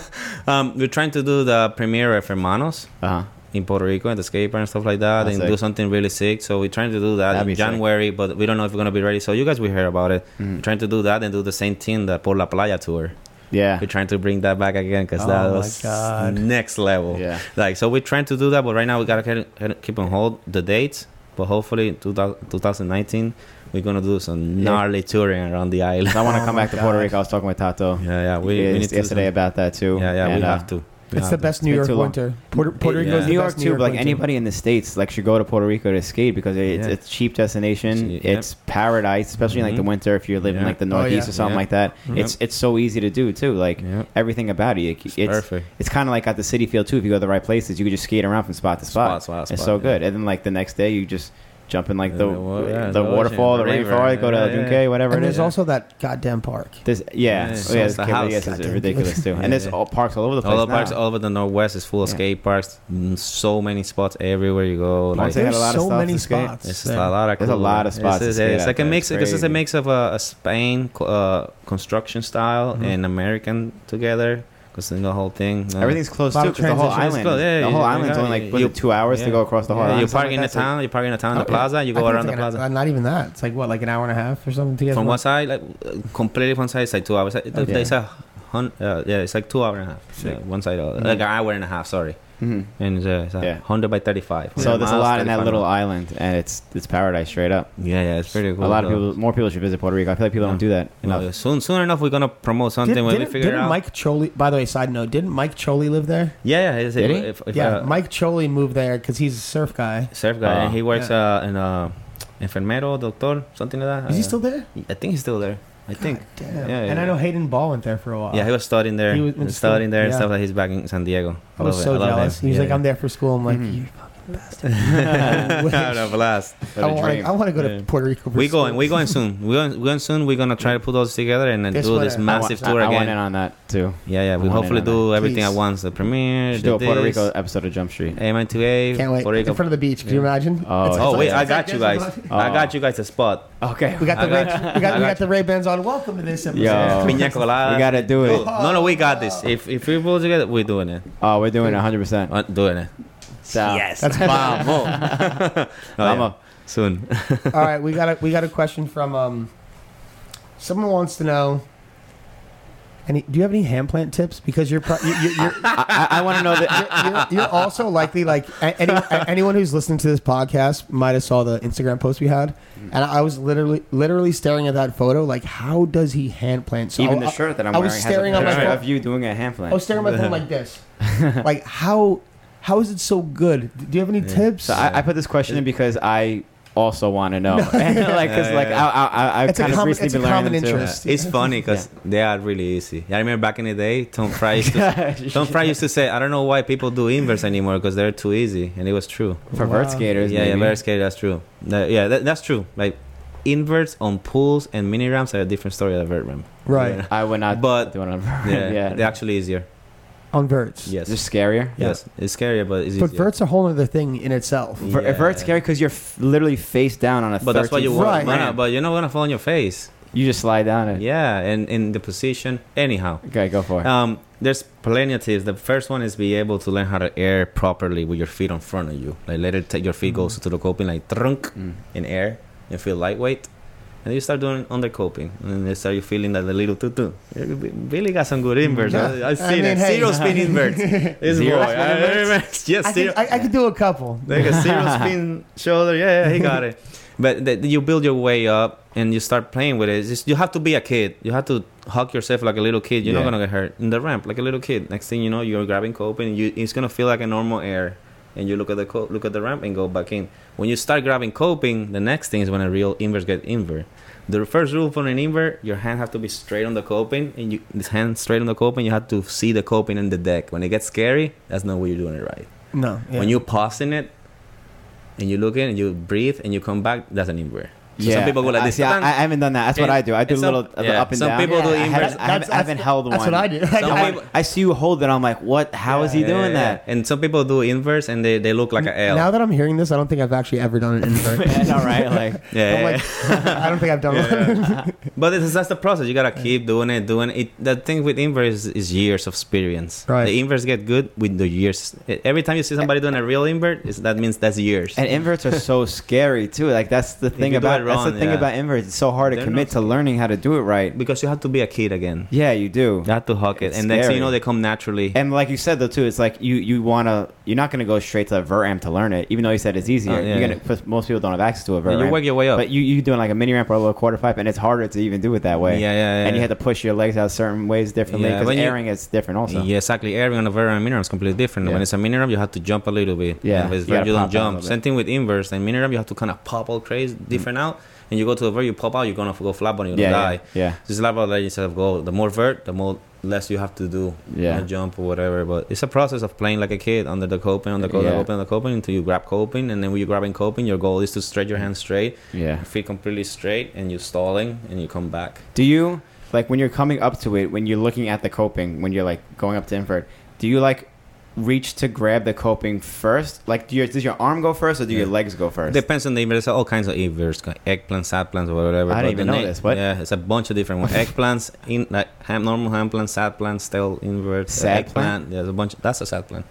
S3: um, we're trying to do the premiere of Hermanos
S1: Uh huh.
S3: in Puerto Rico and the skate park and stuff like that,
S1: That's
S3: and
S1: Ah, sick.
S3: do something really sick. So we're trying to do that
S1: That'd be
S3: in
S1: sick.
S3: January, but we don't know if we're gonna be ready. So you guys will hear about it. We're trying to do that and do the same thing the Por la Playa tour.
S1: Yeah.
S3: We're trying to bring that back again because
S2: Oh
S3: that
S2: my
S3: was
S2: God.
S3: next level.
S1: Yeah.
S3: Like, so we're trying to do that, but right now we gotta ke- ke- keep on hold the dates. But hopefully, in 2000 2019, we're gonna do some
S1: Yeah.
S3: gnarly touring around the island. *laughs*
S1: I want to
S2: Oh
S1: come
S2: my
S1: back to Puerto
S2: God.
S1: Rico. I was talking with Tato
S3: Yeah, yeah, we, we
S1: yes-
S3: need to do
S1: yesterday
S3: some-
S1: about that too.
S3: Yeah, yeah, we
S1: And, uh,
S3: have to. We
S2: It's
S3: have
S2: the
S3: to.
S2: best New
S1: been
S2: York
S1: too long.
S2: winter. Puerto, Puerto
S3: Yeah.
S2: Rico is
S1: New
S2: the
S1: York
S2: best New
S1: too,
S2: York
S1: but like
S2: winter.
S1: anybody in the states, like should go to Puerto Rico to skate because it's,
S3: Yeah.
S1: it's cheap destination.
S3: Yeah.
S1: It's paradise, especially in like the
S3: Mhm.
S1: winter if you live in
S3: Yeah.
S1: like the
S2: Oh, yeah.
S1: Northeast or something
S3: Yeah.
S1: like that.
S3: Mhm.
S1: It's it's so easy to do too. Like
S3: Yeah.
S1: everything about it, it-
S3: It's
S1: it's
S3: perfect.
S1: it's kind of like at the city field too. If you go to the right places, you can just skate around from spot to spot.
S3: Spot, spot,
S1: it's
S3: spot,
S1: so
S3: yeah.
S1: good. And then like the next day, you just jump in like the
S3: Yeah, well, yeah,
S1: the
S3: the ocean,
S1: waterfall, the
S3: the river,
S1: rainfall, go to
S3: yeah,
S1: El
S3: yeah,
S1: Yunque,
S3: yeah.
S1: whatever.
S2: and
S1: it
S2: there's
S1: is.
S2: also that goddamn park.
S1: This, yeah,
S3: Yeah,
S1: yeah,
S3: so
S1: oh, yeah this
S3: it's the
S1: Cable
S3: house.
S1: DS is
S2: Goddamn.
S1: ridiculous too,
S3: *laughs* Yeah,
S1: and there's
S3: yeah.
S1: all parks all over the place.
S3: All the parks
S1: now.
S3: all over the Northwest is full of
S1: Yeah.
S3: skate parks. Mm, So many spots everywhere you go.
S1: Once
S3: Like,
S1: They had
S2: There's
S1: a lot of
S2: so
S1: stuff to
S2: many
S1: skate.
S2: spots.
S3: It's just
S2: there.
S3: a lot of
S1: There's a
S3: cool-
S1: lot of spots
S3: It's, it's,
S1: to skate
S3: it's
S1: out
S3: like a
S1: there.
S3: mix
S1: It's
S3: because it's a
S1: crazy.
S3: mix of a, a Spain co- uh, construction style
S1: Mm-hmm.
S3: and American together because then the whole thing. uh,
S1: Everything's close too,
S2: Lot of
S1: 'cause the whole
S2: transitions.
S1: island,
S3: Close, yeah,
S1: the whole
S3: yeah,
S1: island's
S3: yeah,
S1: only like
S3: yeah,
S1: what,
S3: you-
S1: two hours to
S3: yeah.
S1: go across the whole
S3: Yeah,
S1: island.
S3: you
S1: something
S3: park in the
S1: like that, so-
S3: town. You park in the town, the
S1: Oh,
S2: Okay.
S3: plaza.
S2: I
S3: You go
S2: think it's
S3: around the
S2: like
S3: plaza.
S2: an- not even that. It's like what, like an hour and a half or something to get
S3: From
S2: from
S3: one side, like uh, completely one side, it's like two hours. It-
S2: Okay.
S3: It's a hun- uh, yeah, it's like two hour and a half. Yeah, one side, uh, like an hour and a half. Sorry,
S1: Mhm.
S3: and it's, uh, it's a
S1: Mm-hmm. Yeah.
S3: hundred by thirty-five.
S1: So there's a
S3: miles,
S1: lot in that
S3: 35
S1: little
S3: miles.
S1: island, and it's it's paradise straight up.
S3: Yeah, yeah, it's pretty cool.
S1: a lot of
S3: though.
S1: people, more people should visit Puerto Rico. I feel like people don't do that
S3: No,
S1: enough.
S3: soon, soon enough, we're gonna promote something
S2: Did,
S3: when we
S2: didn't
S3: figure it
S2: didn't
S3: out.
S2: Mike Choli? By the way, side note: Didn't Mike Choli live there?
S3: yeah, yeah, is it-
S1: Did he?
S3: if- if,
S2: yeah,
S3: uh,
S2: Mike Choli moved there because he's a surf guy.
S3: surf guy.
S1: Oh.
S3: and he works uh, in uh, enfermero, doctor, something like that.
S2: Is he
S3: Uh,
S2: still there?
S3: I think he's still there. I think.
S2: God damn.
S3: Yeah,
S2: and
S3: yeah.
S2: I know Hayden Ball went there for a while.
S3: Yeah, he was studying there.
S2: He
S3: He
S2: was-
S3: was studying there and
S2: yeah.
S3: stuff. Like he's back in San Diego.
S2: I was
S3: love
S2: so
S3: it. love
S2: jealous.
S3: him.
S2: He was
S3: Yeah,
S2: like,
S3: yeah. Mm-hmm.
S2: "I'm there for school." I'm like,
S1: Mhm.
S2: "You fucking bastard." I *laughs*
S3: *laughs*
S2: wish.
S3: Having a blast.
S1: What a
S2: I want,
S1: dream.
S2: I want to go
S3: Yeah.
S2: to Puerto Rico. For
S3: We
S2: school.
S3: going, we going soon. We going, we going soon. We're gonna try to put those together and then
S2: This
S3: do
S2: one,
S3: this
S2: I
S1: I
S3: massive
S1: want-
S3: tour
S1: I, I want in
S3: again.
S1: on that too.
S3: Yeah, yeah.
S1: I
S3: We
S1: want
S3: hopefully
S1: in on
S3: do everything at
S2: Please.
S3: once: the premiere,
S1: Should do
S3: the
S1: a Puerto
S3: this,
S1: Rico episode of Jump Street.
S3: *laughs* AMI2A,
S2: Can't wait.
S3: Puerto
S2: It's in
S3: Rico.
S2: front of the beach. Could you
S1: Oh,
S2: imagine? It's-
S1: yeah.
S2: it's
S3: Oh
S2: like-
S3: wait, I
S2: it's like
S3: got you
S2: this.
S3: guys. I
S2: Oh.
S3: got you guys a spot.
S1: Okay,
S2: We got the
S3: I got
S2: Ray, we
S3: you.
S2: got,
S3: *laughs* I
S2: we
S3: got
S2: got the Ray Bans on. Welcome to this episode.
S1: Yo.
S3: Piña colada. Oh,
S1: we gotta do it.
S3: No, no, we got this. If if we pull together, we're doing it.
S1: Oh, we're doing it 100. percent
S3: Uh, doing it.
S1: down.
S2: *laughs* That's Bob.
S3: *laughs* Oh,
S1: I'm
S3: yeah.
S1: a-
S3: Soon.
S2: *laughs* All right, we got a we got a question from um. Someone wants to know. Any, do you have any hand plant tips? Because you're pro- you you're, you're,
S1: I, I want to know that.
S2: you're, you're, you're also likely like a- any, a- anyone who's listening to this podcast might have saw the Instagram post we had, and I was literally literally staring at that photo like, how does he hand plant? *laughs* So
S1: Even
S2: I-
S1: the shirt that I'm
S2: I
S1: wearing
S2: was staring
S1: has
S2: on
S1: a
S2: my
S1: picture
S2: phone.
S1: of you doing a hand
S2: I
S1: plant.
S2: was staring at my phone like
S3: *laughs*
S2: this, like how how is it so good? Do you have any
S3: Yeah.
S2: tips?
S1: so I, I put this question in because I also want to know. *laughs* like, cause
S3: Yeah,
S1: like
S3: yeah.
S1: I, I, I, I've
S2: It's a
S1: kind of
S2: common-
S1: recently
S2: it's a
S1: been learning
S2: common
S1: them
S2: interest.
S3: It's funny because they are really easy. I remember back in the day, Tom Fry
S1: *laughs*
S3: used to,
S1: too.
S3: Tom Fry used to say, "I don't know why people do inverse anymore because they're too easy," and it was true.
S1: for
S2: Wow.
S1: vert skaters.
S3: yeah, yeah,
S1: maybe.
S3: very scary. That's true. That- yeah, that, that's true. Like inverts on pulls and mini ramps are a different story than
S1: *laughs*
S3: vert ramp.
S2: right
S3: Yeah.
S1: I would not.
S3: But-
S1: do it on vert. *laughs*
S3: Yeah,
S1: yeah.
S3: they're actually easier.
S2: on verts.
S3: Yes,
S1: Just scarier.
S3: yes, it's scarier, but it's
S2: But
S3: easier.
S2: vert's a whole other thing in itself.
S1: Ver-
S3: Yeah.
S1: Vert's scary because you're f- literally face down on a.
S3: But that's why you
S1: 13
S3: want.
S1: foot
S2: Right.
S3: no, no,
S1: ramp.
S3: but you're not gonna fall on your face.
S1: You just slide down it.
S3: Yeah, and in the position anyhow.
S1: Okay, go for it.
S3: Um, there's plenty of tips. The first one is be able to learn how to air properly with your feet in front of you. Like let it take your feet
S2: Mm-hmm.
S3: goes to the coping like trunk
S1: Mm.
S3: in air and feel lightweight. And then you start doing under coping, and then you start you feeling that the little tutu. You really got some good inverts. I, I've
S2: Mm-hmm. I
S3: seen
S2: mean,
S3: it.
S2: hey.
S3: Zero spin
S2: *laughs*
S3: inverts. This
S1: Zero
S3: boy,
S1: spin
S3: I- I
S1: inverts?
S3: remember- yes,
S2: I,
S3: zero.
S2: could, I, I could do a couple.
S3: Like a *laughs* zero spin shoulder. Yeah, yeah, he got it. *laughs* But th- you build your way up and you start playing with it. It's just, you have to be a kid. You have to hug yourself like a little kid. You're
S1: Yeah.
S3: not gonna get hurt in the ramp like a little kid. Next thing you know, you're grabbing cope and you, it's gonna feel like a normal air. And you look at the co- look at the ramp and go back in. When you start grabbing coping, the next thing is when a real inverse get invert. The first rule for an invert, your hand have to be straight on the coping, and you this hand straight on the coping. You have to see the coping in the deck. When it gets scary, that's not when you're doing it right.
S2: No. yeah.
S3: When you pause in it and you look in and you breathe and you come back, that's an inverse. So some people go like
S1: I-
S3: this.
S1: see, I, I
S3: "Tan."
S1: haven't done that. That's what
S3: And-
S1: I do. I do a
S3: and some-
S1: little uh,
S3: yeah,
S1: up and
S3: some
S1: down.
S3: people do
S1: I haven't-
S3: inverse.
S1: I haven't,
S2: That's-
S1: I haven't held
S2: That's
S1: one.
S2: what I do. *laughs*
S3: Some
S1: I,
S3: people-
S1: I see you hold it. I'm like, what? How is he
S3: Yeah,
S1: doing
S3: yeah,
S1: that?
S3: yeah. And some people do inverse and they, they look like an L.
S2: Now that I'm hearing this, I don't think I've actually ever done
S1: *laughs*
S2: an invert.
S1: And, all right, like
S3: yeah,
S2: I'm
S3: yeah,
S2: like, *laughs* I don't think I've done one.
S3: yeah. *laughs* but it's, that's the process. You gotta keep doing it, doing it. The thing with inverse is, is years of experience.
S2: Right.
S3: The inverse get good with the years. Every time you see somebody doing a real invert, is that means that's years.
S1: and inverts are
S3: *laughs*
S1: so scary too. Like that's the thing
S3: you do
S1: about
S3: it
S1: that's
S3: wrong,
S1: the thing
S3: yeah.
S1: about inverts. It's so hard to
S3: They're
S1: commit
S3: not
S1: to learning how to do it right.
S3: because you have to be a kid again.
S1: Yeah, you do.
S3: You have to hook it,
S1: It's
S3: and next thing
S1: scary.
S3: you know, they come naturally.
S1: And like you said though too, it's like you you want to you're not going to go straight to a vert ramp to learn it, even though you said it's easier.
S3: Oh, yeah.
S1: You're gonna 'cause most people don't have access to a vert
S3: you
S1: ramp.
S3: work your way up.
S1: But you you doing like a mini ramp or a little quarter pipe, and it's harder to even do it that way.
S3: Yeah, yeah, yeah.
S1: And you had to push your legs out certain ways differently
S3: Yeah,
S1: because
S3: when you-
S1: airing is different also.
S3: Yeah, exactly. Airing on a vert and mini ramp is completely different.
S1: Yeah.
S3: When it's a mini ramp, you have to jump a little bit.
S1: Yeah,
S3: And if it's
S1: you
S3: vert,
S1: gotta
S3: you
S1: pop out a
S3: don't jump.
S1: little Mm-hmm.
S3: Same thing with inverse. And mini ramp, you have to kind of pop all crazy, different out. And you go to a vert, you pop out, you're gonna go flat on, you're gonna
S1: yeah,
S3: die.
S1: yeah, yeah.
S3: Just like about letting yourself go. The more vert, the more less you have to do.
S1: Yeah.
S3: on a jump or whatever. But it's a process of playing like a kid under the coping, under the coping,
S1: Yeah.
S3: under the coping, until you grab coping. And then when you're grabbing coping, your goal is to stretch your
S1: Mm-hmm.
S3: hands straight,
S1: Yeah.
S3: your feet completely straight, and you're stalling, and you come back.
S1: Do you like when you're coming up to it, when you're looking at the coping, when you're like going up to invert, do you like reach to grab the coping first? Like do your does your arm go first or do your
S3: Yeah.
S1: legs go first?
S3: Depends on the inverse. All kinds of inverse, eggplants, sad plants, or whatever.
S1: I didn't
S3: But
S1: even
S3: the
S1: know
S3: na-
S1: this. What?
S3: Yeah, it's a bunch of
S2: *laughs*
S3: different ones. eggplants, in like ham, normal ham plants, sad plants, stale invert,
S1: Sad
S3: eggplant. There's a bunch. That's a sad plant.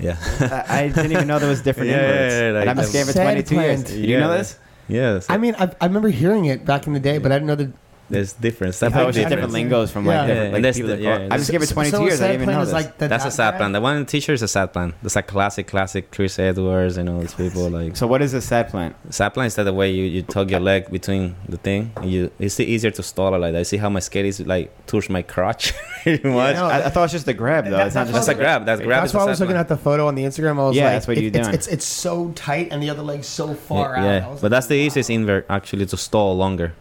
S3: Yeah. *laughs*
S1: I, I didn't even know there was *laughs* different
S3: Yeah, yeah,
S1: inverts.
S3: yeah, yeah,
S1: and
S3: like
S1: I'm a
S3: the-
S1: scared for
S2: Sad
S1: 22 years.
S2: plant.
S1: Did you know
S3: Yeah.
S1: this?
S3: yeah.
S2: I mean, I, I remember hearing it back in the day, but I didn't know the.
S3: there's different.
S1: I
S3: Sad
S1: thought it was just
S2: different.
S1: different lingos from like different
S2: Yeah.
S1: like
S3: Yeah, that's
S1: people.
S3: the-
S1: that
S3: yeah,
S1: call- I've
S3: that's-
S1: been scared for 22 years. I didn't even know this.
S2: Like the
S3: That's a
S2: dot
S3: sad
S2: guy?
S3: plant. The one in the t-shirt is a sad plant. That's a classic, classic Chris Edwards and all these people like
S1: so what is a sad
S3: *laughs*
S1: plant?
S3: sad plant is that the way you, you tug your leg between the thing. And you it's easier to stall it like that. You see how my skate is like touch my crotch *laughs* pretty much.
S2: No,
S1: I, I thought it was just a grab though.
S2: that-
S1: it's not
S2: that's
S1: just
S3: That's a grab. That's grab.
S2: That's
S3: is a
S2: why I was
S3: sad
S2: looking
S3: plant.
S2: at the photo on the Instagram. I was
S1: Yeah,
S2: like,
S1: that's what you're
S2: it- it's,
S1: doing.
S2: It's, it's so tight, and the other leg's so far
S3: yeah,
S2: out.
S3: yeah.
S2: I was
S3: but
S2: like,
S3: that's the easiest invert actually to stall longer.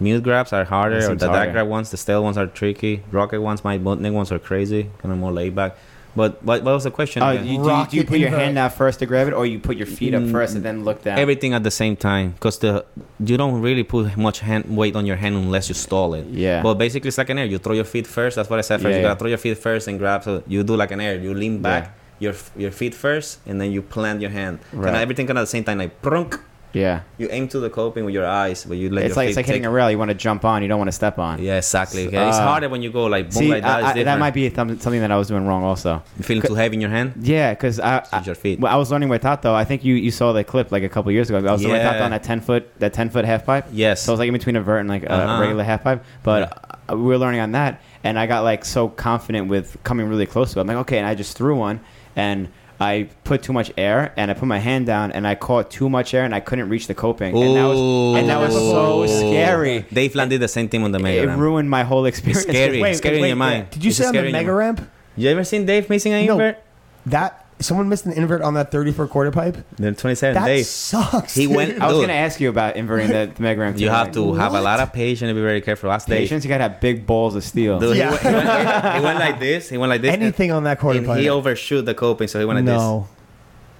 S3: Mute grabs are harder,
S1: That
S3: or
S1: seems
S3: the
S1: harder.
S3: dark grab ones, the stale ones are tricky. Rocket ones, my neck ones are crazy, kind of more laid back. But what, what was the question?
S1: Oh,
S3: again?
S1: you, do, you, do you
S2: Rocket
S1: put your
S2: invert.
S1: hand out first to grab it, or you put your feet up
S3: Mm,
S1: first and then look down?
S3: Everything at the same time, because the you don't really put much hand weight on your hand unless you stall it.
S1: yeah.
S3: But basically, it's like an air. You throw your feet first. That's what I said first.
S1: Yeah,
S3: you
S1: yeah.
S3: gotta throw your feet first and grab. So you do like an air. You lean back. Your, your feet first, and then you plant your hand. Kind
S1: Right.
S3: of everything kind of at the same time, like prunk,
S1: Yeah.
S3: You aim to the coping with your eyes, but you let
S1: it's
S3: your
S1: like
S3: feet
S1: it's like hitting
S3: take-
S1: a rail. You want to jump on. You don't want to step on.
S3: Yeah, exactly. Okay? it's
S1: Uh,
S3: harder when you go like boom
S1: See,
S3: like that.
S1: I- I-
S3: it's
S1: that
S3: different.
S1: might be thom- something that I was doing wrong also.
S3: You feeling too heavy in your hand.
S1: Yeah, because I,
S3: It's
S1: I,
S3: your feet.
S1: well, I was learning with Tato. I think you, you saw the clip like a couple years ago. I was learning with
S3: Yeah.
S1: Tato on that ten foot that ten foot half pipe.
S3: yes.
S1: So it was like in between a vert and like a
S3: Uh-huh.
S1: regular half pipe. But uh we were learning on that, and I got like so confident with coming really close to it. I'm like, okay, and I just threw one, and I put too much air, and I put my hand down, and I caught too much air, and I couldn't reach the coping, and that was and that was so
S3: Ooh.
S1: scary.
S3: Dave Land did the same thing on the mega
S1: It
S3: ramp.
S1: ruined my whole experience. *laughs*
S3: scary. It's scary in your mind.
S2: Did you
S3: It's
S2: say on
S3: scary
S2: the
S3: in your
S2: mega
S3: mind.
S2: ramp
S3: You ever seen Dave missing an
S2: No.
S3: invert?
S2: that someone missed an invert on that thirty four quarter pipe?
S3: Then 27
S2: That
S3: Dave.
S2: sucks.
S1: *laughs*
S3: He
S2: dude.
S3: went
S1: I was
S3: Dude.
S1: going to ask you about inverting the, the mega ramp.
S3: You
S1: too,
S3: have
S1: like,
S3: to have a
S2: What?
S3: lot of patience and be very careful. That's Dave.
S1: Patience, you got to have big balls of steel.
S3: Dude,
S2: Yeah.
S3: he, went, he went- he went like this. He went like
S2: *laughs*
S3: this.
S2: anything on that quarter
S3: and, and
S2: pipe.
S3: he overshoot the coping, so he went like
S2: no.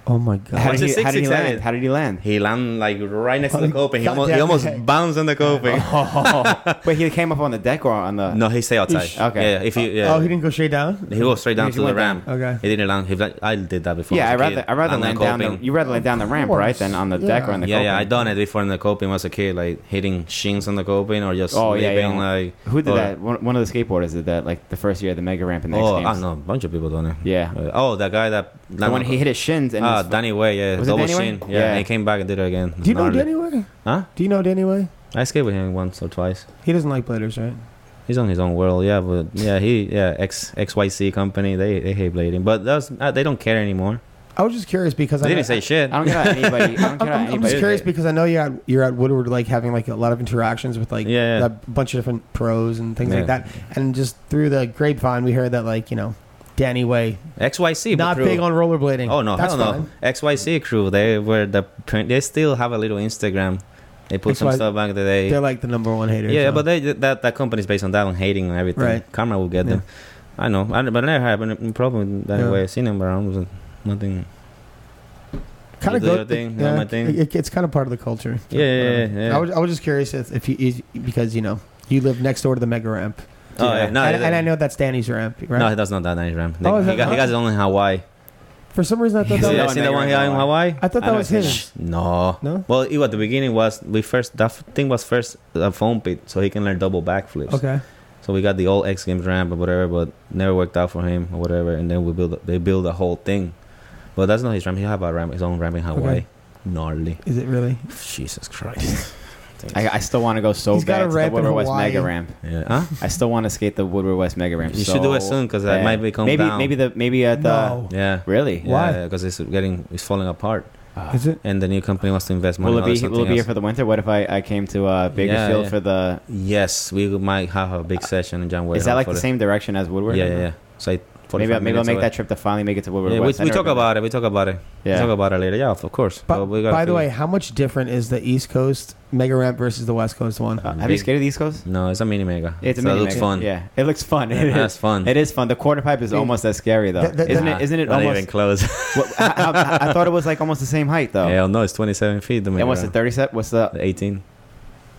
S2: Oh my god.
S1: How
S3: What's
S1: did,
S3: the
S1: he, how did he
S3: 66 at
S1: land?
S3: it?
S1: How did he land?
S3: *laughs* this. He landed like right next to
S1: *laughs*
S3: the coping. He almost, he
S2: Goddamn
S3: almost
S2: heck.
S3: bounced on the coping.
S2: *laughs* Oh.
S1: Wait, he came up on the deck or on the?
S3: No, he stayed outside.
S1: Ish. Okay.
S3: Yeah, if you, yeah.
S2: Oh, he didn't go straight down.
S3: He goes straight down
S1: He
S3: to the
S1: went down.
S3: ramp.
S2: Okay.
S3: He didn't land. He like, I did that before.
S1: Yeah, I
S3: as a
S1: rather
S3: kid.
S1: I rather
S3: on the
S1: land down. The,
S3: coping.
S1: you rather land down the ramp, right, than on the deck
S2: Yeah.
S1: or on the.
S3: yeah, yeah, I
S1: coping.
S3: done it before in the coping as a kid, like hitting shins on the coping or just
S1: Oh,
S3: oh,
S1: yeah,
S3: leaving
S1: yeah.
S3: like
S1: Who did
S3: or-
S1: that? One, one of the skateboarders did that, like the first year of the mega ramp in the X
S3: Oh, I
S1: Games.
S3: don't know, a bunch of people done it.
S1: Yeah,
S3: Uh, oh, that guy that
S1: the one he hit his shins and
S3: Ah,
S1: his-
S3: Danny Way, yeah,
S1: Was it
S3: double
S1: Danny Way?
S3: shin. Yeah,
S1: Yeah.
S3: and he came back and did it again.
S2: Do you know
S3: Gnarly.
S2: Danny Way?
S3: Huh?
S2: Do you know Danny Way?
S3: I skated with him once or twice.
S2: He doesn't like bladers, right?
S3: He's on his own world, yeah. But yeah, he yeah X XYC company they they hate blading, but that's uh, they don't care anymore.
S2: I was just curious because
S3: They
S2: I know,
S3: didn't say shit.
S1: I don't care
S3: *laughs*
S1: about anybody. I don't care
S2: I'm,
S1: about
S2: I'm- I'm just
S1: anybody.
S2: curious because I know you're at, you're at Woodward, like having like a lot of interactions with like
S3: Yeah, yeah.
S2: a bunch of different pros and things like
S3: Yeah.
S2: that. And just through the grapevine, we heard that like you know, Danny Way
S3: XYC, but
S2: not
S3: crew.
S2: big on rollerblading.
S3: Oh no,
S2: that's
S3: hell no.
S2: fine.
S3: XYC crew, they were the they still have a little Instagram. They put some
S2: XY
S3: stuff back in the day.
S2: They're like the number one hater.
S3: Yeah, but they, that that company's based on that on hating and everything.
S2: Right.
S3: Karma will get them. I know, I, but I never had any problem with that
S2: Yeah.
S3: way. I seen them, but I was nothing.
S2: kind
S3: you
S2: of
S3: do your
S2: good.
S3: thing, do my thing.
S2: It, it's kind of part of the culture.
S3: Yeah, yeah, yeah. yeah.
S2: I was I was just curious if, if you if- because you know you live next door to the mega ramp.
S3: oh, yeah.
S1: yeah.
S3: No,
S2: and,
S3: yeah.
S2: and I know that's Danny's ramp, right?
S3: No, that's not that nice ram. They,
S2: Oh, is
S3: he,
S2: that
S3: got, he
S2: not?
S3: got it only in Hawaii.
S2: For some reason, I thought
S1: He's
S3: Yeah,
S2: that
S1: the
S3: yeah,
S2: was,
S1: one
S3: see
S1: that
S3: the one
S1: ran
S3: he got in
S1: in
S3: Hawaii?
S2: I thought
S1: I
S2: that
S1: know
S2: was
S1: it's-
S2: his.
S3: No.
S2: No.
S3: Well, it, at the beginning was we first that thing was first a foam pit, so he can learn double backflips.
S2: Okay.
S3: So we got the old X Games ramp or whatever, but never worked out for him or whatever. And then we build they build a whole thing, but that's not his ramp. He have a ramp, his own ramp in Hawaii.
S2: Okay.
S3: Gnarly.
S2: Is it really?
S1: *laughs*
S3: Jesus Christ.
S1: I, I still want to go so
S2: He's got
S1: bad to
S2: a
S1: the
S2: ramp in
S1: Woodward West
S2: Hawaii.
S1: mega ramp.
S3: yeah. Huh?
S1: I still want to skate the Woodward West mega ramp.
S3: You should do it
S1: so
S3: soon because that
S1: bad.
S3: might become
S1: maybe
S3: down.
S1: maybe the maybe at the
S2: no.
S3: Yeah.
S1: really
S2: Why?
S3: Because it's getting it's falling apart,
S2: Is it?
S3: and the new company wants to invest money.
S1: will
S3: on
S1: it be will it
S3: something
S1: be here
S3: else.
S1: for the winter? What if I, I came to uh, Bakersfield
S3: yeah.
S1: for the?
S3: Yes, we might have a big session in John
S1: Uh,
S3: Wayne.
S1: is that like the
S3: for
S1: same direction as
S3: Yeah,
S1: Woodward?
S3: yeah, yeah. So I,
S1: Maybe,
S3: 45
S1: maybe I'll
S3: minutes
S1: make
S3: away.
S1: that trip to finally make it to Woodward
S3: Yeah, we,
S1: West.
S3: we talk about it. We talk about it.
S1: Yeah.
S3: We talk about it later. Yeah, of course.
S2: But,
S3: we gotta
S2: by the
S3: figure-
S2: way, how much different is the East Coast mega ramp versus the West Coast one?
S1: Uh, have you
S3: Big-
S1: skated the East Coast?
S3: no, it's a mini mega.
S1: It's a
S3: so
S1: mini
S3: it looks
S1: mega.
S3: fun.
S1: Yeah, it looks fun. It *laughs* is.
S3: *laughs* that's fun.
S1: It is fun. The quarter pipe is
S2: Dude,
S1: almost as scary though,
S2: that- that-
S1: isn't
S3: Nah,
S1: it? Isn't it
S3: not
S1: almost?
S3: even close?
S1: Well, I, I- I thought it was like almost the same height *laughs* though.
S3: Hell no, it's 27 feet. The mega.
S1: And what's the thirty set? What's the
S3: The 18.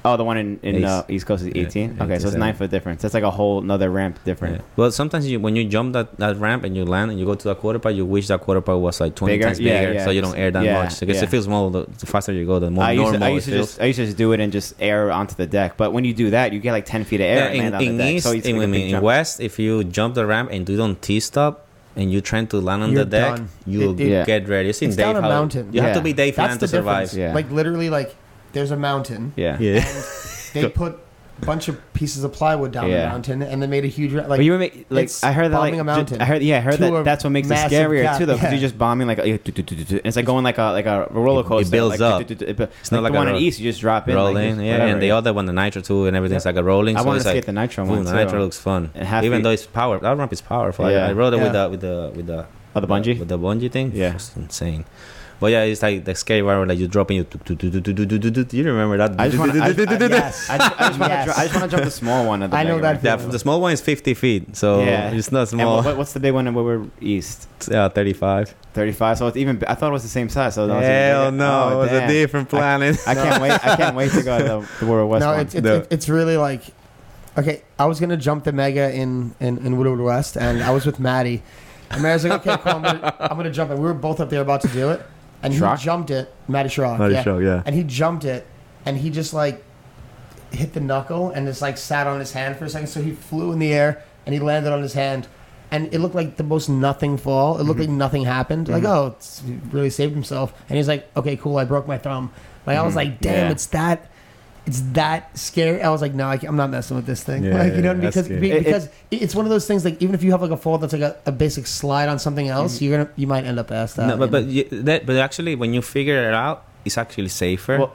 S1: oh the one in, in
S3: East.
S1: uh, East Coast is
S3: Yeah,
S1: eighteen? Okay, so it's
S3: 87.
S1: nine foot difference. That's like a whole another ramp different.
S3: Yeah. Well, sometimes you, when you jump that, that ramp and you land and you go to that quarter pipe, you wish that quarter pipe was like 20
S1: Bigger?
S3: times
S1: Yeah,
S3: bigger,
S1: yeah.
S3: so you don't air that
S1: Yeah,
S3: much. Because
S1: yeah.
S3: it feels small. The, the faster you go, the more
S1: I used
S3: normal
S1: to, I used
S3: it
S1: to
S3: feels.
S1: just I used to just do it and just air onto the deck. But when you do that, you get like ten feet of air
S3: Yeah,
S1: and land
S3: in,
S1: on
S3: in
S1: the deck.
S3: east,
S1: So it's
S3: in,
S1: like a
S3: in-
S1: big
S3: in
S1: jump.
S3: west, if you jump the ramp and you don't T stop and you're trying to land on
S2: You're
S3: the deck,
S2: done.
S3: you
S2: It- it-
S1: Yeah.
S3: get ready. It's, in
S2: It's
S3: Dave
S2: down a
S3: how-
S2: mountain.
S3: You have to
S1: Yeah.
S3: be Dave
S2: That's
S3: Land
S2: the
S3: to survive.
S2: difference.
S1: Yeah.
S2: Like literally, like there's a mountain.
S1: Yeah.
S3: Yeah. *laughs*
S2: They put a bunch of pieces of plywood down
S1: Yeah.
S2: the mountain, and they made a huge ra- like.
S1: But you were ma- like
S2: it's
S1: I heard that like
S2: bombing a
S1: ju-
S2: mountain
S1: I heard yeah I heard
S2: to a
S1: that that's what makes it
S2: massive
S1: scarier
S2: gap.
S1: too though because
S2: Yeah.
S1: you're just bombing like a- and it's like going like a like a roller
S3: It- it
S1: coaster.
S3: builds
S1: like,
S3: up.
S1: It's
S3: not
S1: not like the
S3: like a
S1: one in
S3: ro-
S1: east you just drop in.
S3: rolling,
S1: like, just
S3: yeah,
S1: whatever.
S3: and the other one, the nitro too, and everything's like a rolling.
S1: I
S3: so
S1: want
S3: it's
S1: to skate
S3: like
S1: the nitro
S3: boom,
S1: one
S3: the
S1: too.
S3: nitro looks fun,
S1: And half
S3: even
S1: feet.
S3: though it's power. That ramp is powerful. I-
S1: Yeah.
S3: I, rode it
S2: Yeah.
S3: with the with the with the
S1: Oh, the bungee?
S3: with the bungee thing.
S1: Yeah.
S3: it's insane. But yeah, it's like the scary part where like you drop and you do- do- do- do- do- do- do- do- do. you remember that?
S1: I just want to.
S3: *laughs*
S1: *laughs* I, I,
S2: yes.
S1: I just- I just want to.
S2: Yes.
S1: I just want to jump the *laughs* small one. At the
S2: I know
S1: big
S2: that
S1: one.
S3: Yeah, the small one is 50 feet, so
S1: Yeah.
S3: it's not
S1: And
S3: small.
S1: what, what's the big one? Where we're east,
S3: *laughs* It's, uh, 35.
S1: thirty-five. So it's even. I thought it was the same size. So Oh, that was even
S3: Hell
S1: bigger.
S3: no,
S1: Oh,
S3: it was a
S1: damn.
S3: different planet.
S1: *laughs* I can't wait. I can't wait to go to the, the World West
S2: no,
S1: one.
S2: it's it's,
S3: No.
S2: it's it's really like okay. I was gonna jump the mega in in, in Woodward West, and I was with Maddie, and Maddie's like, okay, cool, I'm, gonna, I'm gonna jump, and we were both up there about to do it, and he
S1: Schrock?
S2: jumped it. Matty Schrock,
S1: Oh,
S5: Not
S2: yeah.
S5: a show, yeah.
S2: And he jumped it, and he just like hit the knuckle and just like sat on his hand for a second. So he flew in the air and he landed on his hand, and it looked like the most nothing fall. It looked like nothing happened. Like oh, it's, he really saved himself. And he's like, okay, cool, I broke my thumb. Like I was
S1: Mhm.
S2: like, damn,
S1: Yeah.
S2: it's that. It's that scary. I was like, no, I can't, I'm not messing with this thing.
S5: Yeah,
S2: like, you know,
S5: yeah, that's
S2: because
S5: scary.
S2: be-
S1: It- it-
S2: because it, it's one of those things. Like, even if you have like a fall that's like a, a basic slide on something else, you're gonna you might end up ass out.
S3: no, but
S2: you know?
S3: but you, that but actually when you figure it out, it's actually safer.
S1: Well,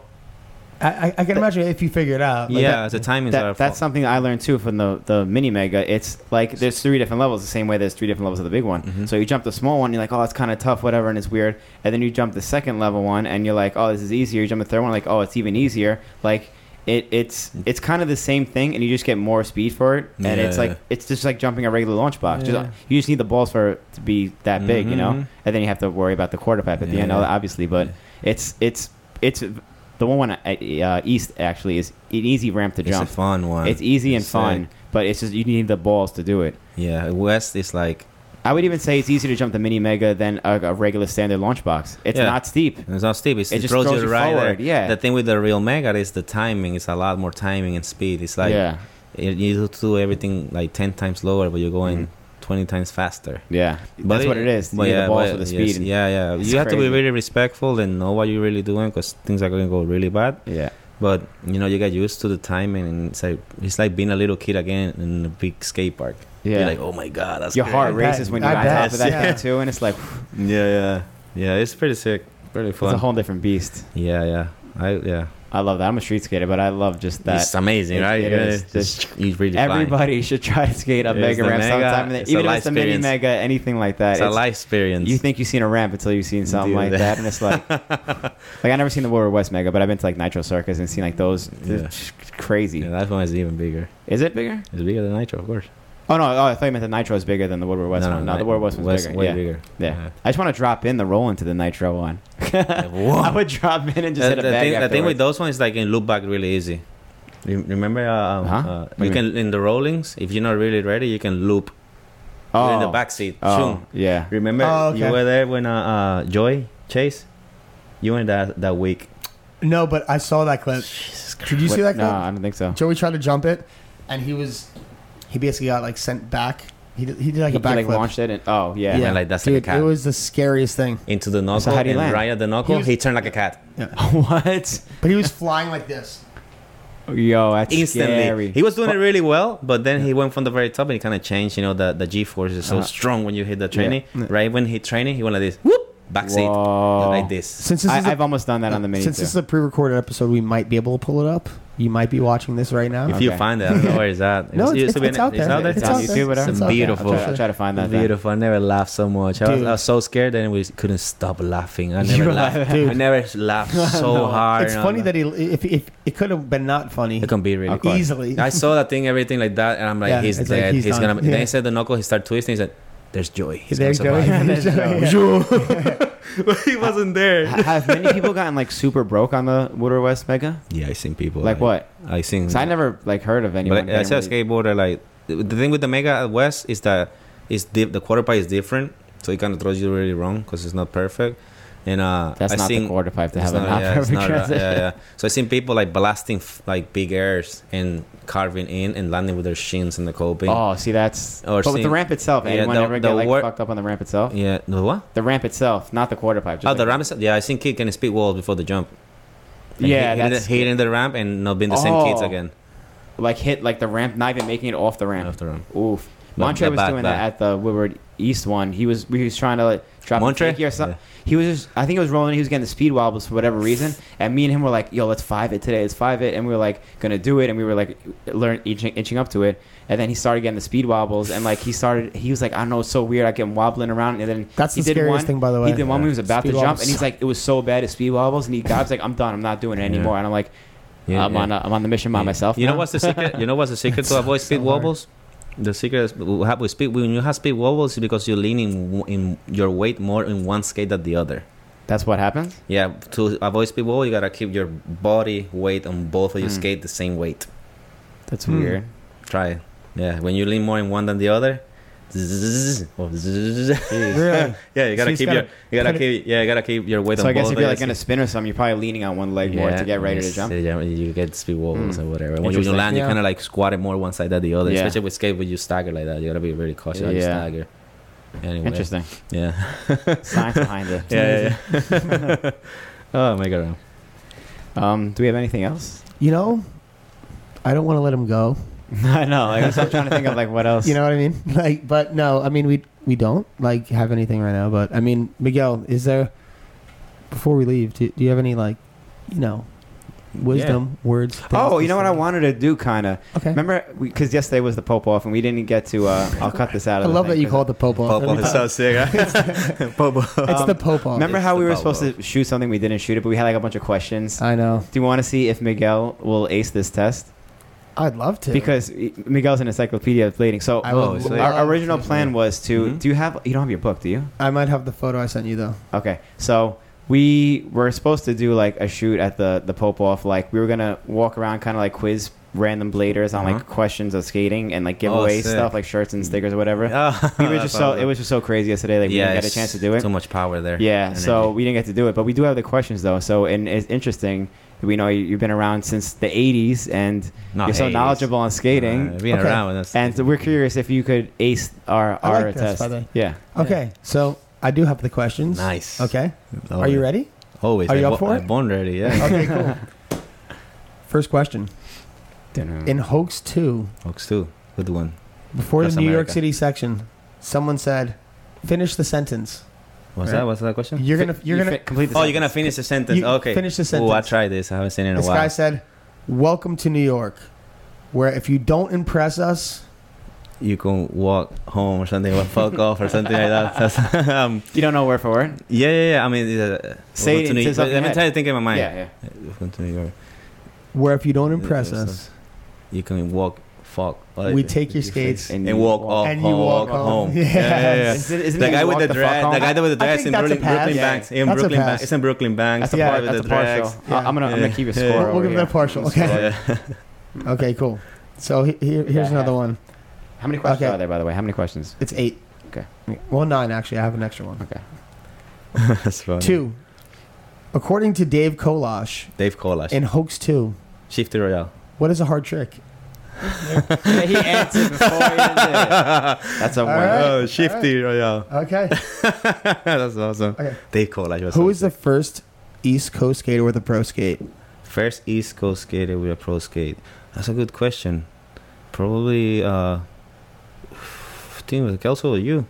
S2: I, I- I can imagine if you figure it out. like,
S3: yeah, the timings
S1: That-
S3: are.
S1: that's something I learned too from the, the mini mega. It's like there's three different levels, the same way there's three different levels of the big one.
S3: Mhm.
S1: So you jump the small one, you're like, oh, it's kind of tough, whatever, and it's weird. And then you jump the second level one, and you're like, oh, this is easier. You jump the third one, like, oh, it's even easier. Like it, it's it's kind of the same thing, and you just get more speed for it. And it's
S3: Mm. Yeah.
S1: like it's just like jumping a regular launch box.
S2: Yeah.
S1: Just, you just need the balls for it to be that big, you know.
S3: Mhm.
S1: And then you have to worry about the quarter pipe at the
S3: Yeah,
S1: end,
S3: yeah.
S1: obviously. But it's it's it's the one one at uh, east actually is an easy ramp to
S3: it's
S1: jump.
S3: a fun one.
S1: It's e- easy and
S3: Sick.
S1: fun, but it's just you need the balls to do it.
S3: yeah, West is like
S1: I would even say it's easier to jump the mini mega than a, a regular standard launch box. It's
S3: Yeah.
S1: not steep.
S3: it's not steep. It's,
S1: It
S3: it,
S1: just
S3: throws,
S1: throws
S3: you
S1: you
S3: right
S1: forward,
S3: there.
S1: yeah.
S3: The thing with the real Mega is the timing. It's a lot more timing and speed. It's like
S1: yeah,
S3: you you have to do everything like ten times lower, but you're going twenty times faster.
S1: yeah, Mm-hmm. that's what it is. You
S3: but
S1: need the balls
S3: but
S1: for the
S3: yes,
S1: speed. and-
S3: yeah, yeah.
S1: It's
S3: you have to be
S1: crazy.
S3: really respectful and know what you're really doing because things are going to go really bad.
S1: yeah,
S3: But you know, you get used to the timing, and it's like it's like being a little kid again in a big skate park.
S1: yeah.
S3: You're like, oh my god, that's
S1: Your heart
S2: I
S1: races
S2: bet.
S1: when you're
S2: I
S1: on
S2: bet.
S1: top of that
S2: Yeah.
S1: thing too, and it's like
S3: Yeah, yeah, yeah. It's pretty sick, pretty
S1: it's a whole different beast.
S3: Yeah, yeah. I yeah.
S1: I love that. I'm a street skater, but I love just that.
S3: it's amazing,
S1: it-
S3: right?
S1: it
S3: Yeah,
S1: is
S3: it's just you really flying.
S1: Everybody should try to skate a
S3: It's
S1: mega
S3: the
S1: ramp
S3: mega,
S1: sometime, and
S3: it's
S1: even
S3: a
S1: if
S3: life
S1: it's a mini
S3: experience.
S1: mega, anything like that.
S3: It's a life experience.
S1: You think you've seen a ramp until you've seen something
S3: Dude.
S1: like that, and it's
S3: *laughs*
S1: like, like I never seen the Warrior West Mega, but I've been to like Nitro Circus and seen like those. They're
S3: Yeah.
S1: just crazy.
S3: yeah, that one is even bigger.
S1: Is it bigger?
S3: It's bigger than Nitro, of course.
S1: Oh no! Oh, I thought you meant the Nitro is bigger than the Warrior West one. No, the
S3: Ni-
S1: Warrior West one's
S3: West-
S1: bigger.
S3: Way
S1: yeah.
S3: bigger.
S1: yeah. I just want to drop in the roll into the Nitro one. *laughs* I would drop in and just
S3: the,
S1: hit a
S3: the
S1: bag.
S3: thing, the thing with
S1: afterwards.
S3: those ones is like in loop back really easy. Re- Remember, uh, um,
S1: Huh?
S3: uh,
S1: What do
S3: you
S1: you
S3: can in the rollings. If you're not really ready, you can loop You're in the back seat.
S1: Oh,
S3: Zoom.
S1: yeah.
S3: Remember,
S2: Oh, okay.
S3: you were there when uh, uh, Joy Chase. You went that that week.
S2: No, but I saw that
S1: Uh,
S2: clip. Did you see
S1: What-
S2: that clip?
S1: No, I don't think so.
S2: Joey tried to jump it, and he was he basically got like sent back. He did, he did like
S1: He,
S2: a back
S1: like
S2: flip.
S1: launched it and oh yeah.
S3: Yeah. like that's
S2: Dude,
S3: like a cat
S2: it was the scariest thing.
S3: into the knuckle
S1: how do you
S3: and
S1: land?
S3: right at the knuckle,
S2: He's-
S3: he turned like a cat
S1: *laughs* what?
S2: But he was flying like this.
S1: Yo, that's
S3: instantly.
S1: scary.
S3: He was doing it really well, but then he went from the very top and he kind of changed. You know, the the G force is so
S1: Uh-huh.
S3: strong when you hit the training.
S2: Yeah.
S3: Right when he training, he went like this, whoop, back seat,
S1: Whoa.
S3: like this.
S2: Since this is
S1: I,
S2: a-
S1: I've almost done that on the mini
S2: since
S1: too.
S2: this is a pre-recorded episode, we might be able to pull it up. You might be watching this right now. *laughs*
S3: If you
S1: Okay.
S3: find it, I don't know where it's at.
S2: No,
S3: used
S2: it's, it's,
S3: to be
S2: it's
S3: in-
S2: out there.
S3: It's out there.
S1: It's on YouTube, whatever?
S2: out there.
S3: Beautiful.
S1: I'll try, I'll try to find that. then.
S3: Beautiful. I never laughed so much. I was,
S2: Dude.
S3: I was so scared, and we couldn't stop laughing. I
S1: You
S3: never
S1: were
S3: laughed. I never
S2: *laughs*
S3: laughed so hard.
S2: It's funny that he if, if it could have been not funny
S3: it can be really.
S1: Of course.
S2: easily.
S3: I saw that thing, everything like that, and I'm like,
S2: Yeah,
S3: he's
S2: it's like
S3: dead.
S2: he's
S3: he's
S2: done.
S3: gonna. Then
S2: Yeah.
S3: he said the knuckle. He started twisting. He said, "There's joy. He's
S2: There you go. *laughs*
S3: gonna survive."
S2: There's Joey.
S3: *laughs*
S1: *laughs*
S3: but he wasn't there.
S1: Ha- Have many people gotten like super broke on the Woodward West Mega?
S3: Yeah, I seen people
S1: Like what?
S3: I seen.
S1: 'Cause I never like heard of anyone.
S3: Mm. But I, I
S1: getting
S3: said
S1: really-
S3: skateboarder. Like the the thing with the Mega at West is that is di- the quarter pipe is different, so it kind of throws you really wrong because it's not perfect. And uh,
S1: That's
S3: I
S1: not
S3: seen,
S1: the quarter pipe to
S3: It's
S1: have a
S3: not-
S1: not
S3: yeah, it's
S1: perfect
S3: not-
S1: transition.
S3: Yeah, yeah. So I seen people like blasting f- like big airs and carving in and landing with their shins in the coping.
S1: Oh, see, that's.
S3: Or
S1: but with the
S3: seeing-
S1: ramp itself,
S3: Yeah,
S1: anyone
S3: the-
S1: ever
S3: the
S1: get like
S3: wor-
S1: fucked up on the ramp itself?
S3: Yeah, no what?
S1: The ramp itself, not the quarter pipe. just
S3: Oh,
S1: like-
S3: the ramp is yeah. I seen kid can speed walls before the jump. Like,
S1: Yeah,
S3: hitting the,
S1: that's
S3: hitting the ramp and not being the same kids
S1: Oh.
S3: again
S1: like hit like the ramp, not even making it off the ramp.
S3: after ramp.
S1: Oof.
S3: But
S1: Montre
S3: the
S1: was
S3: back-
S1: doing
S3: back.
S1: that at the Woodward East one. He was he was trying to like, drop
S3: Montre?
S1: a fakie or something. He was just, I think it was rolling. He was getting the speed wobbles for whatever reason. And me and him were like, "Yo, let's five it today. Let's five it." And we were like, "Gonna do it." And we were like, learn inching, inching up to it. And then he started getting the speed wobbles. And like he started, he was like, "I know, it's so weird. I get him wobbling around." And then
S2: That's
S1: he
S2: the
S1: did
S2: scariest
S1: one.
S2: thing, by the way.
S1: He did one when he was about
S2: Speed
S1: to jump,
S2: wobbles.
S1: and he's like, "It was so bad at speed wobbles." And he God's like, "I'm done. I'm not doing it
S3: Yeah.
S1: anymore." And I'm like,
S3: Yeah,
S1: "I'm
S3: yeah.
S1: on, a, I'm on the mission by
S3: Yeah.
S1: Uh, myself."
S3: You know
S1: now.
S3: what's the secret? You know what's the secret
S1: *laughs*
S3: to avoid speed
S2: so hard.
S3: wobbles? The secret is we have with speed when you have speed wobbles is because you're leaning w- in your weight more in one skate than the other.
S1: That's what happens.
S3: Yeah, to avoid speed wobble, you gotta keep your body weight on both of your
S1: Mm.
S3: skate the same weight.
S1: That's
S2: Hmm.
S1: weird.
S3: Try it. Yeah, when you lean more in one than the other, zzz, or zzz.
S2: Really?
S3: *laughs* yeah, you gotta
S2: he's
S3: keep
S2: gotta
S3: your you gotta
S2: put
S3: keep yeah, you gotta keep your weight
S1: So
S3: on
S1: I guess
S3: both
S1: if you're like
S3: legs.
S1: in a spin or something, you're probably leaning on one leg more to get ready to
S3: yes,
S1: jump.
S3: to jump, You get speed wobbles
S1: Mm.
S3: or whatever. When you
S1: Interesting.
S3: land, you
S2: Yeah.
S3: kind of like squat it more one side than the other.
S1: Yeah.
S3: Especially with skateboard, you stagger like that. You gotta be really cautious. how You
S1: Yeah.
S3: stagger. Anyway,
S1: Interesting.
S3: Yeah.
S1: *laughs* Science behind it.
S3: *laughs* yeah, yeah,
S1: *laughs*
S3: yeah. oh my god.
S1: Um, do we have anything else?
S2: You know, I don't want to let him go.
S1: *laughs* I know. Like, I'm still trying to think of like what else.
S2: You know what I mean? *laughs* Like, but no, I mean we we don't like have anything right now. But I mean, Miguel, is there before we leave? Do, do you have any like, you know, wisdom words? things
S1: Oh,
S2: to
S1: you know what
S2: say?
S1: I wanted to do, kind of.
S2: Okay.
S1: Remember, because yesterday was the Pope off, and we didn't get to.
S2: *laughs*
S1: Uh, I'll cut this out.
S2: I
S1: Of the
S2: love
S1: thing
S2: that you
S1: 'cause-
S2: called the Pope off. every time.
S1: *laughs*
S3: sick. *laughs* Popo.
S2: It's Uh.
S1: Um,
S2: the Pope off.
S1: Remember
S3: It's
S1: how
S3: the
S1: we were
S3: Pope
S1: supposed to shoot something, we didn't shoot it, but we had like a bunch of questions.
S2: I know.
S1: do you want to see if Miguel will ace this test?
S2: I'd love to.
S1: Because Miguel's an encyclopedia of bleeding. So Mm-hmm.
S2: I would
S3: Oh, so-
S1: our
S2: love
S1: original
S2: to.
S1: plan was to.
S3: Mhm.
S1: Do you have? You don't have your book, do you?
S2: I might have the photo I sent you though.
S1: Okay, so we were supposed to do like a shoot at the the Pope off. Like we were gonna walk around, kind of like quiz random bladers on
S3: Uh-huh.
S1: like questions of skating and like
S3: Oh,
S1: giveaway
S3: sick.
S1: stuff, like shirts and stickers or whatever.
S3: Oh,
S1: we were
S3: *laughs*
S1: just so it was just so crazy yesterday. Like we didn't get a chance to do it.
S3: Too much power there.
S1: Yeah,
S3: Energy.
S1: so we didn't get to do it, but we do have the questions though. So and it's interesting. that We know you- you've been around since the '80s, and
S3: Not
S1: you're so
S3: eighties.
S1: knowledgeable on skating.
S3: Uh, being
S2: Okay.
S3: around. That's,
S1: And so we're curious if you could ace our
S2: I
S1: our
S2: like this,
S1: test.
S2: by the way.
S1: yeah.
S2: Okay, so I do have the questions.
S3: nice.
S2: Okay,
S3: Love
S2: are you
S3: it.
S2: ready?
S3: Always.
S2: Are
S3: I
S2: you up
S3: bo-
S2: for
S3: I
S2: it?
S3: born ready. Yeah.
S2: Okay, cool.
S1: *laughs*
S2: First question: In Hoax Two,
S3: Oaks too. Good one.
S2: before
S3: That's
S2: the New York
S3: America.
S2: City section, someone said, "Finish the sentence."
S3: What's
S2: Right.
S3: that? What's that question?
S2: You're gonna, you're gonna.
S1: complete. The
S3: oh, you're gonna finish the sentence.
S2: You
S3: okay.
S2: finish the
S3: Oh, I
S2: sentence.
S3: tried this. I haven't seen it in a
S2: This
S3: while.
S2: guy said, "Welcome to New York, where if you don't impress us,
S3: you can walk home or something, or
S2: *laughs*
S3: fuck off or something like that. That's, *laughs* um,
S1: You don't know word for word.
S3: yeah, yeah, yeah. I mean, uh,
S1: Say
S3: welcome
S1: it
S3: to New
S1: to
S3: York.
S1: something
S3: Let me
S1: head.
S3: try to think in my mind.
S1: Yeah, yeah.
S3: Welcome to New York.
S2: where if you don't
S3: Yeah,
S2: impress
S3: that's
S2: us,
S3: You can walk, fuck.
S2: we take your skates."
S3: and walk off
S2: And you
S3: home.
S2: walk
S3: walk
S2: home.
S3: home. Yeah, yeah, yeah.
S2: *laughs* Yes.
S1: Isn't, isn't
S3: The
S1: it
S3: guy
S1: you
S3: with
S1: walk
S3: the
S1: fuck
S3: dread, the
S1: home?
S3: guy with the
S2: I
S3: dreads
S2: think
S3: in
S2: that's a
S3: Brooklyn,
S2: pass.
S3: Brooklyn
S1: Yeah.
S3: Banks. In
S2: That's a
S3: Brooklyn Banks.
S2: pass.
S3: It's in Brooklyn Banks.
S1: That's
S3: The
S1: a
S2: Yeah.
S3: part
S1: partial.
S3: with
S1: That's
S3: the
S1: a partial.
S3: dreads.
S1: I- I'm gonna I'm gonna keep a score.
S3: Yeah.
S2: We'll, we'll
S1: over
S2: give that a
S1: here.
S2: partial. Okay.
S3: Yeah. *laughs*
S2: Okay. Cool. So he- here, here's
S1: Yeah.
S2: another one.
S1: How many questions
S2: Okay.
S1: are there, by the way? How many questions?
S2: It's eight.
S1: Okay.
S2: Well, nine actually. I have an extra one.
S1: Okay.
S3: That's funny.
S2: Two. According to Dave Kolash
S3: Dave Kolash.
S2: in Hoax Two,
S3: Shifty
S2: *laughs*
S3: Royale.
S2: what is a hard trick?
S1: he answered before he even did it.
S3: *laughs*
S1: That's a one.
S2: right.
S3: Oh, Shifty Royale. *laughs*
S2: Okay.
S3: That's awesome.
S2: Okay.
S3: Dave Kolash was
S2: Who is the
S3: awesome.
S2: first East Coast skater with a pro skate?
S3: first East Coast skater with a pro skate? That's a good question. Probably, uh, *sighs* I think it was Kelso or you.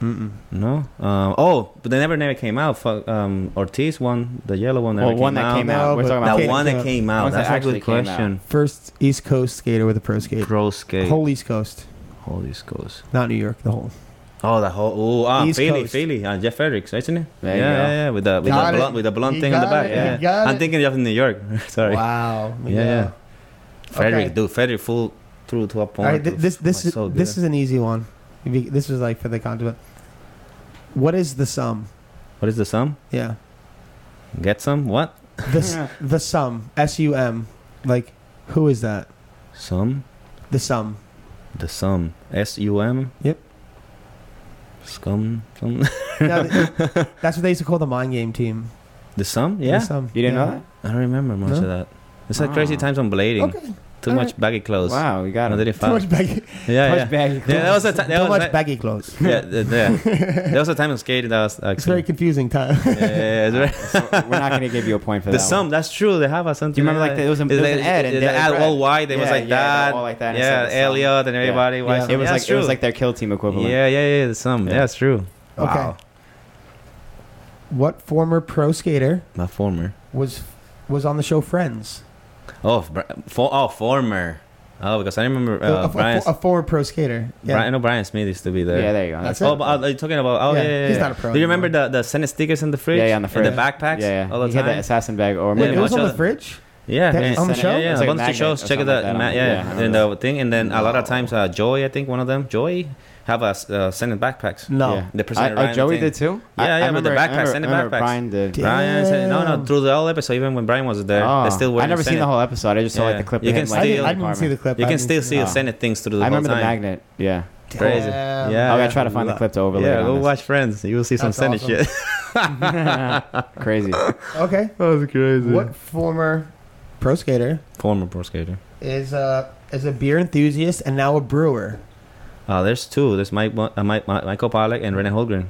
S2: Mm-mm.
S3: No. Um, oh, but they never, never came out. Fuck, um, Ortiz one, the yellow one. Never
S1: Well, one that came out.
S2: No,
S1: We're
S2: but-
S1: talking
S3: That
S1: about
S2: Okay,
S3: one
S2: came
S3: that
S2: out.
S3: came out.
S1: Ones that
S3: That's a
S1: actually
S3: good
S1: came out.
S3: question.
S2: First East Coast skater with a pro skate.
S3: Pro skate.
S2: Whole East Coast,
S3: Holy Coast.
S2: not New York. The whole.
S3: Oh, the whole. Oh, ah,
S2: East
S3: Philly,
S2: Coast.
S3: Philly. Uh, Jeff Fredericks, isn't it?
S1: There you
S3: yeah,
S1: go.
S3: yeah, yeah. With the with
S2: Got
S3: the
S2: it.
S3: blunt, with the blunt
S2: You
S3: thing on the
S2: got
S3: back.
S2: it.
S3: Yeah.
S2: You got
S3: I'm
S2: it.
S3: thinking of New York. *laughs* Sorry.
S2: Wow.
S3: Yeah, yeah. Frederick,
S2: Okay.
S3: dude, Frederick full through to a
S2: All
S3: point.
S2: right. Th- this this
S3: was so good.
S2: this is an easy one. Be- This was like for the content. What is the sum?
S3: What is the sum?
S2: Yeah.
S3: Get some? What?
S2: The
S3: *laughs*
S2: s- the sum. S U M. Like who is that?
S3: Sum?
S2: The sum.
S3: The sum. S U M?
S2: Yep.
S3: Scum? Sum? *laughs*
S2: Now, th- that's what they used to call the mind game team.
S3: The sum?
S2: The
S3: Yeah.
S2: sum.
S1: You didn't
S2: Yeah.
S1: know
S3: I don't remember much
S2: No?
S3: of that. It's like crazy
S1: Ah.
S3: times on blading.
S2: Okay.
S3: Too
S2: All
S3: much baggy
S1: that?
S3: clothes.
S1: Wow, we
S3: I
S1: got
S3: did
S1: it.
S3: it
S2: Too
S3: fast.
S2: much baggy.
S3: Yeah, yeah. Yeah, that was a time. That
S2: Too
S3: was
S2: much
S3: a-
S2: baggy clothes.
S3: *laughs* yeah, th- yeah. There was a time on skating that was
S2: *laughs* It's very
S3: actually.
S2: confusing time. *laughs*
S3: Yeah, yeah, yeah, it's very-
S1: so we're not gonna give you a point for
S3: the
S1: *laughs* that.
S3: sum. That's true. They have a something.
S1: Do you remember like
S3: that.
S1: it was, a,
S3: It's
S1: there was
S3: like-
S1: an ad and
S3: the
S1: they
S3: ad
S1: read.
S3: all white. It was
S1: Yeah,
S3: like
S1: yeah,
S3: that.
S1: all like that. and it
S3: Yeah,
S1: said the sum.
S3: Elliot and everybody.
S1: Yeah.
S3: why-
S1: It was
S3: yeah,
S1: like
S3: it's
S1: it was
S3: true.
S1: like their kill team equivalent.
S3: Yeah, yeah, yeah. The sum.
S1: Yeah.
S3: Yeah, it's true.
S2: Okay. What former pro skater
S3: My former.
S2: was was on the show Friends?
S3: Oh, Bri- for, oh, former. Oh, because I remember
S2: A- a,
S3: uh,
S2: a-
S3: Brian.
S2: a former pro skater. Yeah.
S3: Brian, I know Brian Smith used to be there.
S1: Yeah, there you go.
S2: That's
S3: Oh,
S2: it.
S3: but uh, are you talking about? Oh, yeah, yeah. yeah,
S2: He's not a pro.
S3: Do you remember
S2: anymore.
S3: the the Senate stickers in the fridge?
S1: Yeah, yeah, on the fridge.
S3: In the backpacks.
S1: Yeah, yeah.
S3: All the
S1: he
S3: time.
S1: had that assassin bag, or maybe
S2: Wait, it was
S3: much
S2: on the
S3: of-
S2: fridge.
S3: Yeah,
S2: That-
S3: yeah.
S2: on the show?
S3: Yeah, yeah.
S1: It's
S3: a
S1: like a
S3: bunch of
S1: magnet
S3: shows.
S1: or
S3: Check it
S1: something like
S3: out.
S1: that.
S3: Ma-
S1: I
S3: yeah,
S1: remember
S3: and
S1: that.
S3: the thing, and then a lot of times, uh, Joy, I think one of them, Joy, have a uh, sending backpacks.
S2: No.
S1: Yeah.
S3: The President
S1: I, oh,
S3: Ryan
S1: Joey
S3: thing.
S1: did too.
S3: Yeah,
S1: I-
S3: yeah,
S1: I
S3: with
S1: remember-
S3: the
S1: I
S3: backpacks
S1: remember-
S3: and the
S1: remember
S3: backpacks.
S1: Brian did.
S2: Damn.
S3: Brian said, no, no, through the whole episode, even when Brian was there,
S1: Oh.
S3: they still were.
S1: I never seen the
S3: Senate.
S1: whole episode. I just saw
S3: Yeah.
S1: like the clip.
S3: You
S1: with
S3: can
S1: him,
S3: still-
S1: like,
S2: I
S1: in
S2: didn't,
S1: the
S2: I didn't see
S1: apartment.
S2: the clip.
S3: You
S2: I
S3: can
S2: haven't
S3: still
S2: seen-
S3: see the
S1: Oh.
S3: Senate things through
S1: I
S3: the whole
S1: remember the
S3: time.
S1: magnet. Yeah,
S3: Crazy.
S2: Damn.
S3: Yeah.
S1: I'm
S3: yeah.
S1: gonna try to find the clip to overlay.
S3: Yeah,
S1: it
S3: go
S1: on
S3: watch Friends. You will see some
S2: That's
S3: funny
S2: awesome.
S3: shit. *laughs*
S1: this. Crazy.
S2: Okay.
S3: that was crazy.
S2: What former pro skater
S3: Former pro skater.
S2: is a is a beer enthusiast and now a brewer?
S3: Uh, there's two. There's Mike, Mo- uh, Mike, Ma- Michael Pollack and Rene Holgren.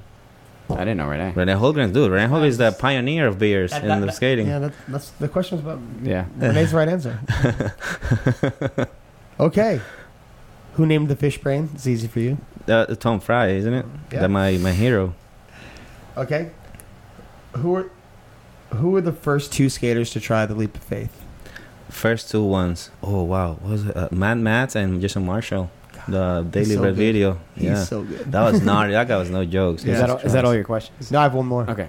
S1: I didn't know right
S3: Rene Holgren, dude. Rene Holgren is the
S2: That's-
S3: pioneer of beers
S2: That-
S3: in
S2: that-
S3: the
S2: that-
S3: skating.
S2: Yeah, that, that's the question was about
S1: Yeah.
S2: Renee's
S3: *laughs*
S2: the right answer. okay. Who named the fish brain? It's easy for you.
S3: Uh, Tom Fry, isn't it?
S2: Yeah.
S3: That my my hero.
S2: Okay. Who were who were the first two skaters to try the leap of faith?
S3: First two ones. Oh wow, what was it uh, Matt Matz and Jason Marshall? The Daily
S2: so
S3: Bread
S2: good.
S3: video.
S2: He's
S3: yeah,
S2: so good.
S3: that was gnarly. That guy was no jokes.
S2: Yeah.
S1: Is that all, is that all your questions?
S2: No, I have one more.
S1: Okay.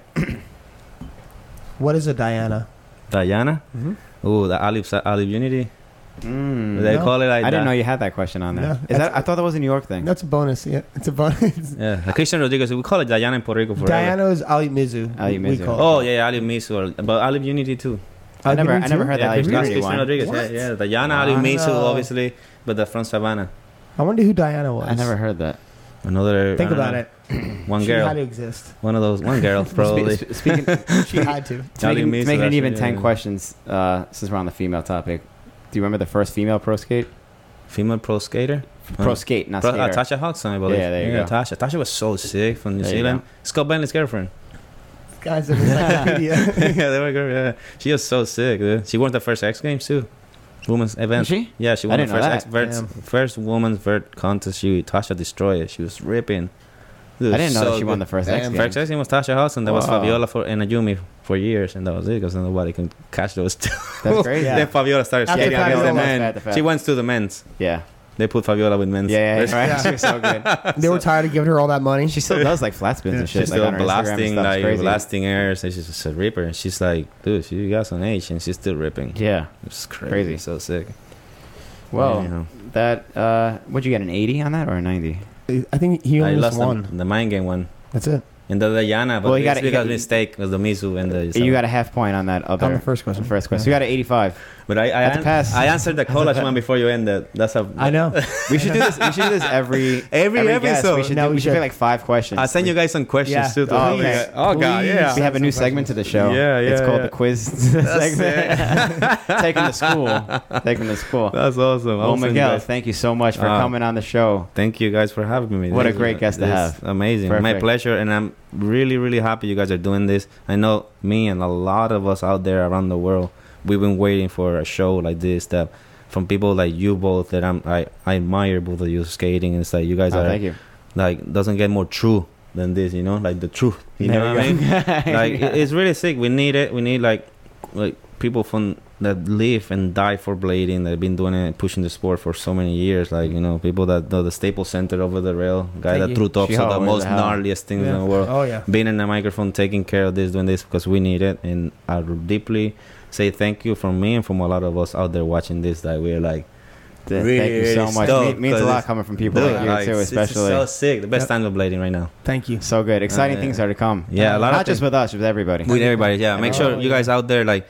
S2: What is a Diana?
S3: Diana?
S2: Mhm.
S3: Oh, the Alip Alip Unity.
S2: Mm-hmm.
S1: Mm.
S3: They
S2: No.
S3: call it like
S1: I didn't know
S3: that.
S1: you had that question on there.
S2: No,
S1: Is
S2: that's-
S1: that? I thought that was a New York thing.
S2: That's a bonus. Yeah, it's a bonus.
S3: Yeah, like Christian Rodriguez. We call it Diana in Puerto Rico forever.
S2: Diana is Ali Mizu.
S1: Ali
S2: We
S1: Mizu.
S2: call it.
S3: Oh yeah, yeah, Alip Misu, but Alip Unity too.
S1: I never,
S2: Ali
S1: I never
S2: Mizu?
S1: heard
S3: yeah,
S1: that.
S3: Christian,
S1: Christian
S3: Christian
S1: one.
S3: Rodriguez.
S2: What?
S3: Yeah, yeah, Diana
S1: Ah.
S3: Alip Misu,
S2: No.
S3: obviously, but they're from Savannah.
S2: I wonder who Diana was.
S1: I never heard that.
S3: Another.
S2: Think
S3: I don't
S2: about
S3: know,
S2: it.
S3: One
S2: she had to
S3: girl.
S2: exist.
S3: One of those. One
S2: *laughs*
S3: girl, probably.
S1: Spe- sp- speaking,
S2: She had to. *laughs*
S1: to make,
S3: Ali
S1: it, to
S3: Mizu,
S1: make it an
S3: that's
S1: even
S3: it,
S1: ten
S3: yeah.
S1: questions, uh, since we're on the female topic, do you remember the first female pro skate?
S3: Female pro skater.
S1: Pro
S3: Huh.
S1: skate, not
S3: Pro, uh,
S1: skater.
S3: Tasha Hudson, I believe.
S1: Yeah, there you go.
S3: Tasha. Tasha was so sick from New
S1: There you
S3: Zealand.
S1: go.
S3: Scott Bentley's girlfriend.
S2: Guys, in
S3: *laughs*
S2: encyclopedia.
S3: yeah, they were girl. Yeah, she was so sick. Dude. She won the first X Games too, women's
S1: Is
S3: event.
S1: she?
S3: yeah, she
S1: I
S3: won the
S1: didn't know
S3: first
S1: that.
S3: X vert,
S2: Damn.
S3: first women's vert contest. She Tasha destroyed it. She was ripping.
S1: I didn't know that she won the first X
S2: Damn.
S1: Games.
S3: First X Games was Tasha Hudson. That was
S1: Wow.
S3: Fabiola for and Ayumi for years, and that was it because nobody can catch those. Two. *laughs*
S1: That's crazy.
S2: Yeah.
S3: then Fabiola started
S2: After
S3: skating against the
S2: Fabiola.
S3: men. She went to the men's.
S1: Yeah.
S3: They put Fabiola with
S1: Yeah.
S3: men's.
S1: Yeah.
S3: There's-
S1: yeah, right? *laughs* She was so good.
S2: they were tired of giving her all that money.
S1: She still does like flat spins and shit.
S3: she's
S1: like,
S3: still
S1: on her Instagram and
S3: blasting
S1: stuff. It's
S3: like
S1: crazy.
S3: blasting airs and she's just a ripper and she's like dude she got some age and she's still ripping
S1: Yeah.
S3: it's crazy,
S1: Crazy.
S3: so sick
S1: Well,
S3: Anyhow.
S1: that uh, would you get an eighty on that or a ninety?
S2: I think he
S3: I
S2: only
S3: lost
S2: lost
S3: the-
S2: one.
S3: The, mind game one
S2: That's it.
S3: and the Diana but
S1: Well, you
S3: it's
S1: gotta- you
S3: because
S1: gotta-
S3: mistake was the Mizu and the
S1: You got a half point on that
S2: On the
S1: other
S2: first question.
S1: first question. So you got an eighty-five.
S3: but I I,
S1: That's a
S3: an-
S1: pass.
S3: I answered the
S1: That's a
S3: college
S1: pass.
S3: one before you ended that's a
S2: I know.
S1: We should do this. We should do this every
S3: *laughs* Every
S1: guest.
S3: episode.
S1: We should,
S2: No,
S1: do,
S2: we
S1: we should
S2: should.
S1: pick like five questions.
S3: I'll send you guys some questions
S2: Yeah.
S3: too to
S1: Oh,
S3: help you
S1: please.
S3: guys. oh god
S2: Please.
S1: *laughs*
S3: yeah
S1: we have a new
S2: Some
S1: segment to the show.
S3: Yeah, yeah,
S1: It's called
S3: yeah.
S1: the quiz
S3: *laughs* That's *laughs*
S1: *laughs* segment. Take them to school. Take them to school.
S3: that's awesome
S1: Well,
S3: I'll send you
S1: Miguel,
S3: guys-
S1: thank you so much for
S3: Ah.
S1: coming on the show.
S3: Thank you guys for having me.
S1: What a
S3: This-
S1: great guest to
S3: this
S1: have.
S3: is Amazing. My
S1: Perfect.
S3: pleasure. And I'm really, really happy you guys are doing this. I know me and a lot of us out there around the world, we've been waiting for a show like this that from people like you both that I'm I, I admire both of you skating and it's like you
S1: Oh,
S3: guys are
S1: thank you.
S3: like doesn't get more true than this, you know? Like the truth. You know what I mean? *laughs*
S1: *laughs*
S3: like it- it's really sick. We need it. We need like like people from that live and die for blading. They've been doing it, and pushing the sport for so many years. Like you know, people that know the staple center over the rail, guy
S2: Thank
S3: that
S2: you.
S3: threw tops
S1: Shihao,
S3: are the
S1: where
S3: most
S1: the hell?
S3: gnarliest things
S2: Yeah.
S3: in the world.
S2: Oh yeah.
S3: Being in the microphone, taking care of this, doing this because we need it, and I deeply say thank you from me and from a lot of us out there watching this. That we're like,
S1: Th-
S3: really,
S1: thank you so
S3: really
S1: much.
S3: stoked,
S1: It means a
S3: 'cause
S1: lot
S3: it's-
S1: coming from people
S3: dude,
S1: like you
S3: like,
S1: too,
S3: it's- it's
S1: especind So,
S3: so sick. The best time of blading right now.
S2: Thank you.
S1: good. Exciting
S3: Uh,
S1: things are to come.
S3: Yeah, a lot
S1: Not
S3: of
S1: just
S3: things.
S1: with us, with everybody.
S3: with everybody. Yeah, make sure
S2: Oh,
S3: you
S2: yeah.
S3: guys out there like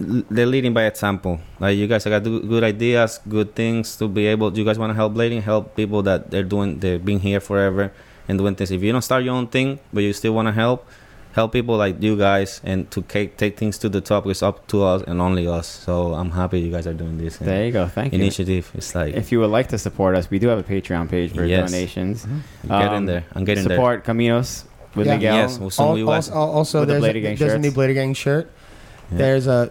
S3: l- they're leading by example. Like you guys, I got do- good ideas, good things to be able. You guys want to help blading, help people that they're doing. They've been here forever and doing things. If you don't start your own thing, but you still want to help, help people like you guys and to take, take things to the top. It's up to us and only us. So I'm happy you guys are doing this and
S1: There you go. Thank you.
S3: initiative. It's like
S1: If you would like to support us, we do have a Patreon page for
S3: Yes.
S1: donations.
S3: get in
S1: um,
S3: there. I'm getting there.
S1: support Caminos with
S2: Yeah.
S1: Miguel.
S3: Yes, well, some of you
S2: Al-
S3: guys.
S2: also, also
S1: With the
S2: there's,
S1: Blader
S2: a,
S1: Gang
S2: there's a new
S1: shirts.
S2: Blader Gang shirt.
S3: Yeah.
S2: There's a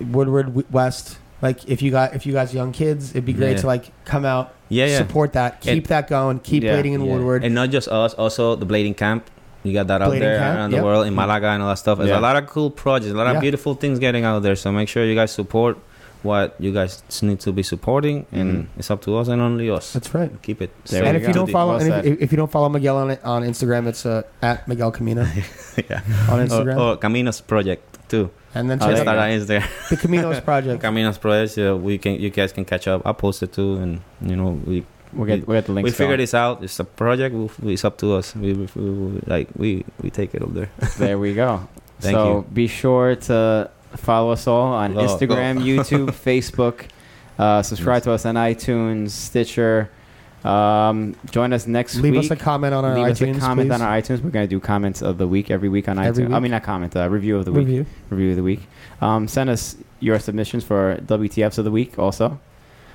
S2: Woodward W- West. Like if you got if you guys are young kids, it'd be great
S3: Yeah.
S2: to like come out,
S3: Yeah, yeah.
S2: support that, keep
S3: And-
S2: that going, keep
S1: Yeah.
S2: blading in
S3: Yeah.
S2: Woodward.
S3: And not just us, also the Blading Camp. You got that out
S2: Blading
S3: there
S2: Camp,
S3: around
S2: yep.
S3: the world in Malaga and all that stuff. There's
S1: Yeah.
S3: a lot of cool projects, a lot of
S2: Yeah.
S3: beautiful things getting out there. So make sure you guys support what you guys need to be supporting, and
S1: Mm-hmm.
S3: it's up to us and only us.
S2: That's right.
S3: Keep it.
S1: There
S3: so
S1: we
S2: and if
S1: go.
S2: you
S1: Well
S2: don't follow, and if,
S1: said.
S2: if you don't follow Miguel on it on Instagram, it's uh, at Miguel
S1: *laughs*
S2: Camino
S3: yeah.
S2: on Instagram,
S3: Or, or Oh, Caminos Project too.
S2: and then
S1: Oh,
S2: check
S1: there
S3: Let's
S1: you
S2: out
S3: start
S1: go.
S3: on Instagram.
S2: the Caminos
S1: *laughs*
S2: Project.
S3: *laughs* Caminos Project. Yeah, we can. You guys can catch up. I posted too, and you know we
S1: We'll get, we'll get the links.
S3: we figure
S1: going.
S3: this out. It's a project. We'll, it's up to us. We, we, we like we we take it up there.
S1: There we go.
S3: *laughs* Thank
S1: so
S3: you.
S1: be sure to follow us all on
S3: Oh, oh. *laughs*
S1: Instagram, YouTube, Facebook. Uh, subscribe to us on iTunes, Stitcher, Um, join us next
S2: Leave
S1: week.
S2: us a comment on our
S1: Leave us
S2: iTunes.
S1: a comment
S2: please.
S1: on our iTunes. We're going to do comments of the week every week on iTunes.
S2: Every
S1: I
S2: week?
S1: mean, not comment, uh, review of the week.
S2: review.
S1: Review of the week. Um, send us your submissions for WTFs of the week also.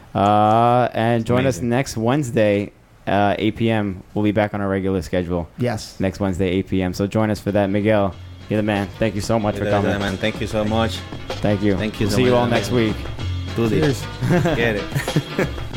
S1: Uh, and join us
S3: Amazing.
S1: next Wednesday, uh, 8 p.m. We'll be back on our regular schedule
S2: Yes.
S1: next Wednesday, 8 p.m. So join us for that. Miguel, you're the man. Thank you so much for coming.
S3: man. Thank you so much.
S1: Thank you.
S3: Thank you
S1: We'll
S3: so
S1: see you
S3: much.
S1: all next week.
S3: Do this.
S2: Cheers.
S3: Get it.